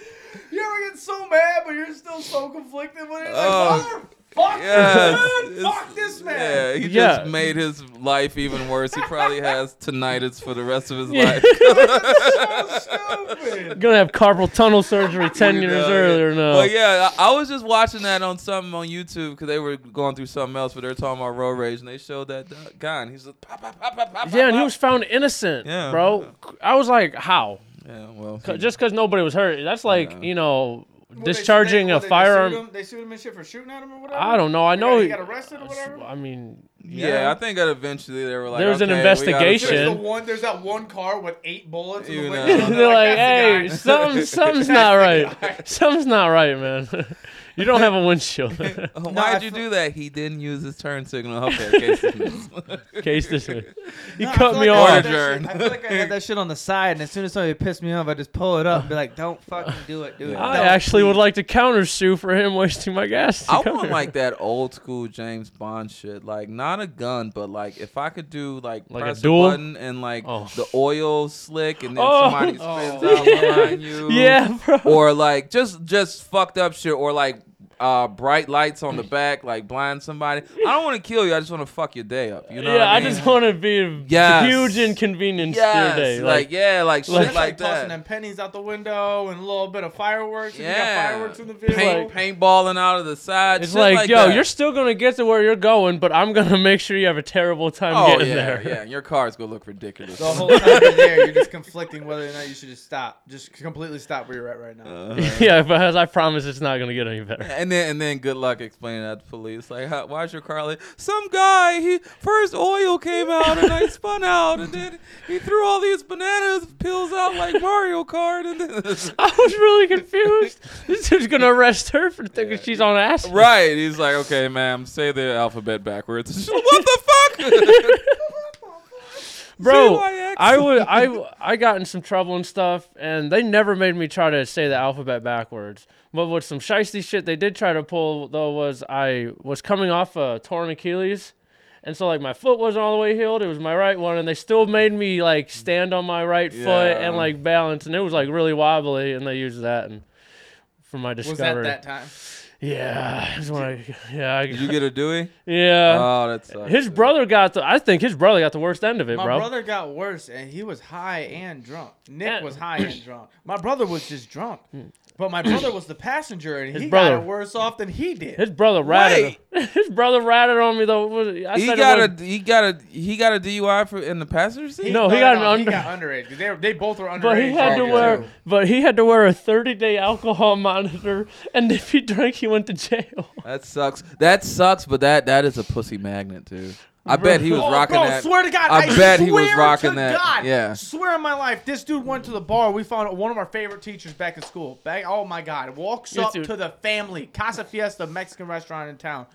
Speaker 4: You ever get so mad, but you're still so conflicted with it? Like,
Speaker 2: Oh,
Speaker 4: motherfucker, [LAUGHS]
Speaker 2: yes,
Speaker 4: dude,
Speaker 2: it's-
Speaker 4: fuck this man.
Speaker 2: Yeah, he
Speaker 1: Yeah.
Speaker 2: just made his life even worse. He
Speaker 4: [LAUGHS]
Speaker 2: probably has tinnitus for the rest of his
Speaker 1: Yeah.
Speaker 2: life. [LAUGHS]
Speaker 4: So stupid.
Speaker 1: gonna have carpal tunnel surgery ten
Speaker 2: You
Speaker 1: years
Speaker 2: know,
Speaker 1: earlier now.
Speaker 2: But yeah, I, I was just watching that on something on YouTube because they were going through something else, but they were talking about road rage, and they showed that du- guy, and he's just pop, pop, pop, pop, pop.
Speaker 1: Yeah, and he
Speaker 2: pop.
Speaker 1: was found innocent,
Speaker 2: Yeah.
Speaker 1: bro. I was like, how?
Speaker 2: Yeah, well,
Speaker 1: C- Just because nobody was hurt. That's like,
Speaker 2: Yeah.
Speaker 1: you know,
Speaker 4: Well, they-
Speaker 1: discharging
Speaker 4: they-
Speaker 1: a
Speaker 4: well, they- they sued
Speaker 1: firearm.
Speaker 4: him- They sued him and shit for shooting at him or whatever.
Speaker 1: I don't know. I
Speaker 4: He
Speaker 1: know.
Speaker 4: got- he
Speaker 1: he-
Speaker 4: got arrested or whatever.
Speaker 1: I
Speaker 4: [LAUGHS]
Speaker 1: mean,
Speaker 2: yeah, I think that eventually they were like,
Speaker 1: There was an
Speaker 2: "Okay, we gotta
Speaker 1: investigation.
Speaker 2: fix
Speaker 4: There's
Speaker 2: it."
Speaker 4: the one. There's that one car with eight bullets. In the
Speaker 2: You know.
Speaker 4: windshield.
Speaker 1: they're like, hey,
Speaker 4: "That's the guy." [LAUGHS]
Speaker 1: something, something's not right. Something's not right, man. [LAUGHS] you don't have a windshield. [LAUGHS]
Speaker 2: [LAUGHS] Why'd
Speaker 4: I
Speaker 2: you
Speaker 4: fe-
Speaker 2: do that? He didn't use his turn
Speaker 4: [LAUGHS]
Speaker 2: signal. Okay, case dismissed.
Speaker 1: Case this way. You
Speaker 4: No, I
Speaker 1: cut
Speaker 4: feel
Speaker 1: me
Speaker 4: like I
Speaker 1: off.
Speaker 2: ordered.
Speaker 4: had that
Speaker 2: Adjourn.
Speaker 4: shit- I feel like I had that shit on the side, and as soon as somebody pissed me off, I just pull it up and be like, "Don't fucking do it, dude."
Speaker 2: Yeah.
Speaker 1: I
Speaker 4: Don't,
Speaker 1: actually would
Speaker 4: please."
Speaker 1: like to counter sue for him wasting my gas. To
Speaker 2: I
Speaker 1: come
Speaker 2: want
Speaker 1: here.
Speaker 2: like that old school James Bond shit, like not a gun, but like if I could do like,
Speaker 1: Like a
Speaker 2: press
Speaker 1: duel?
Speaker 2: button and like
Speaker 1: Oh.
Speaker 2: the oil slick, and then
Speaker 1: Oh.
Speaker 2: somebody
Speaker 1: [LAUGHS]
Speaker 2: spins
Speaker 4: Oh.
Speaker 2: out behind you.
Speaker 1: [LAUGHS] Yeah, bro.
Speaker 2: or like just just fucked up shit or like uh bright
Speaker 1: [CLEARS THROAT]
Speaker 2: lights on the back like blind somebody i don't want to kill you i just want to fuck your day up you know
Speaker 1: yeah,
Speaker 2: what
Speaker 1: I,
Speaker 2: mean?
Speaker 1: just want to be a
Speaker 2: Yes.
Speaker 1: huge inconvenience
Speaker 2: yes,
Speaker 1: to your day.
Speaker 2: like,
Speaker 1: Like,
Speaker 2: yeah like shit
Speaker 1: like-
Speaker 2: like,
Speaker 4: It's like
Speaker 2: that
Speaker 4: tossing them pennies out the window and a little bit of fireworks. and you
Speaker 2: yeah
Speaker 4: got fireworks in the video.
Speaker 2: Paint, paintballing out of the [LAUGHS] side
Speaker 1: it's
Speaker 2: shit
Speaker 1: like, yo,
Speaker 2: that.
Speaker 1: you're still gonna get to where you're going, but I'm gonna [LAUGHS] make sure you have a terrible time
Speaker 2: oh
Speaker 1: getting
Speaker 2: yeah
Speaker 1: there.
Speaker 2: yeah and your car's gonna look ridiculous
Speaker 4: The whole time you're there, you're just conflicting whether or not you should just stop, just completely stop where you're at right now.
Speaker 1: Uh, [LAUGHS] yeah, but as I promise, it's not gonna get any better. [LAUGHS]
Speaker 2: and then, and then, good luck explaining that to police. Like, how, why's your car like? Some guy, he first oil came out, and
Speaker 1: [LAUGHS]
Speaker 2: I spun out, and then he threw all these bananas pills out like Mario Kart, and then [LAUGHS]
Speaker 1: I was really confused. this dude's gonna arrest her for thinking she's on acid.
Speaker 2: Right. He's like, okay, ma'am, say the alphabet backwards. [LAUGHS] She's like, what the fuck?
Speaker 1: [LAUGHS]
Speaker 2: [LAUGHS]
Speaker 1: bro.
Speaker 2: CYX.
Speaker 1: I would, I, I got in some trouble and stuff, and they never made me try to say the alphabet backwards. But with some shisty shit they did try to pull though was I was coming off a torn Achilles. And so, like, my foot wasn't all the way healed. It was my right one, and they still made me like stand on my right foot
Speaker 2: Yeah.
Speaker 1: and like balance, and it was like really wobbly. And they used that and for my
Speaker 4: Was
Speaker 1: discovery.
Speaker 4: that that time?
Speaker 1: Yeah, that's when I, [LAUGHS] yeah,
Speaker 2: Did
Speaker 1: I,
Speaker 2: you get a Dewey?
Speaker 1: yeah.
Speaker 2: oh, that's sucks.
Speaker 1: Uh, His
Speaker 2: dude.
Speaker 1: brother got the. I think his brother got the worst end of it,
Speaker 4: Uh, My
Speaker 1: bro.
Speaker 4: brother got worse, and he was high and drunk. Nick
Speaker 1: Yeah. Hmm.
Speaker 4: was high and drunk. My brother was just drunk, but my brother was the passenger, and
Speaker 1: His
Speaker 4: he
Speaker 1: brother-
Speaker 4: got it worse off than he did.
Speaker 1: his brother ratted. [LAUGHS] His brother ratted on me though. What- I
Speaker 2: He
Speaker 1: said it
Speaker 2: got
Speaker 1: wasn't-
Speaker 2: a he got a he got a DUI for in the passenger seat.
Speaker 1: No, he got an
Speaker 4: He
Speaker 1: under-
Speaker 4: got underage. 'cause They, were- they both were underage.
Speaker 1: But he had to
Speaker 2: Okay.
Speaker 1: wear, but he had to wear a 30-day alcohol [LAUGHS] monitor, and if he drank, he went to jail.
Speaker 2: That sucks. That sucks. But that that is a pussy magnet too. I bet he was
Speaker 4: Oh,
Speaker 2: rocking
Speaker 4: bro,
Speaker 2: that.
Speaker 4: Swear to God,
Speaker 2: I bet he
Speaker 4: swear
Speaker 2: was rocking
Speaker 4: to
Speaker 2: that.
Speaker 4: God,
Speaker 2: Yeah.
Speaker 4: swear on my life, this dude went to the bar. We found one of our favorite teachers back in school. Back, oh my God, walks
Speaker 1: Yes,
Speaker 4: up
Speaker 1: dude.
Speaker 4: to the family Casa Fiesta Mexican restaurant in town.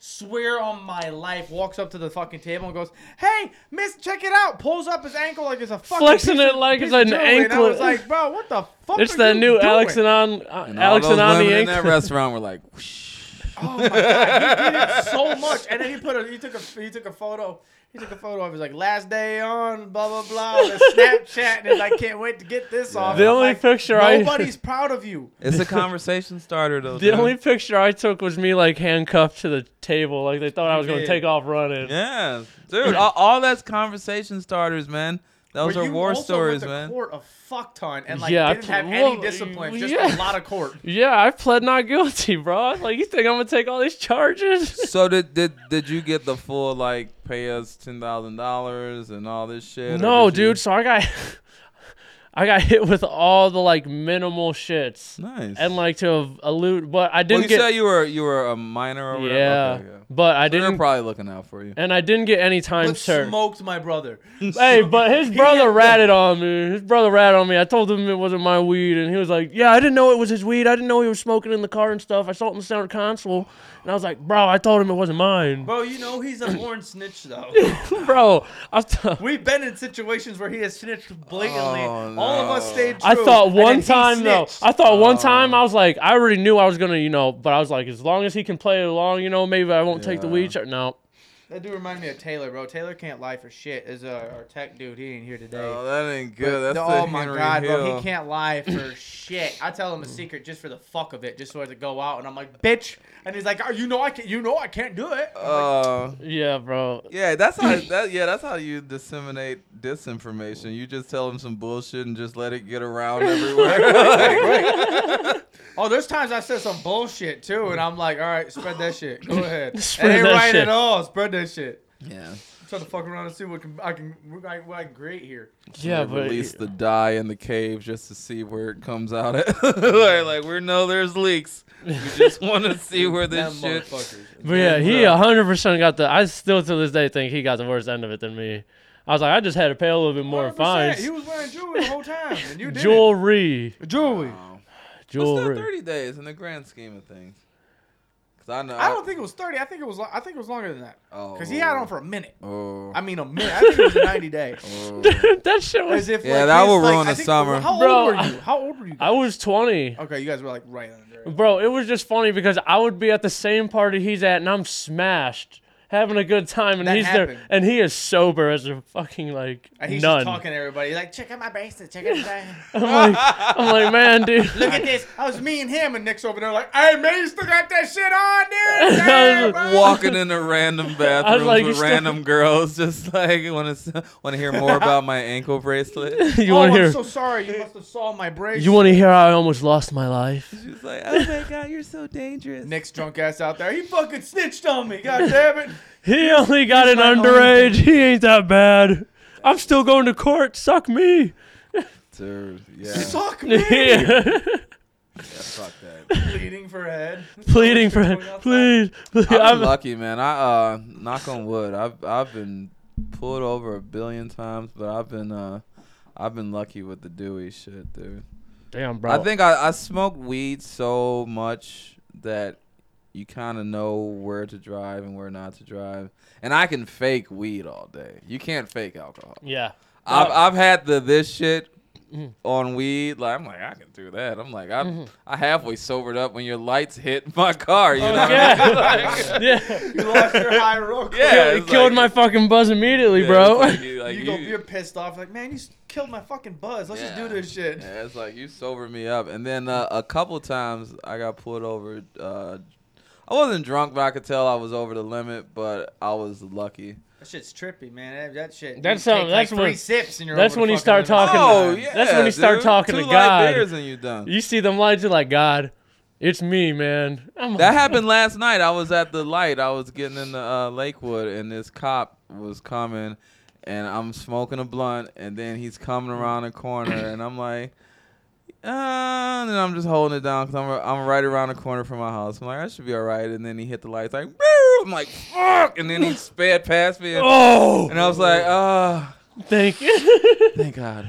Speaker 4: Swear on my life, walks up to the fucking table and goes, "Hey, miss, check it out." Pulls up his ankle like it's a fucking
Speaker 1: Flexing
Speaker 4: piece
Speaker 1: it
Speaker 4: of-
Speaker 1: like
Speaker 4: piece
Speaker 1: it's an
Speaker 4: of jewelry. And I was
Speaker 1: anklet.
Speaker 4: like, bro, what the fuck?
Speaker 1: It's
Speaker 4: are
Speaker 1: that
Speaker 4: you
Speaker 1: new
Speaker 4: doing?
Speaker 1: Alex and on uh,
Speaker 2: And all
Speaker 1: Alex
Speaker 2: those
Speaker 1: and on
Speaker 2: women
Speaker 1: the [LAUGHS]
Speaker 2: in
Speaker 4: [LAUGHS]
Speaker 2: that
Speaker 1: ink.
Speaker 2: restaurant were like, "Whoosh."
Speaker 4: Oh my god, he did it [LAUGHS] so much. And then he put a he took a he took a photo. He took a photo of his like last day on blah blah blah [LAUGHS] on his Snapchat and he's like can't wait to get this off.
Speaker 1: The
Speaker 4: I'm
Speaker 1: only
Speaker 4: like,
Speaker 1: picture I-
Speaker 4: nobody's proud of you.
Speaker 2: it's a conversation starter
Speaker 4: [LAUGHS]
Speaker 2: though.
Speaker 1: The
Speaker 2: dude.
Speaker 1: only picture I took was me like handcuffed to the table, like they thought I was
Speaker 4: did.
Speaker 1: gonna take off running.
Speaker 2: yeah, dude, all, all that's conversation starters, man. Those
Speaker 4: But
Speaker 2: are
Speaker 4: you
Speaker 2: war
Speaker 4: also
Speaker 2: stories,
Speaker 4: went to
Speaker 2: man.
Speaker 4: Court a fuck ton and like
Speaker 1: Yeah, I
Speaker 4: didn't
Speaker 1: pl-
Speaker 4: have
Speaker 1: well,
Speaker 4: any discipline, just
Speaker 1: yeah.
Speaker 4: a lot of court.
Speaker 1: Yeah, I pled not guilty, bro. Like you think I'm gonna take all these charges?
Speaker 2: So did did did you get the full like pay us ten thousand dollars and all this shit? or
Speaker 1: no,
Speaker 2: did you-
Speaker 1: dude. So I got, [LAUGHS] I got hit with all the like minimal shits,
Speaker 2: Nice.
Speaker 1: and like to elude, but I
Speaker 2: well,
Speaker 1: didn't
Speaker 2: you
Speaker 1: get.
Speaker 2: said you were you were a minor or whatever.
Speaker 1: yeah,
Speaker 2: Okay, yeah.
Speaker 1: but I
Speaker 2: They're
Speaker 1: didn't,
Speaker 2: probably looking out for you.
Speaker 1: and I didn't get any time
Speaker 4: But
Speaker 1: served.
Speaker 4: smoked
Speaker 1: [LAUGHS]
Speaker 4: my brother.
Speaker 1: Hey, but
Speaker 2: [LAUGHS]
Speaker 1: his brother ratted on me. His brother ratted on me. I told him it wasn't my weed, and he was like, "Yeah, I didn't know it was his weed. I didn't know he was smoking in the car and stuff. I saw it in the center console, and I was like, bro, I told him it wasn't mine, [LAUGHS]
Speaker 4: Bro, you know he's a born snitch though.
Speaker 1: bro. I, th-
Speaker 4: [LAUGHS] We've been in situations where he has snitched blatantly.
Speaker 2: Oh,
Speaker 4: All of us
Speaker 2: no.
Speaker 4: stayed true.
Speaker 1: I thought
Speaker 4: and
Speaker 1: one
Speaker 4: then he
Speaker 1: time though.
Speaker 4: snitched.
Speaker 1: I thought
Speaker 2: Oh.
Speaker 1: one time I was like, I already knew I was gonna, you know, but I was like, as long as he can play along, you know, maybe I won't take the
Speaker 2: Yeah.
Speaker 1: weed. Char- no,
Speaker 4: That do remind me of Taylor, bro. Taylor can't lie for shit. Is uh, our tech dude? He ain't here today.
Speaker 2: Oh, that ain't
Speaker 4: But
Speaker 2: good. That's
Speaker 4: no-
Speaker 2: the
Speaker 4: oh my
Speaker 2: Henry
Speaker 4: god, bro.
Speaker 2: Hill.
Speaker 4: He can't
Speaker 2: [COUGHS]
Speaker 4: lie for shit. I tell him a secret just for the fuck of it, just so I to go out, and I'm like, bitch. And he's like, oh, you know I can't. You know I can't do it. [LAUGHS] I'm like,
Speaker 2: Uh,
Speaker 1: yeah, bro.
Speaker 2: yeah, that's how that yeah, that's how you disseminate disinformation. You just tell them some bullshit and just let it get around everywhere.
Speaker 4: [LAUGHS] oh, there's times I said some bullshit too, and I'm like, all right, spread that shit.
Speaker 2: [LAUGHS]
Speaker 4: Go ahead.
Speaker 1: Spread
Speaker 4: it ain't
Speaker 1: that
Speaker 4: right
Speaker 1: shit.
Speaker 4: at all. Spread that shit.
Speaker 2: [LAUGHS] yeah.
Speaker 4: Try to fuck around and see what can, I can what I, what I can create here.
Speaker 1: Yeah,
Speaker 2: They
Speaker 1: but
Speaker 2: release the dye in the cave just to see where it comes out at. [LAUGHS] like, like we know there's leaks. We just want
Speaker 4: [LAUGHS]
Speaker 2: to see where this
Speaker 4: Them
Speaker 2: shit.
Speaker 4: motherfuckers.
Speaker 1: But yeah, he
Speaker 2: Bro.
Speaker 1: 100% got the. I still to this day think he got the worst end of it than me. I was like, I just had to pay a little bit more
Speaker 4: 100%. He
Speaker 1: fines.
Speaker 4: was wearing jewelry the whole time, and you did
Speaker 1: Jewelry.
Speaker 4: Jewelry.
Speaker 2: Wow. What's that
Speaker 1: Jewelry.
Speaker 2: 30 days in the grand scheme of things? Cause I know.
Speaker 4: I don't think it was thirty. I think it was. lo- I think it was longer than that.
Speaker 2: Uh, Oh.
Speaker 4: Cause he had on for a minute.
Speaker 2: Oh.
Speaker 4: I mean, a minute. I think
Speaker 2: [LAUGHS]
Speaker 4: it was a ninety day.
Speaker 2: oh.
Speaker 1: [LAUGHS] that shit was.
Speaker 4: As if
Speaker 2: Yeah,
Speaker 4: like,
Speaker 2: that
Speaker 4: his,
Speaker 2: will
Speaker 4: like,
Speaker 2: ruin
Speaker 4: I
Speaker 2: the
Speaker 4: think-
Speaker 2: summer.
Speaker 4: How
Speaker 1: Bro,
Speaker 4: old were you? How old were you?
Speaker 1: I was 20.
Speaker 4: okay, you guys were like right under. it.
Speaker 1: Bro, it was just funny because I would be at the same party he's at and I'm smashed, having a good time, and
Speaker 4: That
Speaker 1: he's
Speaker 4: happened.
Speaker 1: there. And he is sober as a fucking, like,
Speaker 4: And he's
Speaker 1: none.
Speaker 4: just talking to everybody. He's like, check out my bracelet. Check out my
Speaker 1: [LAUGHS]
Speaker 4: bracelet.
Speaker 1: I'm, like, I'm like, man, dude.
Speaker 4: [LAUGHS] Look at this. I was me and him, and Nick's over there like, hey man, you still got that shit on,
Speaker 1: [LAUGHS]
Speaker 4: dude. Damn, bro."
Speaker 2: Walking into random bathrooms
Speaker 1: like, you
Speaker 2: with
Speaker 1: still-
Speaker 2: random girls, just [LAUGHS] like want to want to hear more about my ankle
Speaker 1: [LAUGHS]
Speaker 2: bracelet.
Speaker 1: [LAUGHS] you
Speaker 4: oh,
Speaker 1: want
Speaker 4: I'm
Speaker 1: to hear?
Speaker 4: so sorry. You must have saw my bracelet.
Speaker 1: you want to hear how I almost lost my life?
Speaker 2: She's like, "Oh my god, you're so dangerous."
Speaker 4: [LAUGHS] Nick's drunk ass out there. He fucking snitched on me. God damn it.
Speaker 1: He only got an
Speaker 4: my only
Speaker 1: underage. He ain't that bad. I'm still going to court. Suck me.
Speaker 2: Dude,
Speaker 1: [LAUGHS]
Speaker 2: yeah, [LAUGHS]
Speaker 4: Suck me.
Speaker 2: yeah, fuck
Speaker 1: [LAUGHS]
Speaker 2: that.
Speaker 4: Pleading for head.
Speaker 1: Pleading for
Speaker 4: Going outside.
Speaker 1: please. please.
Speaker 2: I'm
Speaker 1: I'm,
Speaker 2: lucky, man. I uh, knock on wood. I've I've been pulled over a billion times, but I've been uh, I've been lucky with the Dewey shit, dude.
Speaker 1: damn, bro.
Speaker 2: I think I, I smoked weed so much that you kind of know where to drive and where not to drive. And I can fake weed all day. You can't fake alcohol. [LAUGHS]
Speaker 1: yeah.
Speaker 2: I've, I've had the this shit
Speaker 1: Mm-hmm.
Speaker 2: on weed. Like I'm like I can do that. I'm like I I halfway sobered up when your lights hit [LAUGHS] my car. You know. what I mean?
Speaker 1: Oh, Yeah. yeah.
Speaker 4: You lost your high road.
Speaker 1: [LAUGHS]
Speaker 2: Yeah,
Speaker 1: it
Speaker 2: it's
Speaker 1: killed
Speaker 2: like-
Speaker 1: my fucking buzz immediately,
Speaker 2: Yeah,
Speaker 1: bro.
Speaker 2: it's like you- like
Speaker 4: you go, you're pissed off, like, man, you s- killed my fucking buzz. Let's just do
Speaker 2: Yeah.
Speaker 4: this shit.
Speaker 2: Yeah, it's like you sobered me up. And then uh, a couple times I got pulled over. Uh, I wasn't drunk, but I could tell I was over the limit. But I was lucky.
Speaker 4: That shit's trippy, man. That, that shit.
Speaker 1: That's
Speaker 4: you take,
Speaker 1: something- that's
Speaker 4: like
Speaker 1: when-
Speaker 4: three sips and you're
Speaker 1: that's
Speaker 4: over
Speaker 1: when
Speaker 4: the
Speaker 1: you
Speaker 4: fucking
Speaker 1: start
Speaker 4: limit.
Speaker 1: talking
Speaker 2: Oh
Speaker 1: to-
Speaker 2: yeah,
Speaker 1: that's when you start
Speaker 2: dude.
Speaker 1: talking
Speaker 2: Two
Speaker 1: to
Speaker 2: light
Speaker 1: God.
Speaker 2: beers and you
Speaker 1: [LAUGHS]
Speaker 2: done.
Speaker 1: You see them lights, you're like, God, it's me, man. I'm
Speaker 2: That happened last night. I was at the light. I was getting into uh, Lakewood, and this cop was coming, and I'm smoking a blunt, and then he's coming around the corner, and I'm like, uh, and then I'm just holding it down because I'm, I'm right around the corner from my house. I'm like, I should be all right. And then he hit the lights, like, "Boo!" I'm like, fuck. And then he sped past me, and,
Speaker 1: Oh,
Speaker 2: and I was like, oh,
Speaker 1: [LAUGHS] thank you.
Speaker 2: thank God.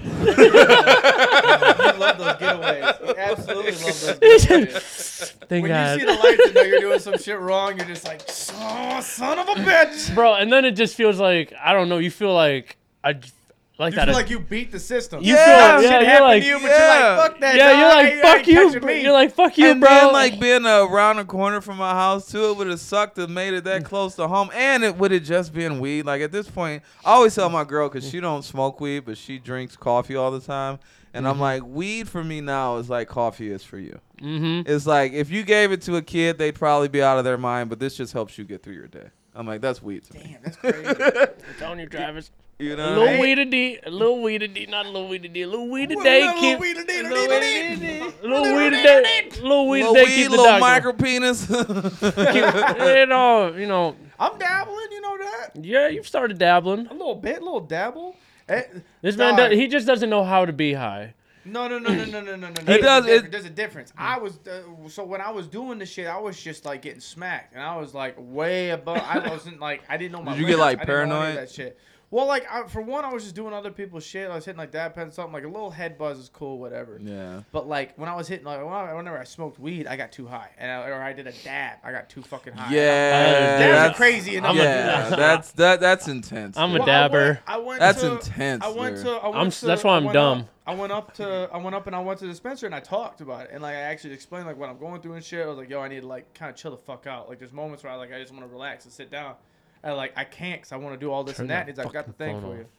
Speaker 4: [LAUGHS] You love those
Speaker 1: [LAUGHS]
Speaker 4: getaways. You absolutely love those getaways.
Speaker 1: thank
Speaker 4: When
Speaker 1: God.
Speaker 4: you see the lights and know you're doing some shit wrong, you're just like, oh, son [LAUGHS] of a bitch.
Speaker 1: Bro, and then it just feels like, I don't know, you feel like, I j- like
Speaker 4: You
Speaker 1: that.
Speaker 4: feel like you beat the system.
Speaker 1: You
Speaker 2: Yeah,
Speaker 1: feel,
Speaker 4: shit
Speaker 1: yeah,
Speaker 4: happened
Speaker 1: you're like,
Speaker 4: to you, but you're
Speaker 2: yeah.
Speaker 4: like, fuck that.
Speaker 1: yeah, you're
Speaker 4: dog.
Speaker 1: like,
Speaker 4: Ain't-
Speaker 1: fuck
Speaker 4: ain't
Speaker 1: you,
Speaker 4: catching
Speaker 1: bro.
Speaker 4: me.
Speaker 1: You're like, fuck you,
Speaker 2: and
Speaker 1: bro.
Speaker 2: then, like being around the corner from my house too, it would have sucked and made it that close to home. And it would have just been weed. Like at this point, I always tell my girl because she don't smoke weed, but she drinks coffee all the time. And I'm like, weed for me now is like coffee is for you.
Speaker 1: [LAUGHS] mm-hmm.
Speaker 2: It's like if you gave it to a kid, they'd probably be out of their mind. But this just helps you get through your day. I'm like, that's weed to me. [LAUGHS]
Speaker 4: Damn,
Speaker 1: [LAUGHS]
Speaker 4: that's crazy.
Speaker 1: I'm telling you, Travis.
Speaker 2: You
Speaker 1: A
Speaker 2: know?
Speaker 1: little
Speaker 2: what I mean?
Speaker 1: weed a D, a little weed a D, not a little weed a D, a little weed a
Speaker 4: Well,
Speaker 1: day,
Speaker 4: little
Speaker 1: keep,
Speaker 4: weed a
Speaker 1: [LAUGHS]
Speaker 4: dee,
Speaker 1: little
Speaker 4: dee,
Speaker 1: weed
Speaker 4: dee, dee.
Speaker 1: a little weed a day, little weed a
Speaker 2: Little
Speaker 1: day,
Speaker 2: weed,
Speaker 1: keep the
Speaker 2: little
Speaker 1: doctor. [LAUGHS]
Speaker 2: micro penis. [LAUGHS]
Speaker 1: You know, you know,
Speaker 4: I'm dabbling, you know that?
Speaker 1: yeah, you've started dabbling.
Speaker 4: A little bit, a little dabble. Eh,
Speaker 1: This man,
Speaker 4: dog.
Speaker 1: does, he just doesn't know how to be high.
Speaker 4: No, no, no, no, no, no, no, no.
Speaker 2: It does- it-
Speaker 4: There's, a difference. there's a difference. I was uh, so when I was doing this shit, I was just like getting smacked, and I was like way above. I wasn't like I didn't know my.
Speaker 2: Did you get,
Speaker 4: limits.
Speaker 2: like,
Speaker 4: I didn't know any of
Speaker 2: paranoid?
Speaker 4: That shit. Well, like I, for one, I was just doing other people's shit. I was hitting like that pen something. Like a little head buzz is cool, whatever.
Speaker 2: yeah.
Speaker 4: But like when I was hitting, like when I- whenever I smoked weed, I got too high, and I, or I did a dab, I got too fucking high.
Speaker 2: Yeah.
Speaker 4: Dabs are
Speaker 2: That's
Speaker 4: crazy. And
Speaker 1: I'm a-
Speaker 2: yeah, that's that. That's intense.
Speaker 1: I'm a
Speaker 2: dude.
Speaker 4: Well,
Speaker 1: dabber.
Speaker 4: I went, I went
Speaker 2: That's
Speaker 4: to,
Speaker 2: intense,
Speaker 4: I went
Speaker 2: dude.
Speaker 4: to. I went
Speaker 1: I'm s-
Speaker 4: to
Speaker 1: that's why
Speaker 4: I
Speaker 1: I'm
Speaker 4: went
Speaker 1: dumb.
Speaker 4: up- I went up to. I went up and I went to the dispenser and I talked about it and like I actually explained like what I'm going through and shit. I was like, yo, I need to like kind of chill the fuck out. Like there's moments where I like I just want to relax and sit down. And like I can't because I want to do all this
Speaker 1: Turn
Speaker 4: and that.
Speaker 1: that
Speaker 4: And he's like, I got the
Speaker 1: fucking
Speaker 4: thing
Speaker 1: phone
Speaker 4: for you.
Speaker 1: off.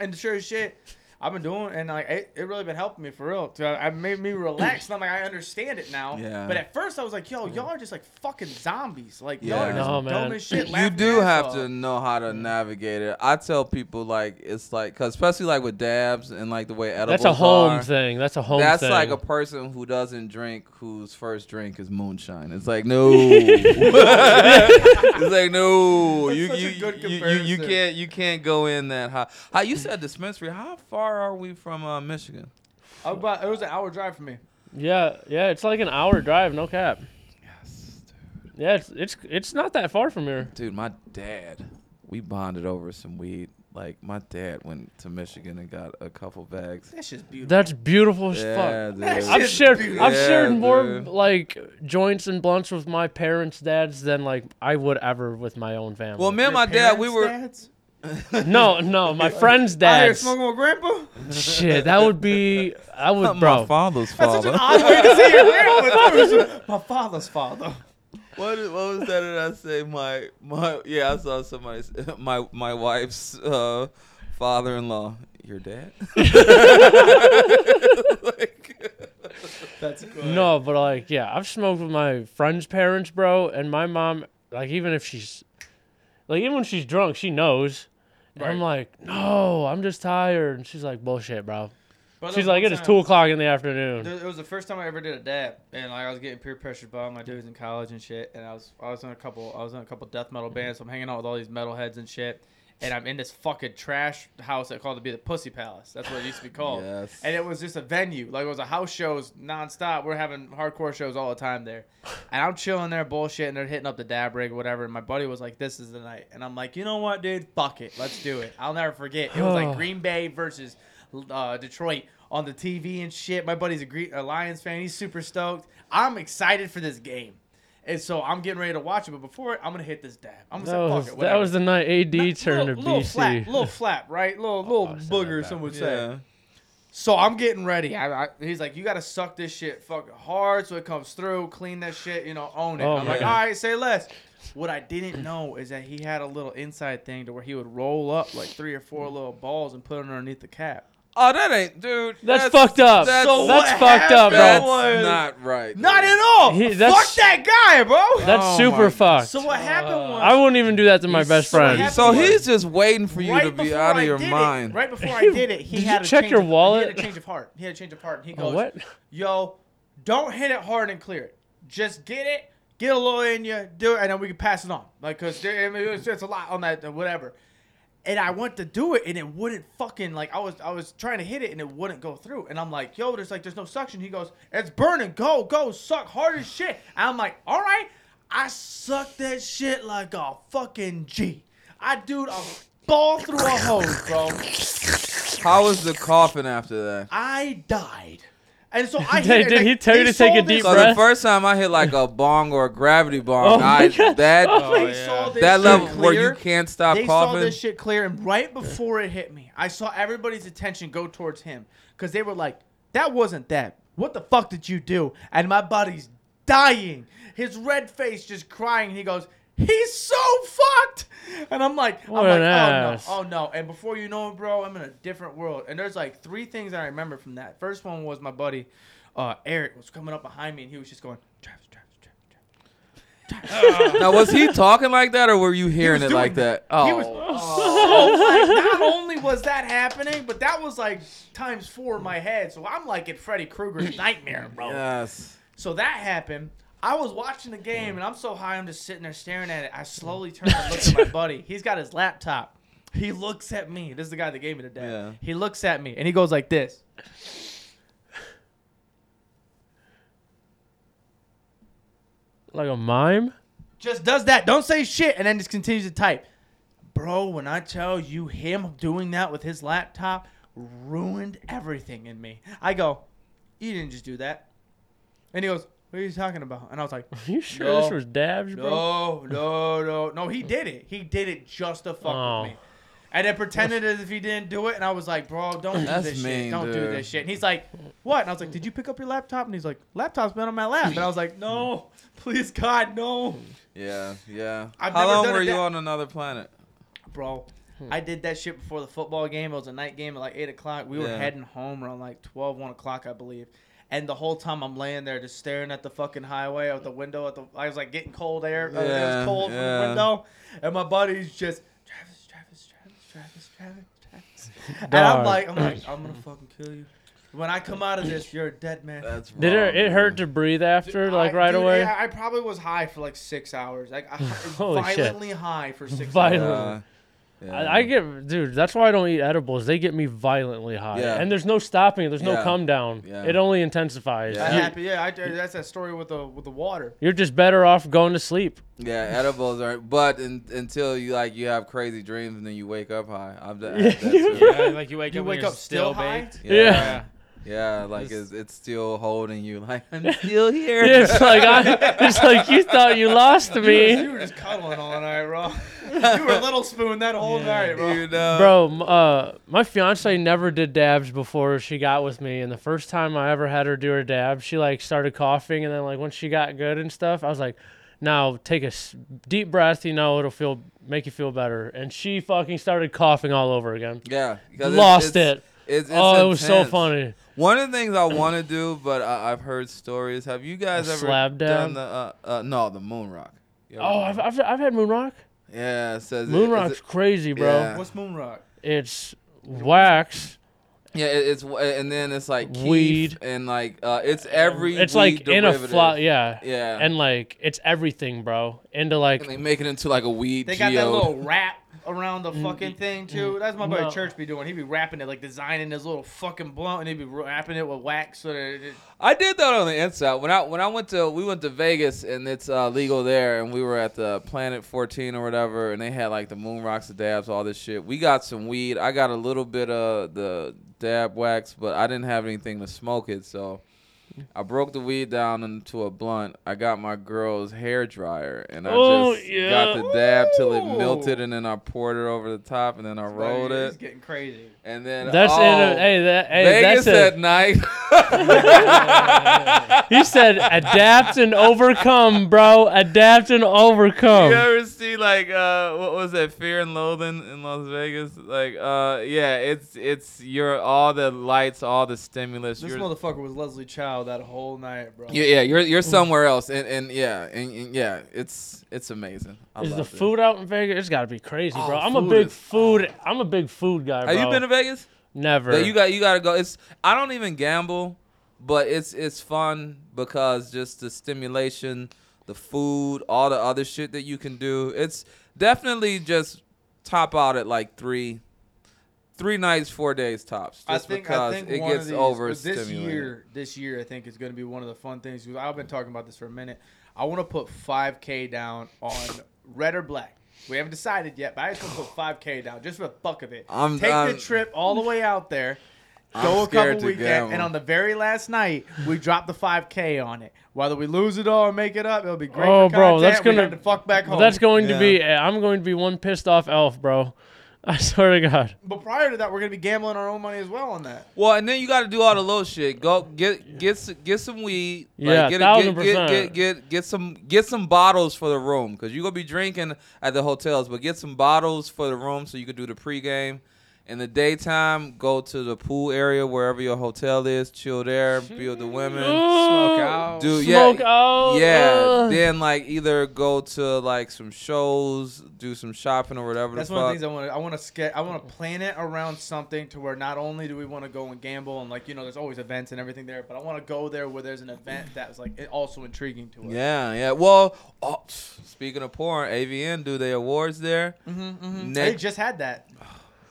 Speaker 4: And sure as shit, I've been doing and like it, it really been helping me for real. So I I made me relax and I'm like I understand it now.
Speaker 2: Yeah.
Speaker 4: But at first I was like, yo, y'all are just like fucking zombies. Like y'all
Speaker 2: Yeah.
Speaker 4: are just
Speaker 1: No, man.
Speaker 4: dumb as shit.
Speaker 2: you
Speaker 4: laughing
Speaker 2: do
Speaker 4: your
Speaker 2: have
Speaker 4: ass
Speaker 2: to
Speaker 4: off.
Speaker 2: know how to navigate it. I tell people like it's like, cause especially like with dabs and like the way edibles
Speaker 1: That's a home
Speaker 2: are,
Speaker 1: thing. That's a home
Speaker 2: That's
Speaker 1: thing.
Speaker 2: like a person who doesn't drink, whose first drink is moonshine. It's
Speaker 1: [LAUGHS]
Speaker 2: like no, it's like no.
Speaker 4: That's
Speaker 2: You
Speaker 4: such a
Speaker 2: you,
Speaker 4: good
Speaker 2: you, you you
Speaker 4: comparison.
Speaker 2: can't you can't go in that high. How you said dispensary? How far are we from uh, Michigan?
Speaker 4: About, it was an hour drive for me.
Speaker 1: yeah, yeah. It's like an hour drive, no cap.
Speaker 2: Yes,
Speaker 1: Yeah, it's it's it's not that far from here.
Speaker 2: dude. My dad, we bonded over some weed. Like my dad went to Michigan and got a couple bags.
Speaker 4: That's just beautiful.
Speaker 1: That's beautiful as
Speaker 2: Yeah,
Speaker 1: fuck.
Speaker 2: dude.
Speaker 4: That shit-
Speaker 1: I've shared
Speaker 4: beautiful.
Speaker 1: I've shared
Speaker 2: Yeah,
Speaker 1: more
Speaker 2: dude.
Speaker 1: like joints and blunts with my parents' dads than like I would ever with my own family.
Speaker 2: Well, me and my dad, we were.
Speaker 4: Dads?
Speaker 1: no, no,
Speaker 4: [LAUGHS]
Speaker 1: my friends'
Speaker 4: I hear
Speaker 1: dads.
Speaker 4: smoking with grandpa.
Speaker 1: Shit, that would be I would
Speaker 2: my
Speaker 1: bro.
Speaker 2: father's
Speaker 4: That's such
Speaker 2: father.
Speaker 4: an odd way to say
Speaker 1: [LAUGHS]
Speaker 4: your grandpa. too. My father's father.
Speaker 2: [LAUGHS] what, what was that? Did I say my my? Yeah, I saw somebody. s- [LAUGHS] My my wife's uh, father-in-law. Your dad? Like-
Speaker 4: That's good.
Speaker 1: No, but like, yeah, I've smoked with my friends' parents, bro, and my mom. Like, even if she's, like, even when she's drunk, she knows. And I'm like, no, I'm just tired, and she's like, bullshit, bro.
Speaker 4: But there
Speaker 1: She's
Speaker 4: was
Speaker 1: like,
Speaker 4: one
Speaker 1: it is
Speaker 4: time-
Speaker 1: two o'clock in the afternoon.
Speaker 4: there- It was the first time I ever did a dab, and like I was getting peer pressured by all my dudes in college and shit. And I was I was in a couple I was in a couple death metal bands, so I'm hanging out with all these metalheads and shit. And I'm in this fucking trash house that called to be the Pussy Palace. That's what it used to be called.
Speaker 2: Yes.
Speaker 4: And it was just a venue, like it was a house shows nonstop. We're having hardcore shows all the time there, and I'm chilling there, bullshit, and they're hitting up the dab rig, whatever. And my buddy was like, "This is the night," and I'm like, "You know what, dude? Fuck it, let's do it." I'll never forget. It was like Green Bay versus uh, Detroit on the TV and shit. My buddy's a, Gre- a Lions fan. He's super stoked. I'm excited for this game. And so I'm getting ready to watch it, but before it, I'm gonna hit this dab. I'm
Speaker 1: That
Speaker 4: gonna say,
Speaker 1: was
Speaker 4: fuck it.
Speaker 1: that
Speaker 4: whatever."
Speaker 1: was the night AD
Speaker 4: Nah,
Speaker 1: turned
Speaker 4: little,
Speaker 1: to
Speaker 4: little
Speaker 1: BC.
Speaker 4: flap, little flap, right? Little little
Speaker 1: Oh, I said that
Speaker 4: booger,
Speaker 1: back.
Speaker 4: some would say.
Speaker 2: yeah.
Speaker 4: So I'm getting ready. I, I, he's like, you got to suck this shit fucking hard so it comes through, clean that shit, you know, own it.
Speaker 1: Oh,
Speaker 4: I'm like,
Speaker 1: man.
Speaker 4: all right, say less. What I didn't know is that he had a little inside thing to where he would roll up like three or four little balls and put it underneath the cap.
Speaker 2: Oh, that ain't, dude.
Speaker 1: That's, fucked up. That's,
Speaker 2: That's,
Speaker 4: So what
Speaker 1: fucked up, bro.
Speaker 2: that's
Speaker 4: was-
Speaker 2: not right.
Speaker 4: Not
Speaker 2: dude.
Speaker 4: at all.
Speaker 1: He-
Speaker 4: Fuck
Speaker 1: that's-
Speaker 4: that guy, bro.
Speaker 1: That's
Speaker 2: Oh
Speaker 1: super
Speaker 2: my-
Speaker 1: fucked.
Speaker 4: so what happened was
Speaker 1: I wouldn't even do that to my
Speaker 4: He's
Speaker 1: best
Speaker 4: so
Speaker 1: friend.
Speaker 4: happy-
Speaker 2: So he's just waiting for you
Speaker 4: right
Speaker 2: to be
Speaker 4: before
Speaker 2: out of
Speaker 4: I
Speaker 2: your
Speaker 4: did it-
Speaker 2: mind.
Speaker 4: right
Speaker 1: [LAUGHS]
Speaker 4: before I did it, he
Speaker 1: Did you
Speaker 4: had a
Speaker 1: check
Speaker 4: change
Speaker 1: your
Speaker 4: of- He
Speaker 1: wallet?
Speaker 4: had a change of heart. He had a change of heart. And he
Speaker 1: Oh,
Speaker 4: goes,
Speaker 1: what?
Speaker 4: yo, don't hit it hard and clear it. Just get it, get a little in you, do it, and then we can pass it on. Like, cause there, I mean, it's, it's a lot on that, uh, whatever. And I went to do it, and it wouldn't fucking like I was I was trying to hit it, and it wouldn't go through. And I'm like, yo, there's like there's no suction. He goes, it's burning. Go go suck hard as shit. And I'm like, all right. I sucked that shit like a fucking G. I dude a ball through a hose, bro.
Speaker 2: How was the coughing after that?
Speaker 4: I died.
Speaker 1: [LAUGHS]
Speaker 4: And so I
Speaker 1: Did-
Speaker 4: hit it,
Speaker 1: did
Speaker 4: like,
Speaker 1: he tell you
Speaker 4: they
Speaker 1: to take a
Speaker 4: sold this-
Speaker 1: deep
Speaker 2: So the
Speaker 1: breath?
Speaker 2: first time I hit like a bong or a gravity
Speaker 1: Oh
Speaker 2: bong,
Speaker 1: my
Speaker 2: I
Speaker 1: God.
Speaker 2: that
Speaker 4: They
Speaker 3: Oh, yeah.
Speaker 4: saw this
Speaker 2: that
Speaker 4: shit
Speaker 2: level where
Speaker 4: clear.
Speaker 2: you can't stop
Speaker 4: they saw
Speaker 2: coughing.
Speaker 4: this shit clear, and right before it hit me, I saw everybody's attention go towards him because they were like, "That wasn't that. What the fuck did you do?" And my buddy's dying, his red face just crying, and he goes. He's so fucked, and I'm like,
Speaker 1: What
Speaker 4: I'm like,
Speaker 1: an ass.
Speaker 4: oh no, oh no, and before you know it, bro, I'm in a different world. And there's like three things that I remember from that. First one was my buddy, uh, Eric, was coming up behind me, and he was just going, Travis, Travis, Travis, Travis.
Speaker 2: now was he talking like that or were you hearing
Speaker 4: was
Speaker 2: it
Speaker 4: doing
Speaker 2: like that?
Speaker 4: He
Speaker 2: Oh,
Speaker 4: was
Speaker 2: [LAUGHS]
Speaker 4: so like, not only was that happening, but that was like times four in my head. So I'm like in
Speaker 2: [LAUGHS]
Speaker 4: Freddy Krueger's nightmare, bro.
Speaker 2: yes.
Speaker 4: So that happened. I was watching the game and I'm so high, I'm just sitting there staring at it. I slowly turn and look
Speaker 2: [LAUGHS]
Speaker 4: at my buddy. He's got his laptop. He looks at me. This is the guy that gave me the dad.
Speaker 2: Yeah.
Speaker 4: He looks at me and he goes like this.
Speaker 1: like a mime?
Speaker 4: just does that. Don't say shit, and then just continues to type. Bro, when I tell you him doing that with his laptop ruined everything in me. I go, you didn't just do that. And he goes, what are you talking about? And I was like,
Speaker 1: Are you sure
Speaker 4: No.
Speaker 1: this was dabs, [LAUGHS] bro?
Speaker 4: no, no, no, no. He did it. He did it just to fuck
Speaker 1: Oh.
Speaker 4: with me. And then pretended as if he didn't do it. And I was like, bro, don't do
Speaker 2: That's
Speaker 4: this shit.
Speaker 2: mean,
Speaker 4: Don't do
Speaker 2: dude.
Speaker 4: this shit. And he's like, what? And I was like, did you pick up your laptop? And he's like, laptop's been on my lap. And I was like, no, [LAUGHS] please, God, no.
Speaker 2: Yeah, yeah.
Speaker 4: I've
Speaker 2: How
Speaker 4: never
Speaker 2: long
Speaker 4: done
Speaker 2: were
Speaker 4: it
Speaker 2: you
Speaker 4: that-
Speaker 2: on another planet?
Speaker 4: bro.
Speaker 1: Hmm.
Speaker 4: I did that shit before the football game. It was a night game at like eight o'clock. We were
Speaker 2: Yeah.
Speaker 4: heading home around like 12, 1 o'clock, I believe. And the whole time I'm laying there just staring at the fucking highway out the window at the I was like getting cold air. uh, it
Speaker 2: Yeah,
Speaker 4: was cold from
Speaker 2: yeah.
Speaker 4: the window. And my buddy's just Travis, Travis, Travis, Travis, Travis, Travis. and I'm
Speaker 1: Dog.
Speaker 4: like, I'm
Speaker 1: [LAUGHS]
Speaker 4: like, I'm gonna fucking kill you. When I come out of this, you're a dead man.
Speaker 2: That's
Speaker 1: Did it,
Speaker 2: wrong,
Speaker 1: it hurt
Speaker 2: dude.
Speaker 1: to breathe after, like
Speaker 4: I-
Speaker 1: right
Speaker 4: dude,
Speaker 1: away?
Speaker 4: I, I probably was high for like six hours. Like
Speaker 1: [LAUGHS]
Speaker 4: I,
Speaker 1: Holy shit.
Speaker 4: violently high for six
Speaker 1: Violent.
Speaker 4: hours.
Speaker 2: Yeah, yeah.
Speaker 1: I, I get, dude. That's why I don't eat edibles. They get me violently high,
Speaker 2: Yeah.
Speaker 1: and there's no stopping. it. There's no
Speaker 2: Yeah.
Speaker 1: come down.
Speaker 2: Yeah.
Speaker 1: It only intensifies.
Speaker 4: That
Speaker 2: Yeah.
Speaker 1: You,
Speaker 4: happy, yeah. I, that's that story with the with the water.
Speaker 1: you're just better off going to
Speaker 4: [LAUGHS]
Speaker 1: sleep.
Speaker 2: Yeah, edibles are, but in, until you like you have crazy dreams and then you wake up high. I've done I've
Speaker 1: [LAUGHS]
Speaker 2: done that too.
Speaker 3: Yeah, like you wake
Speaker 4: You
Speaker 3: up,
Speaker 4: wake up still high?
Speaker 3: baked.
Speaker 1: Yeah.
Speaker 3: Yeah.
Speaker 2: yeah, like
Speaker 3: This-
Speaker 2: it's, it's still holding you. Like
Speaker 1: [LAUGHS]
Speaker 2: I'm still here.
Speaker 1: Yeah, it's like I, it's like you thought you lost
Speaker 4: [LAUGHS] You
Speaker 1: me,
Speaker 4: were just cuddling all night, bro. you were little spoon that whole night,
Speaker 2: [LAUGHS]
Speaker 4: bro.
Speaker 2: you know,
Speaker 1: bro. m- Uh, my fiance never did dabs before she got with me, and the first time I ever had her do her dab, she like started coughing, and then like once she got good and stuff, I was like, now take a s- deep breath. You know, it'll feel make you feel better. And she fucking started coughing all over again.
Speaker 2: Yeah, 'cause it's-
Speaker 1: Lost
Speaker 2: it's-
Speaker 1: it.
Speaker 2: It's, it's
Speaker 1: oh, it was so
Speaker 2: intense.
Speaker 1: funny.
Speaker 2: One of the things I want to do, but I, I've heard stories. Have you guys
Speaker 1: A
Speaker 2: ever
Speaker 1: slab
Speaker 2: done
Speaker 1: dab?
Speaker 2: the uh, uh, no the moon rock? You ever
Speaker 1: Oh,
Speaker 2: done
Speaker 1: I've, I've, I've had moon rock.
Speaker 2: it? yeah, it says it-
Speaker 1: Moon
Speaker 2: it's-
Speaker 1: rock's crazy, bro.
Speaker 2: Yeah.
Speaker 4: What's moon rock?
Speaker 1: It's wax.
Speaker 2: Yeah, it, it's and then it's like keef
Speaker 1: Weed.
Speaker 2: and like uh, it's every
Speaker 1: It's like
Speaker 2: weed
Speaker 1: in a
Speaker 2: derivative.
Speaker 1: fly, yeah.
Speaker 2: Yeah,
Speaker 1: And like it's everything, bro. Into like
Speaker 2: And they make it into like a weed.
Speaker 4: They got that
Speaker 2: geode.
Speaker 4: little wrap around the fucking thing too. That's my buddy
Speaker 1: No.
Speaker 4: Church be doing. He be wrapping it like designing his little fucking blunt, and he be wrapping it with wax. So that it,
Speaker 2: I did that on the inside when I when I went to we went to Vegas and it's uh, legal there and we were at the Planet 14 or whatever and they had like the moon rocks the dabs all this shit. We got some weed. I got a little bit of the dab wax, but I didn't have anything to smoke it, so I broke the weed down into a blunt. I got my girl's hair dryer and I
Speaker 1: Oh,
Speaker 2: just
Speaker 1: yeah.
Speaker 2: got the dab till it
Speaker 4: Ooh.
Speaker 2: melted and then I poured it over the top and then I rolled
Speaker 4: It's
Speaker 2: it.
Speaker 4: getting crazy.
Speaker 2: And then
Speaker 1: That's in
Speaker 2: oh,
Speaker 1: a, hey that hey
Speaker 2: Vegas
Speaker 1: that's
Speaker 2: at
Speaker 1: a,
Speaker 2: night.
Speaker 1: [LAUGHS]
Speaker 2: [LAUGHS]
Speaker 1: he said adapt and overcome, bro. Adapt and overcome.
Speaker 2: you ever see like uh what was that Fear and Loathing in Las Vegas? Like uh yeah, it's it's your all the lights, all the stimulus.
Speaker 4: This
Speaker 2: you're-
Speaker 4: motherfucker was Leslie Chow that whole night, bro.
Speaker 2: yeah, yeah, you're you're somewhere else, and, and yeah, and, and yeah, it's it's amazing. I
Speaker 1: Is the
Speaker 2: loved it.
Speaker 1: food out in Vegas? It's got to be crazy,
Speaker 2: Oh,
Speaker 1: bro. I'm a
Speaker 2: food
Speaker 1: big
Speaker 2: is- oh.
Speaker 1: food. I'm a big food guy, bro.
Speaker 2: Have you been to Vegas?
Speaker 1: Never.
Speaker 2: That you got you gotta go. It's I don't even gamble, but it's it's fun because just the stimulation, the food, all the other shit that you can do. It's definitely just top out at like three, three nights, four days tops.
Speaker 4: I
Speaker 2: Just
Speaker 4: think, I
Speaker 2: because
Speaker 4: think
Speaker 2: it
Speaker 4: one
Speaker 2: gets
Speaker 4: of these,
Speaker 2: over
Speaker 4: but this year, this year I think is going to be one of the fun things. 'cause I've been talking about this for a minute. I want to put 5K down on red or black. We haven't decided yet, but I just want to put 5K down just for the fuck of it.
Speaker 2: I'm-
Speaker 4: Take
Speaker 2: I'm-
Speaker 4: the trip all the way out there.
Speaker 2: I'm
Speaker 4: Go a
Speaker 2: scared
Speaker 4: couple
Speaker 2: to
Speaker 4: weekend,
Speaker 2: gamble.
Speaker 4: and on the very last night, we drop the 5K on it. Whether we lose it all or make it up, it'll be great.
Speaker 1: Oh,
Speaker 4: for
Speaker 1: bro, that's
Speaker 4: content. We
Speaker 1: gonna-
Speaker 4: got the fuck back home.
Speaker 1: That's going to
Speaker 2: Yeah.
Speaker 1: be. I'm going to be one pissed off elf, bro. I swear to God.
Speaker 4: but prior to that, we're gonna be gambling our own money as well on that.
Speaker 2: Well, and then you got to do all the little shit. Go get get s- get some weed.
Speaker 1: Yeah,
Speaker 2: get,
Speaker 1: thousand
Speaker 2: get, get,
Speaker 1: percent.
Speaker 2: get get get some get some bottles for the room because you gonna be drinking at the hotels. But get some bottles for the room so you can do the pregame. In the daytime, go to the pool area wherever your hotel is. Chill there, be with the women.
Speaker 1: Smoke
Speaker 3: out.
Speaker 2: Do yeah,
Speaker 1: Smoke out.
Speaker 2: yeah.
Speaker 1: uh,
Speaker 2: Then like either go to like some shows, do some shopping or whatever.
Speaker 4: That's
Speaker 2: the
Speaker 4: one
Speaker 2: fuck.
Speaker 4: of the things I want to. I want to sketch. I want to plan it around something to where not only do we want to go and gamble and like you know, there's always events and everything there, but I want to go there where there's an event that's like it also intriguing to us.
Speaker 2: Yeah, yeah. Well, oh, speaking of porn, AVN do their awards there.
Speaker 4: Mm-hmm, They
Speaker 2: Next-
Speaker 4: just had that.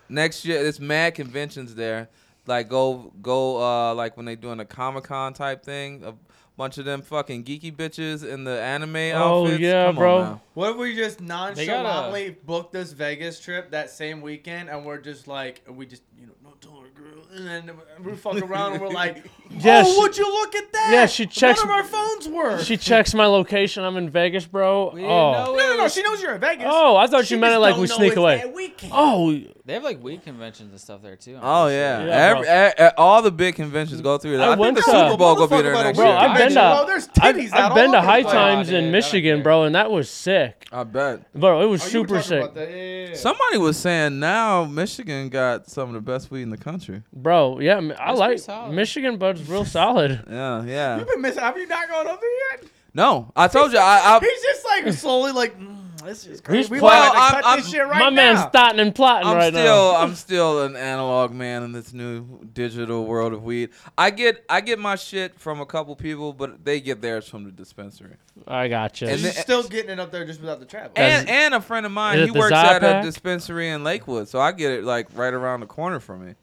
Speaker 2: next year it's mad conventions there like go go uh like when they doing a comic-con type thing a bunch of them fucking geeky bitches in the anime
Speaker 1: Oh,
Speaker 2: outfits
Speaker 1: yeah,
Speaker 2: Come on
Speaker 1: bro.
Speaker 2: now.
Speaker 4: What if we just nonchalantly book this Vegas trip that same weekend and we're just like we just you know no tell her girl and then
Speaker 1: [LAUGHS]
Speaker 4: we fuck around and we're like
Speaker 1: Yeah,
Speaker 4: oh
Speaker 1: she-
Speaker 4: would you look at that
Speaker 1: Yeah, she checks-
Speaker 4: none of our phones were
Speaker 1: uh. She checks my location. I'm in Vegas, bro.
Speaker 3: We didn't
Speaker 1: oh.
Speaker 3: know
Speaker 4: no no no she knows you're in Vegas
Speaker 1: Oh, I thought you meant
Speaker 4: just
Speaker 1: it like
Speaker 4: don't
Speaker 1: we
Speaker 4: know
Speaker 1: sneak
Speaker 4: it's
Speaker 1: away.
Speaker 4: that weekend.
Speaker 1: Oh,
Speaker 3: They have like weed conventions and stuff there too. I'm
Speaker 2: oh
Speaker 3: pretty
Speaker 2: yeah,
Speaker 3: sure.
Speaker 1: Yeah,
Speaker 2: Every, a- a- all the big conventions go through
Speaker 1: I
Speaker 2: that. I,
Speaker 1: went
Speaker 2: think the
Speaker 1: to-
Speaker 2: Super Bowl gonna be
Speaker 4: Motherfucker,
Speaker 2: there
Speaker 4: but
Speaker 2: next
Speaker 1: bro,
Speaker 2: year.
Speaker 1: I've been to
Speaker 4: Bro, there's titties
Speaker 1: I've,
Speaker 4: out
Speaker 1: I've been
Speaker 4: all
Speaker 1: to
Speaker 4: over the
Speaker 1: High
Speaker 4: place.
Speaker 1: Times
Speaker 3: Nah, dude, I
Speaker 1: in
Speaker 3: don't
Speaker 1: Michigan,
Speaker 3: care.
Speaker 1: bro, and that was sick,
Speaker 2: I bet.
Speaker 1: bro. It was
Speaker 4: Oh, you were
Speaker 1: super
Speaker 4: talking
Speaker 1: sick,
Speaker 4: about that, yeah, yeah, yeah.
Speaker 2: Somebody was saying now Michigan got some of the best weed in the country.
Speaker 1: bro. Yeah, m- I
Speaker 3: That's pretty
Speaker 1: like
Speaker 3: solid.
Speaker 1: Michigan Bud's real
Speaker 2: [LAUGHS]
Speaker 1: solid.
Speaker 2: Yeah, yeah.
Speaker 4: You've been missing. Have you not gone over yet?
Speaker 2: No, I told you. I, I
Speaker 4: He's just like slowly like, mm, this is
Speaker 1: He's
Speaker 4: crazy. We
Speaker 1: playing-
Speaker 4: want to
Speaker 2: Well,
Speaker 4: cut
Speaker 2: I'm-
Speaker 4: this
Speaker 2: I'm-
Speaker 4: shit right
Speaker 1: my
Speaker 4: now.
Speaker 1: man's thoughting and plotting
Speaker 2: I'm
Speaker 1: right [LAUGHS]
Speaker 2: still
Speaker 1: now.
Speaker 2: I'm still an analog man in this new digital world of weed. I get I get my shit from a couple people, but they get theirs from the dispensary.
Speaker 1: I gotcha.
Speaker 2: And
Speaker 4: He's
Speaker 2: then-
Speaker 4: still getting it up there just without the travel.
Speaker 1: Does-
Speaker 2: And and a friend of mine,
Speaker 1: Is it
Speaker 2: he
Speaker 1: the
Speaker 2: works
Speaker 1: Zy
Speaker 2: at
Speaker 1: Pack?
Speaker 2: a dispensary in Lakewood, so I get it like right around the corner from me.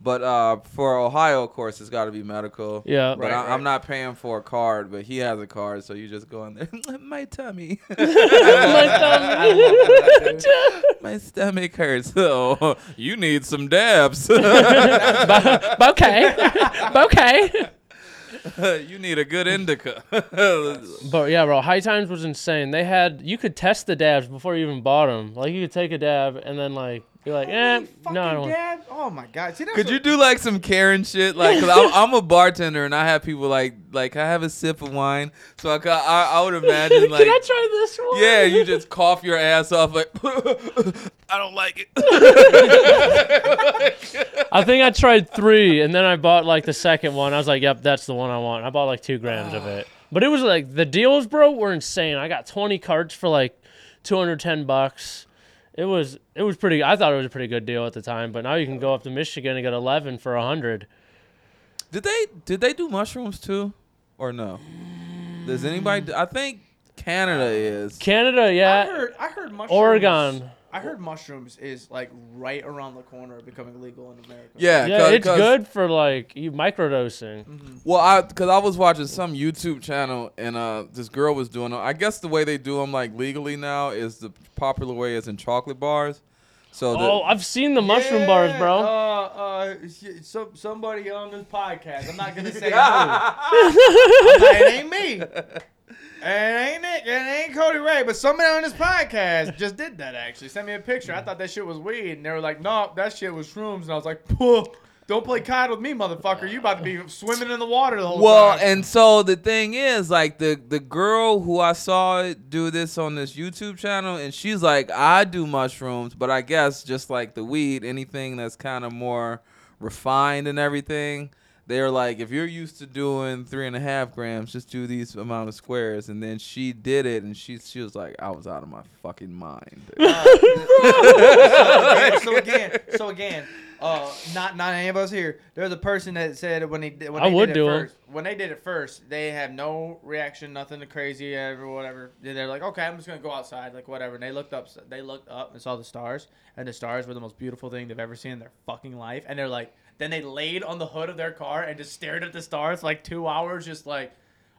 Speaker 2: But uh, for Ohio, of course, it's got to be medical.
Speaker 1: yeah,
Speaker 2: But
Speaker 1: [LAUGHS]
Speaker 4: Right,
Speaker 2: I,
Speaker 4: right.
Speaker 2: I'm not paying for a card, but he has a card, so you just go in there. [LAUGHS]
Speaker 1: [LAUGHS]
Speaker 2: My tummy,
Speaker 1: My tummy.
Speaker 2: my stomach hurts. So [LAUGHS] you need some
Speaker 1: [LAUGHS]
Speaker 2: dabs. [LAUGHS]
Speaker 1: Bo- [LAUGHS] bouquet. bouquet.
Speaker 2: you need a good indica. [LAUGHS]
Speaker 1: [LAUGHS] But yeah, bro, High Times was insane. They had you could test the dabs before you even bought them. Like you could take a dab and then like you're like, eh,
Speaker 4: Holy
Speaker 1: no, I don't.
Speaker 4: fucking
Speaker 1: want-"
Speaker 4: dad. Oh my god. See, that's
Speaker 2: Could
Speaker 4: what-
Speaker 2: you do like some Karen shit? Like, i I'm, I'm a bartender and I have people like, like I have a sip of wine, so I, ca- I, I would imagine like,
Speaker 1: [LAUGHS] Can I try this one?
Speaker 2: yeah, you just cough your ass off like, [LAUGHS] I don't like it.
Speaker 1: I think I tried three, and then I bought like the second one. I was like, "Yep, that's the one I want." I bought like two grams of it, but it was like the deals, bro, were insane. I got twenty cards for like two hundred ten bucks. It was it was pretty. I thought it was a pretty good deal at the time, but now you can go up to Michigan and get eleven for a hundred.
Speaker 2: Did they did they do mushrooms too, or no? Does anybody? Do, I think Canada is.
Speaker 1: Canada,
Speaker 4: I
Speaker 1: yeah,
Speaker 4: heard. I heard mushrooms.
Speaker 1: Oregon.
Speaker 4: I heard mushrooms is like right around the corner of becoming legal in America.
Speaker 2: Yeah,
Speaker 1: yeah,
Speaker 2: cause,
Speaker 1: it's
Speaker 2: 'cause-
Speaker 1: good for like you microdosing.
Speaker 4: Mm-hmm.
Speaker 2: Well, I because I was watching some YouTube channel and uh, this girl was doing them. I guess the way they do them like legally now is the popular way is in chocolate bars. So the,
Speaker 1: Oh, I've seen the mushroom bars,
Speaker 4: Yeah,
Speaker 1: bro.
Speaker 4: Uh, uh, sh- some somebody on this podcast. I'm not gonna say
Speaker 2: [LAUGHS]
Speaker 4: who. I'm not- it ain't me. It ain't Nick. It ain't Cody Ray. But somebody on this podcast just did that. Actually, sent me a picture. I thought that shit was weed, and they were like, "No, that shit was shrooms." And I was like, "Puh, "Don't play COD with me, motherfucker. You about to be swimming in the water the whole
Speaker 2: well,
Speaker 4: time."
Speaker 2: and so the thing is, like the the girl who I saw do this on this YouTube channel, and she's like, I do mushrooms, but I guess just like the weed, anything that's kind of more refined and everything. They're like, if you're used to doing three and a half grams, just do these amount of squares. And then she did it, and she she was like, I was out of my fucking mind.
Speaker 1: [LAUGHS]
Speaker 4: so, [LAUGHS] so again, so again, uh, not not any of us here. There's a person that said when they did- when
Speaker 1: I
Speaker 4: they
Speaker 1: would
Speaker 4: did
Speaker 1: do
Speaker 4: it
Speaker 1: it.
Speaker 4: first, when they did it first, they have no reaction, nothing to crazy or whatever. Then They're like, okay, I'm just gonna go outside, like whatever. And they looked up, they looked up and saw the stars, and the stars were the most beautiful thing they've ever seen in their fucking life. And they're like, then they laid on the hood of their car and just stared at the stars like two hours, just like,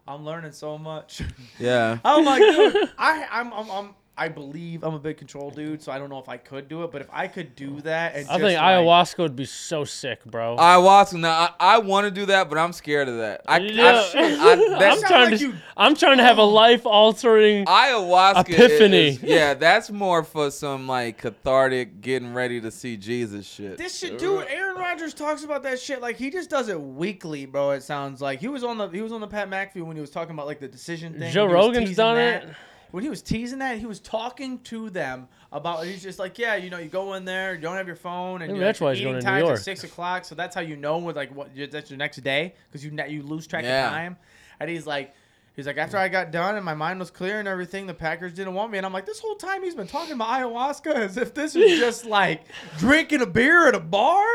Speaker 4: I'm learning so much. [LAUGHS]
Speaker 2: yeah.
Speaker 4: I'm like,
Speaker 1: [LAUGHS]
Speaker 4: dude, I, I'm, I'm, I'm, I believe I'm a big control dude, so I don't know if I could do it, but if I could do that, and
Speaker 1: I
Speaker 4: just,
Speaker 1: think
Speaker 4: like-
Speaker 1: ayahuasca would be so sick, bro.
Speaker 2: Ayahuasca. Now, I, I want to do that, but I'm scared of that. I, I,
Speaker 1: Yeah. [LAUGHS]
Speaker 2: I,
Speaker 1: I'm
Speaker 2: that's
Speaker 1: trying
Speaker 4: like
Speaker 1: to.
Speaker 4: you-
Speaker 1: I'm trying to have a life altering.
Speaker 2: ayahuasca
Speaker 1: Epiphany.
Speaker 2: is- yeah that's more for some like cathartic getting ready to see jesus shit
Speaker 4: This shit, dude. Aaron Rodgers talks about that shit like he just does it weekly, bro. It sounds like he was on the he was on the Pat McAfee when he was talking about like the decision thing.
Speaker 1: Joe
Speaker 4: when he was
Speaker 1: Rogan's
Speaker 4: teasing
Speaker 1: done
Speaker 4: that.
Speaker 1: it.
Speaker 4: When he was teasing that, he was talking to them about. He's just like, yeah, you know, you go in there, you don't have your phone, and
Speaker 1: Maybe
Speaker 4: you
Speaker 1: that's why he's
Speaker 4: eating
Speaker 1: going to New
Speaker 4: times
Speaker 1: York.
Speaker 4: at six o'clock. So that's how you know with like what that's your next day because you ne- you lose track
Speaker 2: Yeah.
Speaker 4: of time. And he's like, he's like, after I got done and my mind was clear and everything, the Packers didn't want me. And I'm like, this whole time he's been talking about ayahuasca as if this
Speaker 1: [LAUGHS]
Speaker 4: is just like drinking a beer at a bar.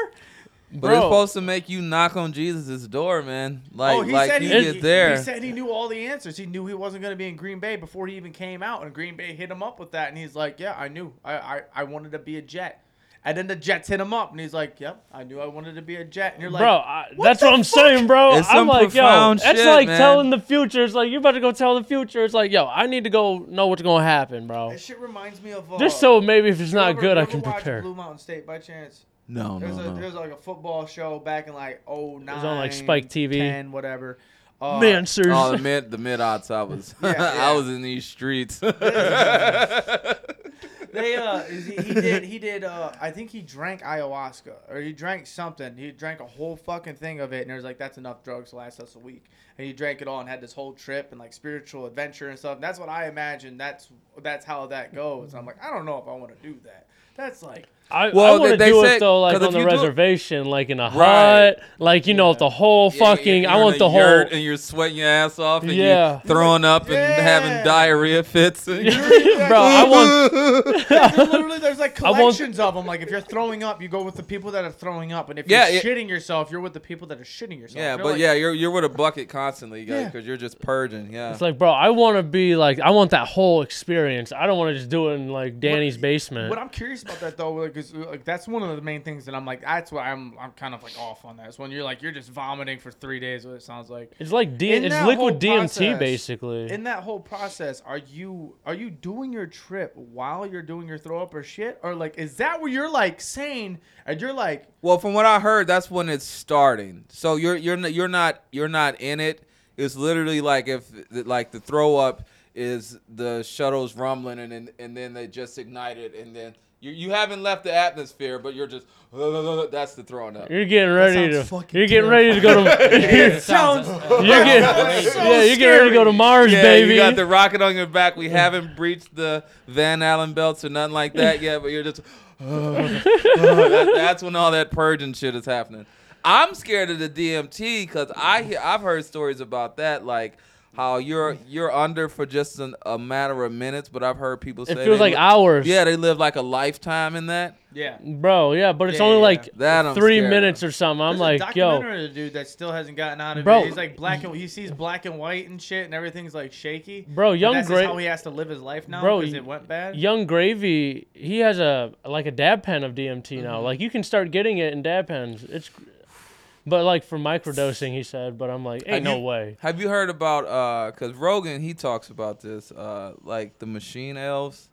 Speaker 2: but
Speaker 1: bro.
Speaker 2: it's supposed to make you knock on jesus' door man like
Speaker 4: oh, he
Speaker 2: like
Speaker 4: said
Speaker 2: you
Speaker 4: he,
Speaker 2: get
Speaker 4: he-
Speaker 2: there
Speaker 4: He said he knew all the answers. He knew he wasn't going to be in Green Bay before he even came out, and Green Bay hit him up with that. And he's like, "Yeah, I knew. I I, I wanted to be a Jet." And then the Jets hit him up, and he's like, "Yep, I knew I wanted to be a Jet." And you're like,
Speaker 1: bro, I,
Speaker 4: what
Speaker 1: that's
Speaker 4: the
Speaker 1: what I'm
Speaker 4: fuck?
Speaker 1: saying, bro.
Speaker 2: It's
Speaker 1: I'm
Speaker 2: some
Speaker 1: like, yo,
Speaker 2: profound
Speaker 1: it's
Speaker 2: shit,
Speaker 1: like
Speaker 2: man.
Speaker 1: telling the future. It's like you're about to go tell the future. It's like, yo, I need to go know what's gonna happen, bro.
Speaker 4: "That shit reminds me of uh,
Speaker 1: Just so maybe if it's
Speaker 4: you
Speaker 1: not
Speaker 4: ever-
Speaker 1: good,
Speaker 4: you
Speaker 1: I
Speaker 4: ever
Speaker 1: can
Speaker 4: watch
Speaker 1: prepare.
Speaker 4: Blue Mountain State by chance?
Speaker 2: no no
Speaker 4: There's a
Speaker 2: no
Speaker 4: there's like a football show back in like oh nine.
Speaker 1: on, like, Spike TV.
Speaker 4: 10, whatever. Uh,
Speaker 1: Man, seriously.
Speaker 2: oh the mid the mid odds i was
Speaker 4: [LAUGHS] Yeah,
Speaker 2: [LAUGHS]
Speaker 4: yeah.
Speaker 2: i was in these streets [LAUGHS]
Speaker 4: they uh he, he did he did uh I think he drank ayahuasca or he drank something. He drank a whole fucking thing of it and it was like that's enough drugs to last us a week. And he drank it all and had this whole trip and like spiritual adventure and stuff. And that's what I imagine that's that's how that goes. I'm like, I don't know if I want to do that.
Speaker 2: [LAUGHS]
Speaker 4: That's like
Speaker 1: [LAUGHS] I,
Speaker 2: Well,
Speaker 1: I want to
Speaker 2: they- they
Speaker 1: do
Speaker 2: said-
Speaker 1: it though, like
Speaker 2: 'cause
Speaker 1: on
Speaker 2: if
Speaker 1: the
Speaker 2: you do it-
Speaker 1: reservation, like in a
Speaker 2: Right.
Speaker 1: hut, like you know, the whole
Speaker 2: Yeah,
Speaker 1: fucking.
Speaker 2: you're
Speaker 1: I
Speaker 2: in
Speaker 1: want
Speaker 2: a
Speaker 1: the whole.
Speaker 2: yurt and you're sweating your ass off and
Speaker 1: Yeah.
Speaker 2: you're throwing up
Speaker 4: Yeah.
Speaker 2: and having diarrhea [LAUGHS] fits and
Speaker 1: bro, I want.
Speaker 2: [LAUGHS]
Speaker 4: There's literally there's like
Speaker 1: I want-
Speaker 4: collections of them. Like if you're throwing up, you go with the people that are throwing up, and if
Speaker 2: Yeah, yeah.
Speaker 4: you're shitting yourself, you're with the people that are shitting yourself.
Speaker 2: yeah
Speaker 4: They're
Speaker 2: but
Speaker 4: like,
Speaker 2: yeah you're you're with a bucket constantly because
Speaker 4: Yeah.
Speaker 2: you're just purging yeah
Speaker 1: It's like, bro, I want to be like, I want that whole experience. I don't want to just do it in like Danny's basement.
Speaker 4: What I'm curious about that though, because like that's one of the main things that I'm like, that's why I'm I'm kind of like off on that. It's when you're like you're just vomiting for three days. What it sounds like.
Speaker 1: it's like D-
Speaker 4: in
Speaker 1: it's
Speaker 4: that whole
Speaker 1: liquid DMT
Speaker 4: process,
Speaker 1: basically.
Speaker 4: In that whole process, are you are you doing your trip while you're doing your throw up or shit, or like is that where you're like sane and
Speaker 1: [LAUGHS]
Speaker 4: you're like
Speaker 2: Well, from what I heard, that's when it's starting. So you're you're n- you're not you're not in it. It's literally like if like the throw up is the shuttles rumbling and then and then they just ignite it and then you you haven't left the atmosphere, but you're just [LAUGHS] that's the throwing up.
Speaker 1: you're getting ready to.
Speaker 4: sounds fucking
Speaker 1: You're getting ready to go [LAUGHS] to.
Speaker 4: sounds
Speaker 1: [LAUGHS]
Speaker 4: [LAUGHS]
Speaker 1: You're getting,
Speaker 4: That's so
Speaker 1: yeah, you're getting ready to go to
Speaker 4: scary.
Speaker 1: Mars,
Speaker 2: Yeah,
Speaker 1: baby.
Speaker 2: you got the rocket on your back. We haven't breached the Van Allen belts or nothing like that yet, but you're just. [SIGHS] That- that's when all that purging shit is happening. I'm scared of the DMT because I hear I've heard stories about that, like how you're you're under for just an, a matter of minutes, but I've heard people say
Speaker 1: it feels like
Speaker 2: they li-
Speaker 1: hours.
Speaker 2: yeah, they live like a lifetime in that.
Speaker 4: yeah.
Speaker 1: bro. Yeah, but it's
Speaker 4: Yeah,
Speaker 1: only
Speaker 4: yeah,
Speaker 1: like
Speaker 2: That I'm
Speaker 1: three
Speaker 2: scared of.
Speaker 1: minutes or something. I'm
Speaker 4: There's
Speaker 1: like,
Speaker 4: a
Speaker 1: yo,
Speaker 4: documentary of the dude that still hasn't gotten out of
Speaker 1: Bro.
Speaker 4: it. He's like black and he sees black and white and shit, and everything's like shaky.
Speaker 1: Bro,
Speaker 4: But
Speaker 1: Young
Speaker 4: that's
Speaker 1: Gra-
Speaker 4: just how he has to live his life now
Speaker 1: Bro,
Speaker 4: because
Speaker 1: y-
Speaker 4: it went bad.
Speaker 1: Young Gravy, he has a like a dab pen of DMT
Speaker 4: Mm-hmm.
Speaker 1: now. Like you can start getting it in dab pens. It's, but like for microdosing, he said. But I'm like, ain't
Speaker 2: Have
Speaker 1: no
Speaker 2: you-
Speaker 1: way.
Speaker 2: Have you heard about uh? Because Rogan he talks about this uh, like the machine elves,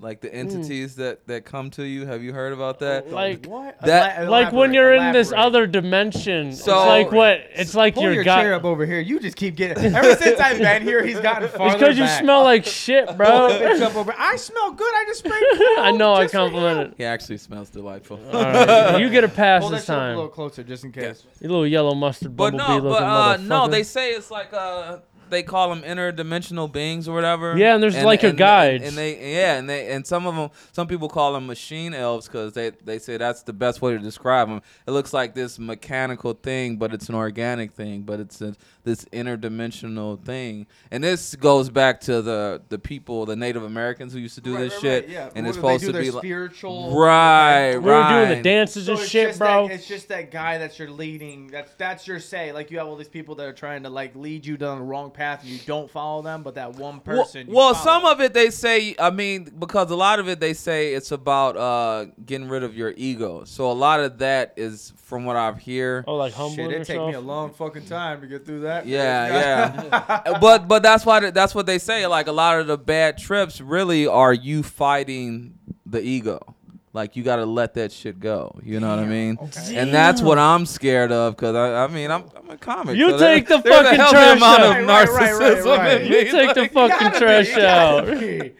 Speaker 2: Like the entities that that come to you. Have you heard about that?
Speaker 1: Like,
Speaker 4: What?
Speaker 2: That-
Speaker 4: Ela-
Speaker 1: like when
Speaker 4: elaborate,
Speaker 1: you're in this
Speaker 4: elaborate.
Speaker 1: other dimension.
Speaker 2: So-
Speaker 1: it's like what? It's like
Speaker 4: Pull
Speaker 1: your,
Speaker 4: your
Speaker 1: gut.
Speaker 4: chair up over here. You just keep getting. Ever since I've been here, he's
Speaker 1: [LAUGHS]
Speaker 4: gotten farther.
Speaker 1: because you
Speaker 4: back.
Speaker 1: smell like shit,
Speaker 4: [LAUGHS]
Speaker 1: bro.
Speaker 4: Bitch up over. I smell good. I just sprayed.
Speaker 1: [LAUGHS] I know I
Speaker 4: Just for [LAUGHS]
Speaker 1: complimented.
Speaker 2: He actually smells delightful. [LAUGHS]
Speaker 1: All right, you get a pass
Speaker 4: Hold that
Speaker 1: this
Speaker 4: shit up a little
Speaker 1: time.
Speaker 4: closer, just in case.
Speaker 1: You little yellow mustard
Speaker 2: but
Speaker 1: bumblebee
Speaker 2: no,
Speaker 1: looking
Speaker 2: but uh, no,
Speaker 1: motherfucker.
Speaker 2: they say it's like uh, they call them interdimensional beings or whatever.
Speaker 1: Yeah, and there's like a guide.
Speaker 2: And, they yeah, and they and some of them, some people call them machine elves because they they say that's the best way to describe them. It looks like this mechanical thing, but it's an organic thing, but it's a, this interdimensional thing. And this goes back to the the people, the Native Americans who used to do
Speaker 4: Right,
Speaker 2: this
Speaker 4: right,
Speaker 2: shit,
Speaker 4: right, yeah.
Speaker 2: and it's
Speaker 4: What do they
Speaker 2: supposed
Speaker 4: do,
Speaker 2: to
Speaker 4: their
Speaker 2: be like
Speaker 4: spiritual.
Speaker 2: right,
Speaker 1: we were doing the
Speaker 2: right.
Speaker 1: dances
Speaker 4: So
Speaker 1: and
Speaker 4: it's
Speaker 1: shit,
Speaker 4: just
Speaker 1: bro.
Speaker 4: That, it's just that guy that you're leading. That's that's your say. Like you have all these people that are trying to like lead you down the wrong path. And you don't follow them, but that one
Speaker 2: Well-
Speaker 4: person. you
Speaker 2: Well,
Speaker 4: follow.
Speaker 2: some of it they say. I mean, because a lot of it they say it's about uh, getting rid of your ego. So a lot of that is from what I've hear.
Speaker 1: oh, like humble
Speaker 4: Shit, it take me a
Speaker 1: yourself.
Speaker 4: long fucking time to get through that. [LAUGHS]
Speaker 2: Yeah, yeah. but but that's why th- that's what they say. Like a lot of the bad trips really are you fighting the ego. Like you got to let that shit go. You know what I mean? And that's what I'm scared of because I, I mean I'm, I'm a comic.
Speaker 1: You
Speaker 2: so there-
Speaker 1: take the
Speaker 2: [LAUGHS] there's a
Speaker 1: fucking
Speaker 2: healthy
Speaker 1: trash
Speaker 2: amount
Speaker 1: out.
Speaker 2: of
Speaker 4: Right, right, right, right,
Speaker 2: narcissism
Speaker 4: right.
Speaker 1: [LAUGHS] You
Speaker 2: in me.
Speaker 1: take the
Speaker 2: Like-
Speaker 1: fucking trash out.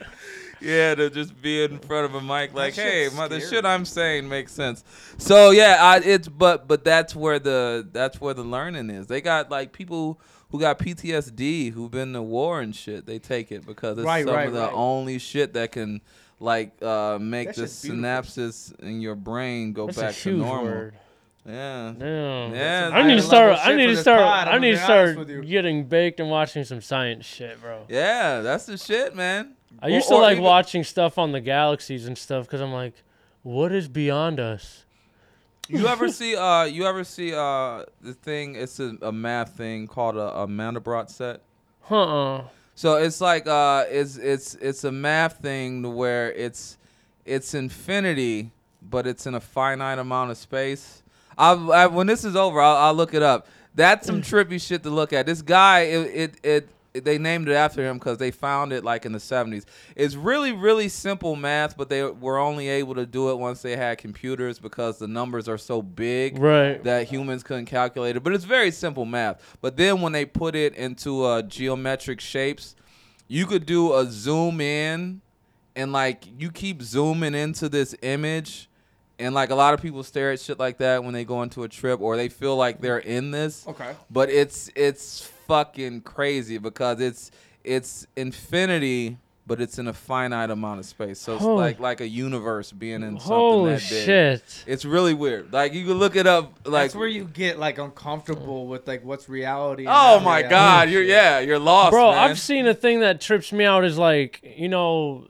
Speaker 2: Yeah, to just be in front of a mic, like, hey,
Speaker 4: shit's
Speaker 2: my, the
Speaker 4: scary.
Speaker 2: shit I'm saying makes sense. So yeah, I, it's but but that's where the that's where the learning is. They got like people who got PTSD who've been to war and shit. They take it because it's
Speaker 4: Right,
Speaker 2: some
Speaker 4: right,
Speaker 2: of the
Speaker 4: right.
Speaker 2: only shit that can like uh, make
Speaker 4: That
Speaker 2: the
Speaker 4: shit's beautiful.
Speaker 2: synapses in your brain go
Speaker 1: That's a
Speaker 2: back to
Speaker 1: huge
Speaker 2: normal.
Speaker 1: word.
Speaker 2: Yeah.
Speaker 1: Damn.
Speaker 2: Yeah,
Speaker 1: I need to
Speaker 4: level
Speaker 1: start. I
Speaker 4: shit
Speaker 1: need
Speaker 4: for
Speaker 1: to
Speaker 4: this
Speaker 1: start.
Speaker 4: pod, I'm
Speaker 1: I need to
Speaker 4: gonna be honest
Speaker 1: start
Speaker 4: with you.
Speaker 1: getting baked and watching some science shit, bro.
Speaker 2: yeah, that's the shit, man.
Speaker 1: I
Speaker 2: Or-
Speaker 1: used to
Speaker 2: or
Speaker 1: like
Speaker 2: even-
Speaker 1: watching stuff on the galaxies and stuff because I'm like, what is beyond us?
Speaker 2: You ever see uh you ever see uh the thing it's a, a math thing called a, a Mandelbrot set?
Speaker 1: Huh?
Speaker 2: So it's like uh it's it's it's a math thing to where it's it's infinity but it's in a finite amount of space. I, I when this is over I'll, I'll look it up. That's some trippy shit to look at. This guy it it, it they named it after him because they found it like in the 70s. It's really, really simple math, but they were only able to do it once they had computers because the numbers are so big
Speaker 1: Right.
Speaker 2: that humans couldn't calculate it. But it's very simple math. But then when they put it into uh, geometric shapes, you could do a zoom in and like you keep zooming into this image. And like a lot of people stare at shit like that when they go into a trip or they feel like they're in this
Speaker 4: [LAUGHS] Okay.
Speaker 2: but it's it's fucking crazy because it's it's infinity but it's in a finite amount of space so it's
Speaker 1: Holy-
Speaker 2: like like a universe being in something
Speaker 1: Holy
Speaker 2: that big
Speaker 1: shit.
Speaker 2: it's really weird like you can look it up like
Speaker 4: That's where you get like uncomfortable with like what's reality. and
Speaker 2: oh
Speaker 4: not
Speaker 2: my
Speaker 4: reality.
Speaker 2: god
Speaker 1: [LAUGHS]
Speaker 2: you're yeah you're lost
Speaker 1: Bro,
Speaker 2: man.
Speaker 1: I've
Speaker 2: [LAUGHS]
Speaker 1: seen a thing that trips me out is like, you know,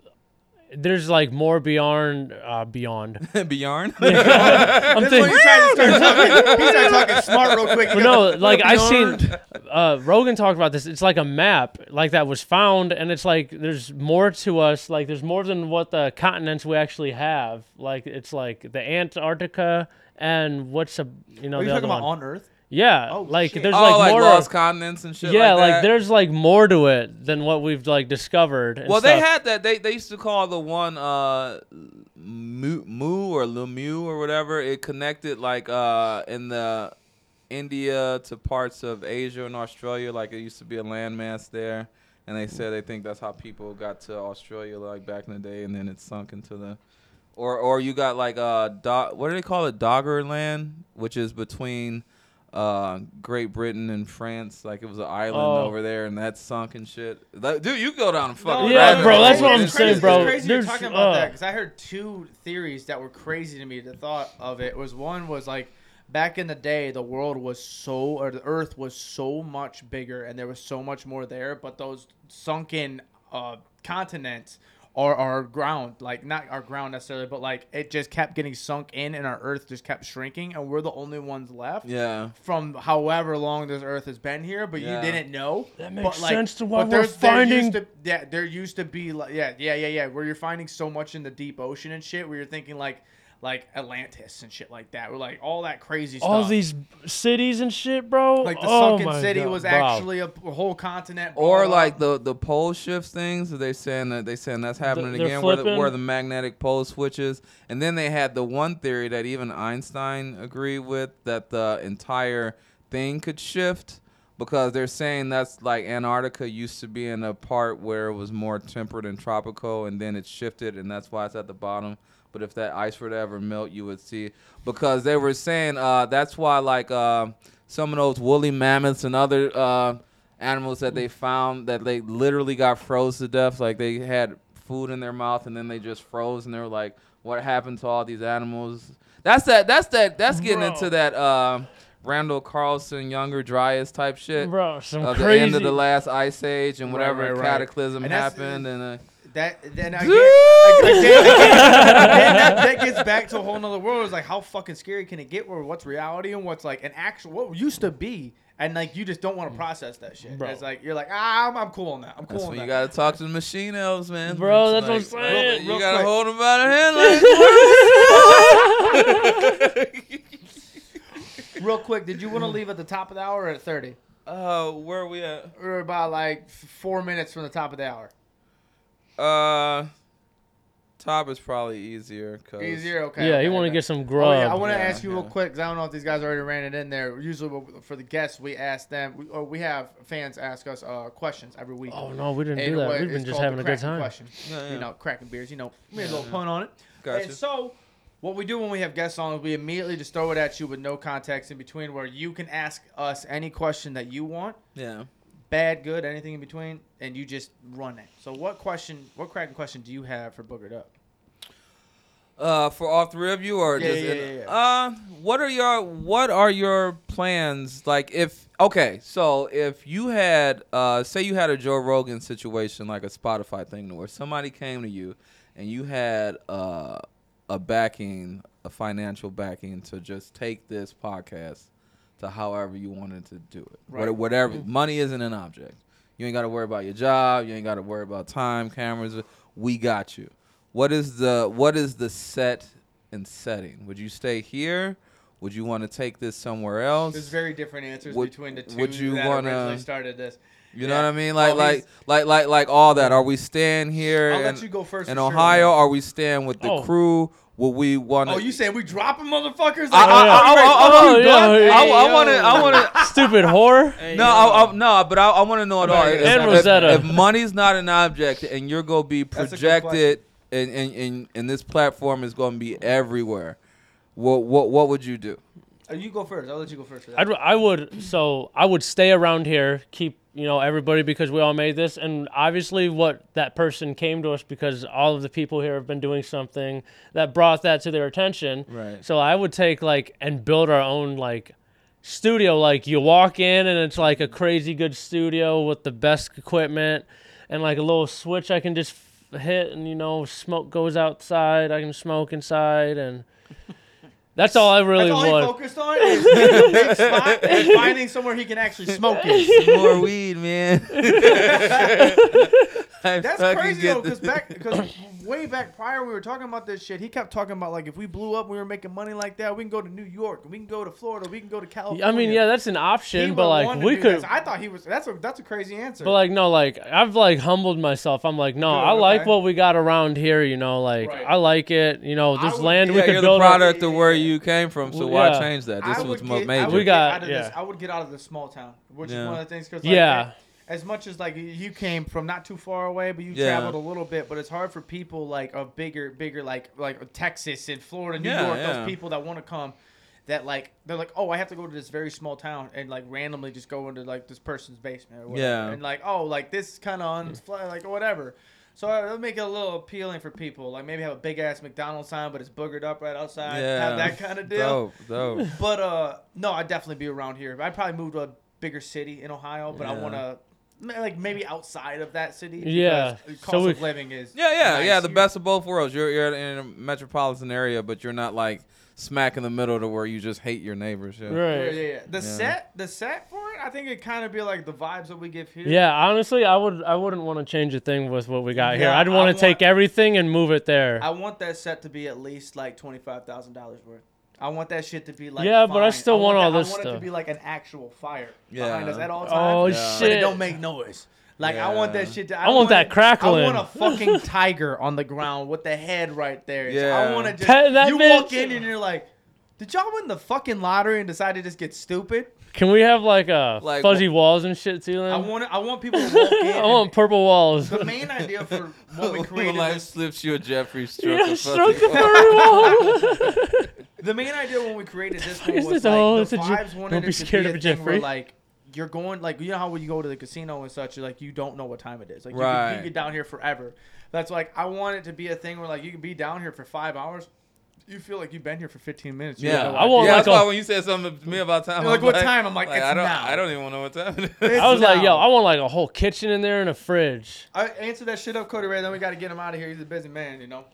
Speaker 1: there's like more beyond uh
Speaker 2: [LAUGHS]
Speaker 1: beyond. [LAUGHS]
Speaker 2: beyond
Speaker 1: I'm
Speaker 4: This is when
Speaker 1: thinking
Speaker 4: you try to start talking. He started talking smart
Speaker 1: [LAUGHS]
Speaker 4: real quick.
Speaker 1: But no, like I seen uh, Rogan talked about this. It's like a map, like that was found, and it's like there's more to us. Like there's more than what the continents we actually have. Like it's like the Antarctica and what's a you know
Speaker 4: Are you
Speaker 1: the
Speaker 4: talking
Speaker 1: other
Speaker 4: about
Speaker 1: one.
Speaker 4: on Earth?
Speaker 1: yeah,
Speaker 4: Oh,
Speaker 1: like
Speaker 4: shit.
Speaker 1: there's
Speaker 2: oh
Speaker 1: like,
Speaker 2: like,
Speaker 1: more.
Speaker 2: lost continents and shit
Speaker 1: yeah,
Speaker 2: like, that.
Speaker 1: there's like more to it than what we've like discovered. And
Speaker 2: well,
Speaker 1: stuff.
Speaker 2: they had that. They they used to call the one uh, Mu, Mu or Lemu or whatever. It connected like uh, in the India to parts of Asia and Australia. Like it used to be a landmass there, and they said they think that's how people got to Australia like back in the day, and then it sunk into the. Or or you got like uh, Do- what do they call it? Dogger Land, which is between. Uh, Great Britain and France, like it was an island
Speaker 1: Oh.
Speaker 2: over there, and that sunk and shit. That- dude, you go down a fucking
Speaker 1: Yeah,
Speaker 2: rabbit
Speaker 1: bro,
Speaker 2: hole
Speaker 1: that's what I'm
Speaker 2: with this
Speaker 4: It's crazy-
Speaker 1: saying,
Speaker 2: shit.
Speaker 1: bro.
Speaker 4: It's crazy you're
Speaker 1: There's-
Speaker 4: talking about that
Speaker 1: uh,
Speaker 4: because I heard two theories that were crazy to me. The thought of it was one was like back in the day, the world was so or the Earth was so much bigger and there was so much more there, but those sunken uh, continents. Are our ground, like not our ground necessarily, but like it just kept getting sunk in, and our Earth just kept shrinking, and we're the only ones left
Speaker 2: Yeah.
Speaker 4: from however long this earth has been here, but
Speaker 2: Yeah.
Speaker 4: you didn't know. That
Speaker 1: makes sense to what we're finding-
Speaker 4: Used to, yeah, there used to be like yeah, yeah, yeah, yeah, where you're finding so much in the deep ocean and shit, where you're thinking like. like Atlantis and shit like that, or like all that crazy stuff.
Speaker 1: All these cities and shit, bro.
Speaker 4: like the
Speaker 1: oh
Speaker 4: sunken
Speaker 1: my
Speaker 4: city
Speaker 1: God.
Speaker 4: was
Speaker 1: Wow.
Speaker 4: actually a p- whole continent. blah,
Speaker 2: Or
Speaker 4: blah,
Speaker 2: like the
Speaker 4: blah.
Speaker 2: the pole shifts things. Are they saying that they saying that's happening
Speaker 1: they're
Speaker 2: again? Where the, where
Speaker 1: flipping?
Speaker 2: the magnetic pole switches, and then they had the one theory that even Einstein agreed with that the entire thing could shift because they're saying that's like Antarctica used to be in a part where it was more temperate and tropical, and then it shifted, and that's why it's at the bottom. But if that ice were to ever melt, you would see because they were saying uh, that's why like uh, some of those woolly mammoths and other uh, animals that they found that they literally got froze to death. Like they had food in their mouth and then they just froze and they were like, "What happened to all these animals?" That's that. That's that. That's getting
Speaker 1: Bro.
Speaker 2: into that uh, Randall Carlson, younger Dryas type shit.
Speaker 1: bro some
Speaker 2: Of the
Speaker 1: crazy.
Speaker 2: end of the last ice age and whatever
Speaker 4: right, right.
Speaker 2: cataclysm
Speaker 4: And that's-
Speaker 2: happened and uh,
Speaker 4: that. Then again, again, again, again,
Speaker 1: [LAUGHS]
Speaker 4: that, that gets back to a whole nother world. It's like how fucking scary can it get? Where what's reality and what's like an actual what used to be, and like you just don't want to process that shit.
Speaker 1: Mm. Bro.
Speaker 4: It's like you're like ah, I'm, I'm cool on that. I'm cool
Speaker 2: that's
Speaker 4: on
Speaker 2: when
Speaker 4: that.
Speaker 2: you gotta talk to the machine elves, man.
Speaker 1: Bro,
Speaker 2: It's
Speaker 1: that's what I'm
Speaker 2: like,
Speaker 1: saying.
Speaker 2: You
Speaker 4: Real
Speaker 2: gotta
Speaker 4: quick.
Speaker 2: hold them by the hand. Like, [LAUGHS]
Speaker 4: [LAUGHS] Real quick, did you want to leave at the top of the hour or at thirty?
Speaker 2: uh, where are we at?
Speaker 4: We're about like f- four minutes from the top of the hour.
Speaker 2: Uh, top is probably easier. 'cause-
Speaker 4: Easier, okay.
Speaker 1: yeah,
Speaker 4: okay,
Speaker 1: you want to
Speaker 4: okay.
Speaker 1: get some grub.
Speaker 4: Oh, yeah, I want to
Speaker 2: Yeah,
Speaker 4: ask you real
Speaker 2: yeah.
Speaker 4: quick because I don't know if these guys already ran it in there. Usually, what- for the guests, we ask them, we, or we have fans ask us uh, questions every week.
Speaker 1: Oh no, we didn't
Speaker 4: And
Speaker 1: do that.
Speaker 4: what-
Speaker 1: We've
Speaker 4: it's
Speaker 1: been just
Speaker 4: called
Speaker 1: having
Speaker 4: the
Speaker 1: a good
Speaker 4: cracking
Speaker 1: time.
Speaker 4: Question.
Speaker 2: Yeah, yeah.
Speaker 4: You know, cracking beers. You know, made a little pun on it.
Speaker 2: Gotcha.
Speaker 4: And so, what we do when we have guests on, we immediately just throw it at you with no context in between, where you can ask us any question that you want,
Speaker 2: Yeah.
Speaker 4: bad, good, anything in between, and you just run it. So, what question, what cracking question do you have for Boogered Up?
Speaker 2: Uh, for all three of you, or
Speaker 4: Yeah,
Speaker 2: just
Speaker 4: yeah,
Speaker 2: in-
Speaker 4: yeah, yeah.
Speaker 2: uh, what are your what are your plans? Like, if okay, so if you had uh, say you had a Joe Rogan situation, like a Spotify thing, where somebody came to you and you had uh, a backing, a financial backing to just take this podcast to however you wanted to do it,
Speaker 4: Right. Mm-hmm.
Speaker 2: What- whatever. Money isn't an object. You ain't got to worry about your job. You ain't got to worry about time, cameras. We got you. What is the what is the set and setting? Would you stay here? Would you want to take this somewhere else?
Speaker 4: There's very different answers
Speaker 2: Would-
Speaker 4: between the 2
Speaker 2: would you
Speaker 4: that
Speaker 2: wanna-
Speaker 4: originally started this.
Speaker 2: you
Speaker 4: yeah.
Speaker 2: know what I mean? Like
Speaker 4: All
Speaker 2: like
Speaker 4: these-
Speaker 2: like like like all that. Are we staying here
Speaker 4: I'll
Speaker 2: in,
Speaker 4: let you go first.
Speaker 2: in
Speaker 4: for sure.
Speaker 2: Ohio? Are we staying with the
Speaker 1: Oh.
Speaker 2: crew? Would we want to?
Speaker 4: Oh, you saying we dropping motherfuckers?
Speaker 2: I, I,
Speaker 1: yeah.
Speaker 2: I, I, I, I,
Speaker 1: Oh, yeah,
Speaker 2: I- I- I
Speaker 4: yeah.
Speaker 2: want to. I
Speaker 1: [LAUGHS]
Speaker 2: want to.
Speaker 1: Stupid
Speaker 2: [LAUGHS]
Speaker 1: whore.
Speaker 2: No, I, I, no, but I, I want to know it all.
Speaker 4: Right.
Speaker 2: If-
Speaker 1: And
Speaker 2: if,
Speaker 1: Rosetta.
Speaker 2: if money's not an object, and you're gonna be
Speaker 4: That's a good
Speaker 2: projected, and, and and and this platform is gonna be everywhere, what what what would you do?
Speaker 4: Oh, you go first. I'll let you go first. For that.
Speaker 1: I'd, I would so I would stay around here, keep you know everybody because we all made this, and obviously what that person came to us because all of the people here have been doing something that brought that to their attention.
Speaker 2: Right.
Speaker 1: So I would take like and build our own like studio. Like you walk in and it's like a crazy good studio with the best equipment and like a little switch I can just f- hit and you know smoke goes outside. I can smoke inside
Speaker 4: [LAUGHS]
Speaker 1: and. That's all I really
Speaker 4: That's all
Speaker 1: would.
Speaker 4: he focused on is [LAUGHS] getting a big spot and finding somewhere he can actually smoke
Speaker 1: [LAUGHS]
Speaker 4: it.
Speaker 2: More weed, man. I
Speaker 4: That's
Speaker 2: fucking
Speaker 4: crazy
Speaker 2: get
Speaker 4: though, because
Speaker 2: this.
Speaker 4: back, because way back prior we were talking about this shit. He kept talking about like if we blew up, we were making money like that. We can go to New York, we can go to Florida, we can go to California.
Speaker 1: I mean, yeah, that's an
Speaker 4: Oh, He
Speaker 1: option,
Speaker 4: would
Speaker 1: but like
Speaker 4: wanna
Speaker 1: we
Speaker 4: do
Speaker 1: could,
Speaker 4: this. I thought he was. That's a that's a crazy answer.
Speaker 1: but like no, like I've like humbled myself. I'm like, no,
Speaker 4: Good,
Speaker 1: I like
Speaker 4: okay.
Speaker 1: what we got around here. You know, like
Speaker 4: Right.
Speaker 1: I like it. You know,
Speaker 4: I
Speaker 1: this
Speaker 4: would-
Speaker 1: land [LAUGHS] we
Speaker 2: yeah,
Speaker 1: could
Speaker 2: you're the
Speaker 1: build. on-
Speaker 2: product of where you came from, so
Speaker 1: Well,
Speaker 2: why
Speaker 1: yeah.
Speaker 2: change that? This
Speaker 4: I
Speaker 2: was
Speaker 4: would
Speaker 2: more
Speaker 4: get- I
Speaker 2: major.
Speaker 4: would
Speaker 1: We
Speaker 4: get
Speaker 1: got-
Speaker 4: out of this-
Speaker 1: yeah.
Speaker 4: I would get out of the small town, which is
Speaker 2: Yeah.
Speaker 4: one of the things. 'cause,
Speaker 1: Yeah.
Speaker 4: Like, as much as like you came from not too far away, but you
Speaker 2: Yeah.
Speaker 4: traveled a little bit, but it's hard for people like of bigger, bigger like like Texas and Florida, New
Speaker 2: Yeah,
Speaker 4: York,
Speaker 2: yeah.
Speaker 4: those people that want to come. That like they're like oh I have to go to this very small town and like randomly just go into like this person's basement or whatever
Speaker 2: Yeah.
Speaker 4: and like oh like this kind of on fly like whatever so uh, it'll make it a little appealing for people like maybe have a big ass McDonald's sign but it's boogered up right outside uh, have that kind of deal
Speaker 2: Dope,
Speaker 4: [LAUGHS]
Speaker 2: dope.
Speaker 4: but uh, no, I'd definitely be around here. I'd probably move to a bigger city in Ohio, but I
Speaker 2: Yeah.
Speaker 4: want to ma- like maybe outside of that city.
Speaker 1: Yeah,
Speaker 4: because the
Speaker 1: so
Speaker 4: Cost
Speaker 1: we-
Speaker 4: of living is.
Speaker 2: Yeah, yeah,
Speaker 4: nice
Speaker 2: yeah. The
Speaker 4: here.
Speaker 2: best of both worlds. You're you're in a metropolitan area, but you're not like smack in the middle to where you just hate your neighbors. Yeah.
Speaker 4: Yeah,
Speaker 1: Right.
Speaker 4: yeah, yeah. The set, the set for it, I think it kind of be like the vibes that we give here.
Speaker 1: Yeah, honestly, I would I wouldn't want to change a thing with what we got here.
Speaker 4: Yeah,
Speaker 1: I'd
Speaker 4: I
Speaker 1: want
Speaker 4: want-
Speaker 1: to take everything and move it there.
Speaker 4: I want that set to be at least like twenty five thousand dollars worth. I want that shit to be like.
Speaker 1: Yeah, but I
Speaker 4: fine.
Speaker 1: still want
Speaker 4: that-
Speaker 1: all this
Speaker 4: I want it
Speaker 1: stuff.
Speaker 4: to be like an actual fire behind
Speaker 2: Yeah.
Speaker 4: us at all
Speaker 1: oh
Speaker 4: times.
Speaker 2: Yeah.
Speaker 4: But it
Speaker 1: shit!
Speaker 4: don't make noise. Like I want that
Speaker 2: Yeah.
Speaker 4: shit. To,
Speaker 1: I want that
Speaker 4: it-
Speaker 1: crackling.
Speaker 4: I want
Speaker 1: [LAUGHS]
Speaker 4: a fucking tiger on the ground with the head right there. So
Speaker 2: Yeah.
Speaker 4: I want to just.
Speaker 1: Pet that
Speaker 4: you walk
Speaker 1: bitch.
Speaker 4: in and you're like, did y'all win the fucking lottery and decide to just get stupid?
Speaker 1: Can we have like a
Speaker 2: Like,
Speaker 1: fuzzy walls and shit too? Then?
Speaker 4: I want. I want people to walk in.
Speaker 1: Um, [LAUGHS] I want
Speaker 4: and-
Speaker 1: purple
Speaker 4: [LAUGHS]
Speaker 1: walls. [LAUGHS]
Speaker 4: the main
Speaker 2: [LAUGHS]
Speaker 4: idea for what we created
Speaker 2: life
Speaker 4: this-
Speaker 2: slips you
Speaker 1: [LAUGHS]
Speaker 2: a Jeffrey stroke.
Speaker 1: yeah,
Speaker 2: of
Speaker 1: stroke the
Speaker 2: fucking-
Speaker 1: furry
Speaker 4: [LAUGHS]
Speaker 1: wall.
Speaker 4: The main idea when we created
Speaker 1: [LAUGHS]
Speaker 4: this one
Speaker 1: Is
Speaker 4: was
Speaker 1: this
Speaker 4: like
Speaker 1: all-
Speaker 4: the
Speaker 1: it's a Jew-
Speaker 4: vibes wanted
Speaker 1: Don't be
Speaker 4: it to
Speaker 1: scared
Speaker 4: be a
Speaker 1: of a
Speaker 4: thing where,
Speaker 1: Jeffrey.
Speaker 4: like you're going like you know how when you go to the casino and such, you're like you don't know what time it is. Like you, could,
Speaker 2: Right.
Speaker 4: you get down here forever. That's like I want it to be a thing where like you could be down here for five hours. You feel like you've been here for 15 minutes.
Speaker 2: [LAUGHS]
Speaker 4: You
Speaker 2: Yeah,
Speaker 4: have no
Speaker 1: I want,
Speaker 2: yeah,
Speaker 1: like,
Speaker 2: that's why
Speaker 1: a-
Speaker 2: when you said something to me about time,
Speaker 4: You're like,
Speaker 2: I'm
Speaker 4: "What time?" I'm like, "It's
Speaker 2: I don't,
Speaker 4: now."
Speaker 2: I don't even know what time. It
Speaker 4: It's
Speaker 2: is.
Speaker 1: I was like, yo,
Speaker 4: now.
Speaker 1: I want like a whole kitchen in there and a fridge.
Speaker 4: I answer that shit up, Cody Ray. Then we got to get him out of here. He's a busy man, you know.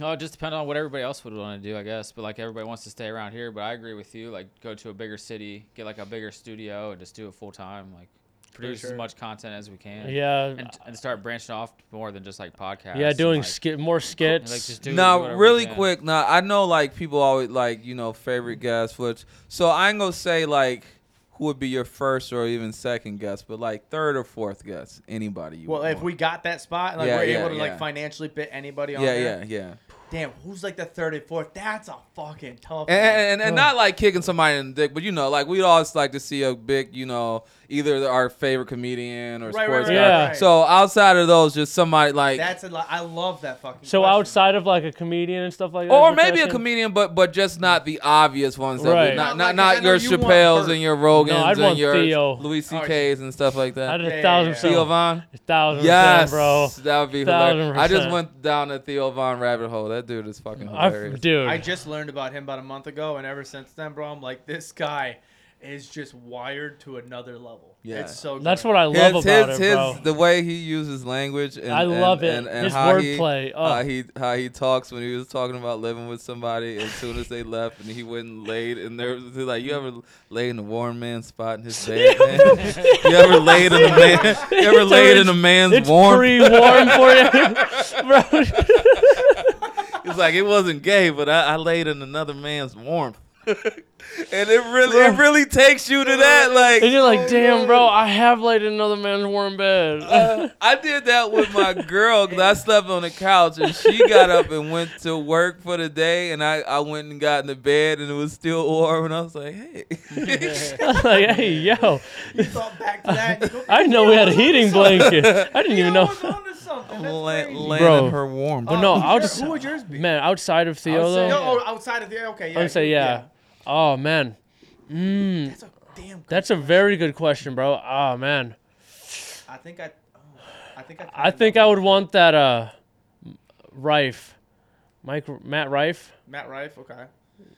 Speaker 3: No, it just depends on what everybody else would want to do, I guess. But like everybody wants to stay around here. But I agree with you. Like go to a bigger city, get like a bigger studio, and just do it full time. Like produce
Speaker 4: sure.
Speaker 3: as much content as we can.
Speaker 1: Yeah,
Speaker 3: And, and start branching off more than just like podcasts.
Speaker 1: yeah,
Speaker 3: and,
Speaker 1: doing
Speaker 3: like,
Speaker 1: skit, more skits.
Speaker 3: like, just do
Speaker 2: Now,
Speaker 3: whatever we
Speaker 2: really
Speaker 3: can.
Speaker 2: quick. Now, I know like people always like you know favorite guests, which so I ain't gonna say like who would be your first or even second guest, but like third or fourth guest, anybody you.
Speaker 4: Well,
Speaker 2: would
Speaker 4: if
Speaker 2: want.
Speaker 4: we got that spot, like
Speaker 2: Yeah,
Speaker 4: we're
Speaker 2: yeah,
Speaker 4: able to
Speaker 2: yeah.
Speaker 4: like financially bit anybody on
Speaker 2: yeah, yeah,
Speaker 4: there.
Speaker 2: yeah,
Speaker 4: Damn, who's like the third and fourth? That's a fucking tough.
Speaker 2: and and,
Speaker 4: one.
Speaker 2: and, and not like kicking somebody in the dick, but you know, like we'd always like to see a big, you know, either our favorite comedian or
Speaker 4: Right, right,
Speaker 2: sports
Speaker 1: right,
Speaker 2: guy.
Speaker 1: Yeah. right.
Speaker 2: So outside of those, just somebody like.
Speaker 4: That's a lot. I love that fucking.
Speaker 1: so
Speaker 4: question.
Speaker 1: outside of like a comedian and stuff like that.
Speaker 2: or
Speaker 1: is what
Speaker 2: maybe
Speaker 1: you're
Speaker 2: a
Speaker 1: saying?
Speaker 2: comedian, but but just not the obvious ones. that we-
Speaker 1: Right.
Speaker 2: Not not,
Speaker 4: Not like-
Speaker 2: not,
Speaker 4: 'cause I know
Speaker 2: your
Speaker 4: you want
Speaker 2: Chappelles
Speaker 4: Bert.
Speaker 2: and your Rogans
Speaker 1: No, I'd
Speaker 2: and
Speaker 1: want
Speaker 2: your
Speaker 1: Theo.
Speaker 2: Louis
Speaker 4: Oh,
Speaker 2: C.K's and stuff like
Speaker 1: I'd
Speaker 2: that.
Speaker 1: have
Speaker 4: Yeah,
Speaker 1: thousand
Speaker 4: yeah, yeah.
Speaker 2: Theo
Speaker 1: percent-
Speaker 2: Von.
Speaker 1: thousand
Speaker 2: Yes,
Speaker 1: percent, bro.
Speaker 2: that would be
Speaker 1: Thousand
Speaker 2: hilarious. I just
Speaker 1: percent. went
Speaker 2: went down a Theo Von rabbit hole. That dude is fucking
Speaker 1: I,
Speaker 2: hilarious.
Speaker 1: dude,
Speaker 4: I just learned about him about a month ago, and ever since then, bro, I'm like, this guy is just wired to another level.
Speaker 2: Yeah.
Speaker 4: it's so.
Speaker 1: that's
Speaker 4: good.
Speaker 1: what I love
Speaker 2: his,
Speaker 1: about
Speaker 2: his,
Speaker 1: it, bro.
Speaker 2: his- the way he uses language. And,
Speaker 1: I love
Speaker 2: and,
Speaker 1: it.
Speaker 2: And, and
Speaker 1: His
Speaker 2: how
Speaker 1: wordplay,
Speaker 2: He,
Speaker 1: oh.
Speaker 2: How he how he talks when he was talking about living with somebody. As soon as they left, and he went and laid in there. he's Like you ever laid in a warm man's spot in
Speaker 1: [LAUGHS]
Speaker 2: his bed? man? [LAUGHS] you ever laid in a man? [LAUGHS] You ever
Speaker 1: It's
Speaker 2: laid
Speaker 1: always-
Speaker 2: in a man's
Speaker 1: it's
Speaker 2: warm?
Speaker 1: pre-warm for
Speaker 2: [LAUGHS]
Speaker 1: you, [LAUGHS] bro.
Speaker 2: It's like it wasn't gay, but I, I laid in another man's warmth. [LAUGHS] and it really it really takes you to that like
Speaker 1: And you're like, damn, bro, I have laid in another man's warm bed. [LAUGHS]
Speaker 2: Uh, I did that with my girl because I slept on the couch and she got up and went to work for the day and I, I went and got in the bed and it was still warm and I was like,
Speaker 4: [LAUGHS]
Speaker 2: hey.
Speaker 1: like, hey,
Speaker 2: [LAUGHS]
Speaker 1: yo,
Speaker 4: You thought back to that. and you go,
Speaker 1: [LAUGHS] I didn't know we had a heating blanket. I didn't
Speaker 4: "Yo,
Speaker 1: even
Speaker 4: I
Speaker 1: know.
Speaker 4: was onto something. That's
Speaker 2: La-
Speaker 4: crazy."
Speaker 2: laying
Speaker 1: Bro.
Speaker 2: in her warm.
Speaker 1: But no,
Speaker 4: who's
Speaker 1: I'll
Speaker 4: your-
Speaker 1: just-
Speaker 4: Who would yours be?
Speaker 1: [LAUGHS] Man, outside of Theo,
Speaker 3: say-
Speaker 1: though,
Speaker 4: No, oh, outside of the. Okay, yeah.
Speaker 1: I would say, yeah. Oh, man. Mm,
Speaker 4: That's a damn. Good,
Speaker 1: that's a very good question, bro. Oh, man.
Speaker 4: I think I. oh, I think I.
Speaker 1: I think I would want that uh, Rife. Mike, Matt Rife.
Speaker 4: Matt Rife. Okay.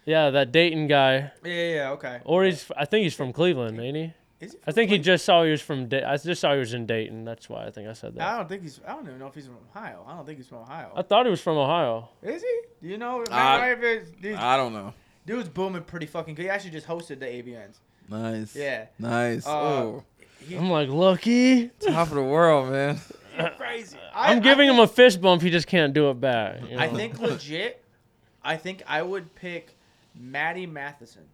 Speaker 1: Yeah, that Dayton guy.
Speaker 4: Yeah, yeah, yeah. Okay.
Speaker 1: Or he's, I think he's from Cleveland, ain't he?
Speaker 4: Is he
Speaker 1: I think he just saw he was from, da- I just saw he was in Dayton. That's why I think I said that.
Speaker 4: I don't think he's. I don't even know if he's from Ohio. I don't think he's from Ohio.
Speaker 1: I thought he was from Ohio.
Speaker 4: Is he? Do you know?
Speaker 2: I-
Speaker 4: Matt Rife is, dude,
Speaker 2: I don't know.
Speaker 4: dude's booming pretty fucking good. He actually just hosted the ABNs.
Speaker 2: Nice.
Speaker 4: Yeah.
Speaker 2: Nice.
Speaker 4: Uh,
Speaker 2: oh,
Speaker 1: I'm like, lucky.
Speaker 2: top of the world, man. [LAUGHS]
Speaker 4: Crazy. I,
Speaker 1: I'm giving him a fist bump. He just can't do it back. you
Speaker 4: I
Speaker 1: know?
Speaker 4: [LAUGHS] think legit. I think I would pick Maddie Matheson.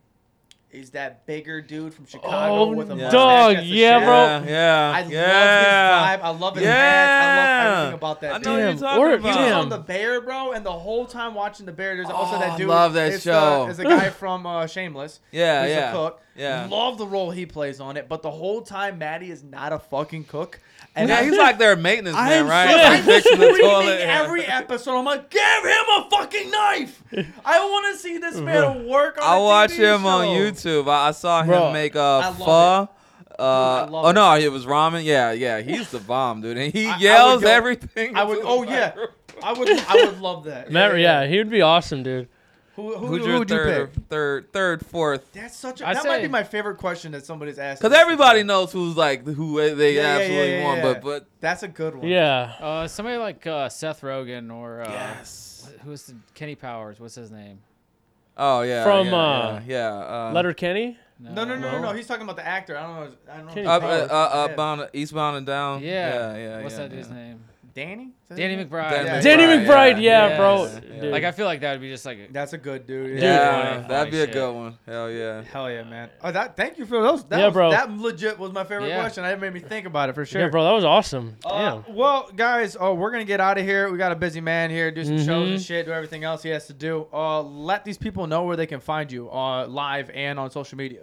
Speaker 4: Is that bigger dude from Chicago
Speaker 1: Oh,
Speaker 4: with a
Speaker 1: Yeah.
Speaker 4: mustache?
Speaker 1: dog,
Speaker 4: that's a
Speaker 1: yeah,
Speaker 4: shit.
Speaker 1: bro.
Speaker 2: Yeah. yeah, yeah.
Speaker 4: I love his vibe. I love his
Speaker 2: Yeah.
Speaker 4: pants. I love everything about
Speaker 2: I
Speaker 4: that.
Speaker 2: know
Speaker 4: dude.
Speaker 2: what
Speaker 1: Damn,
Speaker 2: you're talking
Speaker 1: or-
Speaker 4: He was
Speaker 2: about.
Speaker 1: damn.
Speaker 4: on the Bear, bro, and the whole time watching the Bear, there's also
Speaker 2: Oh, I
Speaker 4: that dude.
Speaker 2: love that
Speaker 4: it's
Speaker 2: show.
Speaker 4: The, it's
Speaker 2: [LAUGHS]
Speaker 4: the guy from uh, Shameless.
Speaker 2: Yeah,
Speaker 4: He's
Speaker 2: yeah.
Speaker 4: a cook.
Speaker 2: Yeah.
Speaker 4: Love the role he plays on it, but the whole time Maddie is not a fucking cook. And
Speaker 2: Yeah,
Speaker 4: I-
Speaker 2: he's like their maintenance
Speaker 4: I
Speaker 2: man,
Speaker 4: am
Speaker 2: right?
Speaker 4: so-
Speaker 2: Like
Speaker 4: I'm
Speaker 2: fixing the
Speaker 4: screaming
Speaker 2: toilet.
Speaker 4: every episode. I'm like, give him a fucking knife. I want to see this man work on
Speaker 2: I
Speaker 4: a
Speaker 2: watch
Speaker 4: TV
Speaker 2: him on
Speaker 4: show.
Speaker 2: YouTube. I, I saw him
Speaker 1: Bro,
Speaker 2: make
Speaker 4: I
Speaker 2: uh,
Speaker 4: love
Speaker 2: pho.
Speaker 4: I
Speaker 2: Uh,
Speaker 4: love
Speaker 2: oh no, it was ramen. Yeah, yeah, he's
Speaker 4: [LAUGHS]
Speaker 2: the bomb, dude, and he
Speaker 4: I would
Speaker 2: yells
Speaker 4: go-
Speaker 2: everything. [LAUGHS]
Speaker 4: I would.
Speaker 2: into
Speaker 4: Oh
Speaker 2: the
Speaker 4: yeah.
Speaker 2: microphone.
Speaker 4: I would. I would love that.
Speaker 1: Matt, yeah, he would be awesome, dude.
Speaker 4: Who who,
Speaker 2: Who's
Speaker 4: who
Speaker 2: your
Speaker 4: would you
Speaker 2: third,
Speaker 4: pick?
Speaker 2: or third, third, fourth?
Speaker 4: That's such a,
Speaker 3: I'd
Speaker 4: that might
Speaker 3: say-
Speaker 4: be my favorite question that somebody's asked.
Speaker 2: Because
Speaker 4: me.
Speaker 2: everybody knows who's like who they
Speaker 4: Yeah, yeah,
Speaker 2: absolutely
Speaker 4: yeah, yeah,
Speaker 2: want.
Speaker 4: yeah.
Speaker 2: But but
Speaker 4: That's a good one.
Speaker 1: Yeah.
Speaker 3: Uh, somebody like uh, Seth Rogen or uh,
Speaker 2: yes.
Speaker 3: wh- who's the, Kenny Powers? What's his name?
Speaker 2: Oh yeah.
Speaker 1: From,
Speaker 2: yeah,
Speaker 1: uh,
Speaker 2: yeah. yeah, uh,
Speaker 1: Letter Kenny.
Speaker 4: No, no, no, no,
Speaker 1: No.
Speaker 4: no. He's talking about the actor. I don't know. his- I don't know.
Speaker 1: Kenny
Speaker 4: his
Speaker 2: Up, uh,
Speaker 1: Powers.
Speaker 4: name.
Speaker 2: uh,
Speaker 4: Yeah.
Speaker 2: upbound, eastbound and down.
Speaker 3: Yeah.
Speaker 2: yeah, yeah.
Speaker 3: What's
Speaker 2: yeah,
Speaker 3: that dude's
Speaker 2: yeah.
Speaker 3: name?
Speaker 4: Danny. Is that
Speaker 3: Danny
Speaker 4: his name?
Speaker 3: McBride.
Speaker 2: Danny
Speaker 4: Yeah.
Speaker 1: Danny
Speaker 2: McBride,
Speaker 1: McBride. Yeah,
Speaker 2: yeah,
Speaker 1: bro.
Speaker 3: yes.
Speaker 1: Dude.
Speaker 3: Like I feel like that would be just like. a-
Speaker 4: That's a good dude.
Speaker 2: Yeah,
Speaker 3: Dude.
Speaker 2: that'd be
Speaker 3: Holy
Speaker 2: a
Speaker 3: shit.
Speaker 2: good one. Hell yeah.
Speaker 4: Hell yeah, man. Oh, that. Thank you for those. That
Speaker 1: Yeah,
Speaker 4: was,
Speaker 1: bro.
Speaker 4: That legit was my favorite
Speaker 3: Yeah.
Speaker 4: question. That made me think about it for sure.
Speaker 1: Yeah, bro, that was awesome.
Speaker 4: Uh,
Speaker 1: Damn.
Speaker 4: well, guys, oh, we're gonna get out of here. We got a busy man here. Do some shows and
Speaker 1: Mhm.
Speaker 4: shit. Do everything else he has to do. Uh, let these people know where they can find you, uh, live and on social media.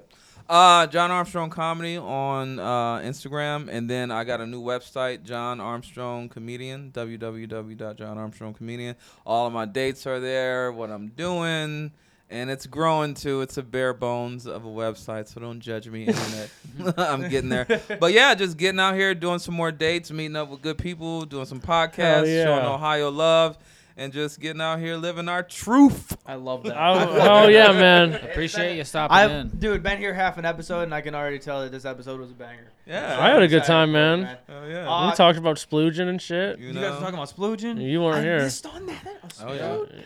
Speaker 2: Uh, John Armstrong Comedy on uh, Instagram, and then I got a new website, John Armstrong Comedian, www.johnarmstrongcomedian. All of my dates are there, what I'm doing, and it's growing too. It's a bare bones of a website, so don't judge me, internet. [LAUGHS] I'm getting there, but yeah, just getting out here, doing some more dates, meeting up with good people, doing some podcasts,
Speaker 1: yeah.
Speaker 2: showing Ohio love, and just getting out here living our truth.
Speaker 4: I love that.
Speaker 1: Oh, oh yeah,
Speaker 4: [LAUGHS]
Speaker 1: man.
Speaker 3: Appreciate you stopping in.
Speaker 4: I've dude been here half an episode, and I can already tell that this episode was a banger.
Speaker 2: Yeah,
Speaker 1: I had a good
Speaker 4: Excited
Speaker 1: time,
Speaker 4: for it,
Speaker 1: man.
Speaker 2: Hell yeah.
Speaker 4: Uh,
Speaker 1: we talked about splooging and shit.
Speaker 4: You, guys were talking about splooging.
Speaker 1: You weren't
Speaker 4: I
Speaker 1: here.
Speaker 4: missed on that.
Speaker 2: Oh yeah.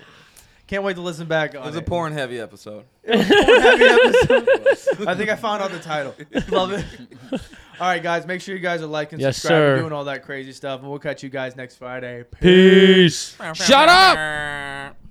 Speaker 4: Can't wait to listen back. On
Speaker 2: It was a porn heavy episode.
Speaker 4: Happy episode. I think I found out the title. [LAUGHS] Love it. All right, guys, make sure you guys are liking,
Speaker 1: Yes,
Speaker 4: subscribing,
Speaker 1: sir.
Speaker 4: doing all that crazy stuff, and we'll catch you guys next Friday.
Speaker 1: Peace.
Speaker 3: Shut up!
Speaker 2: up!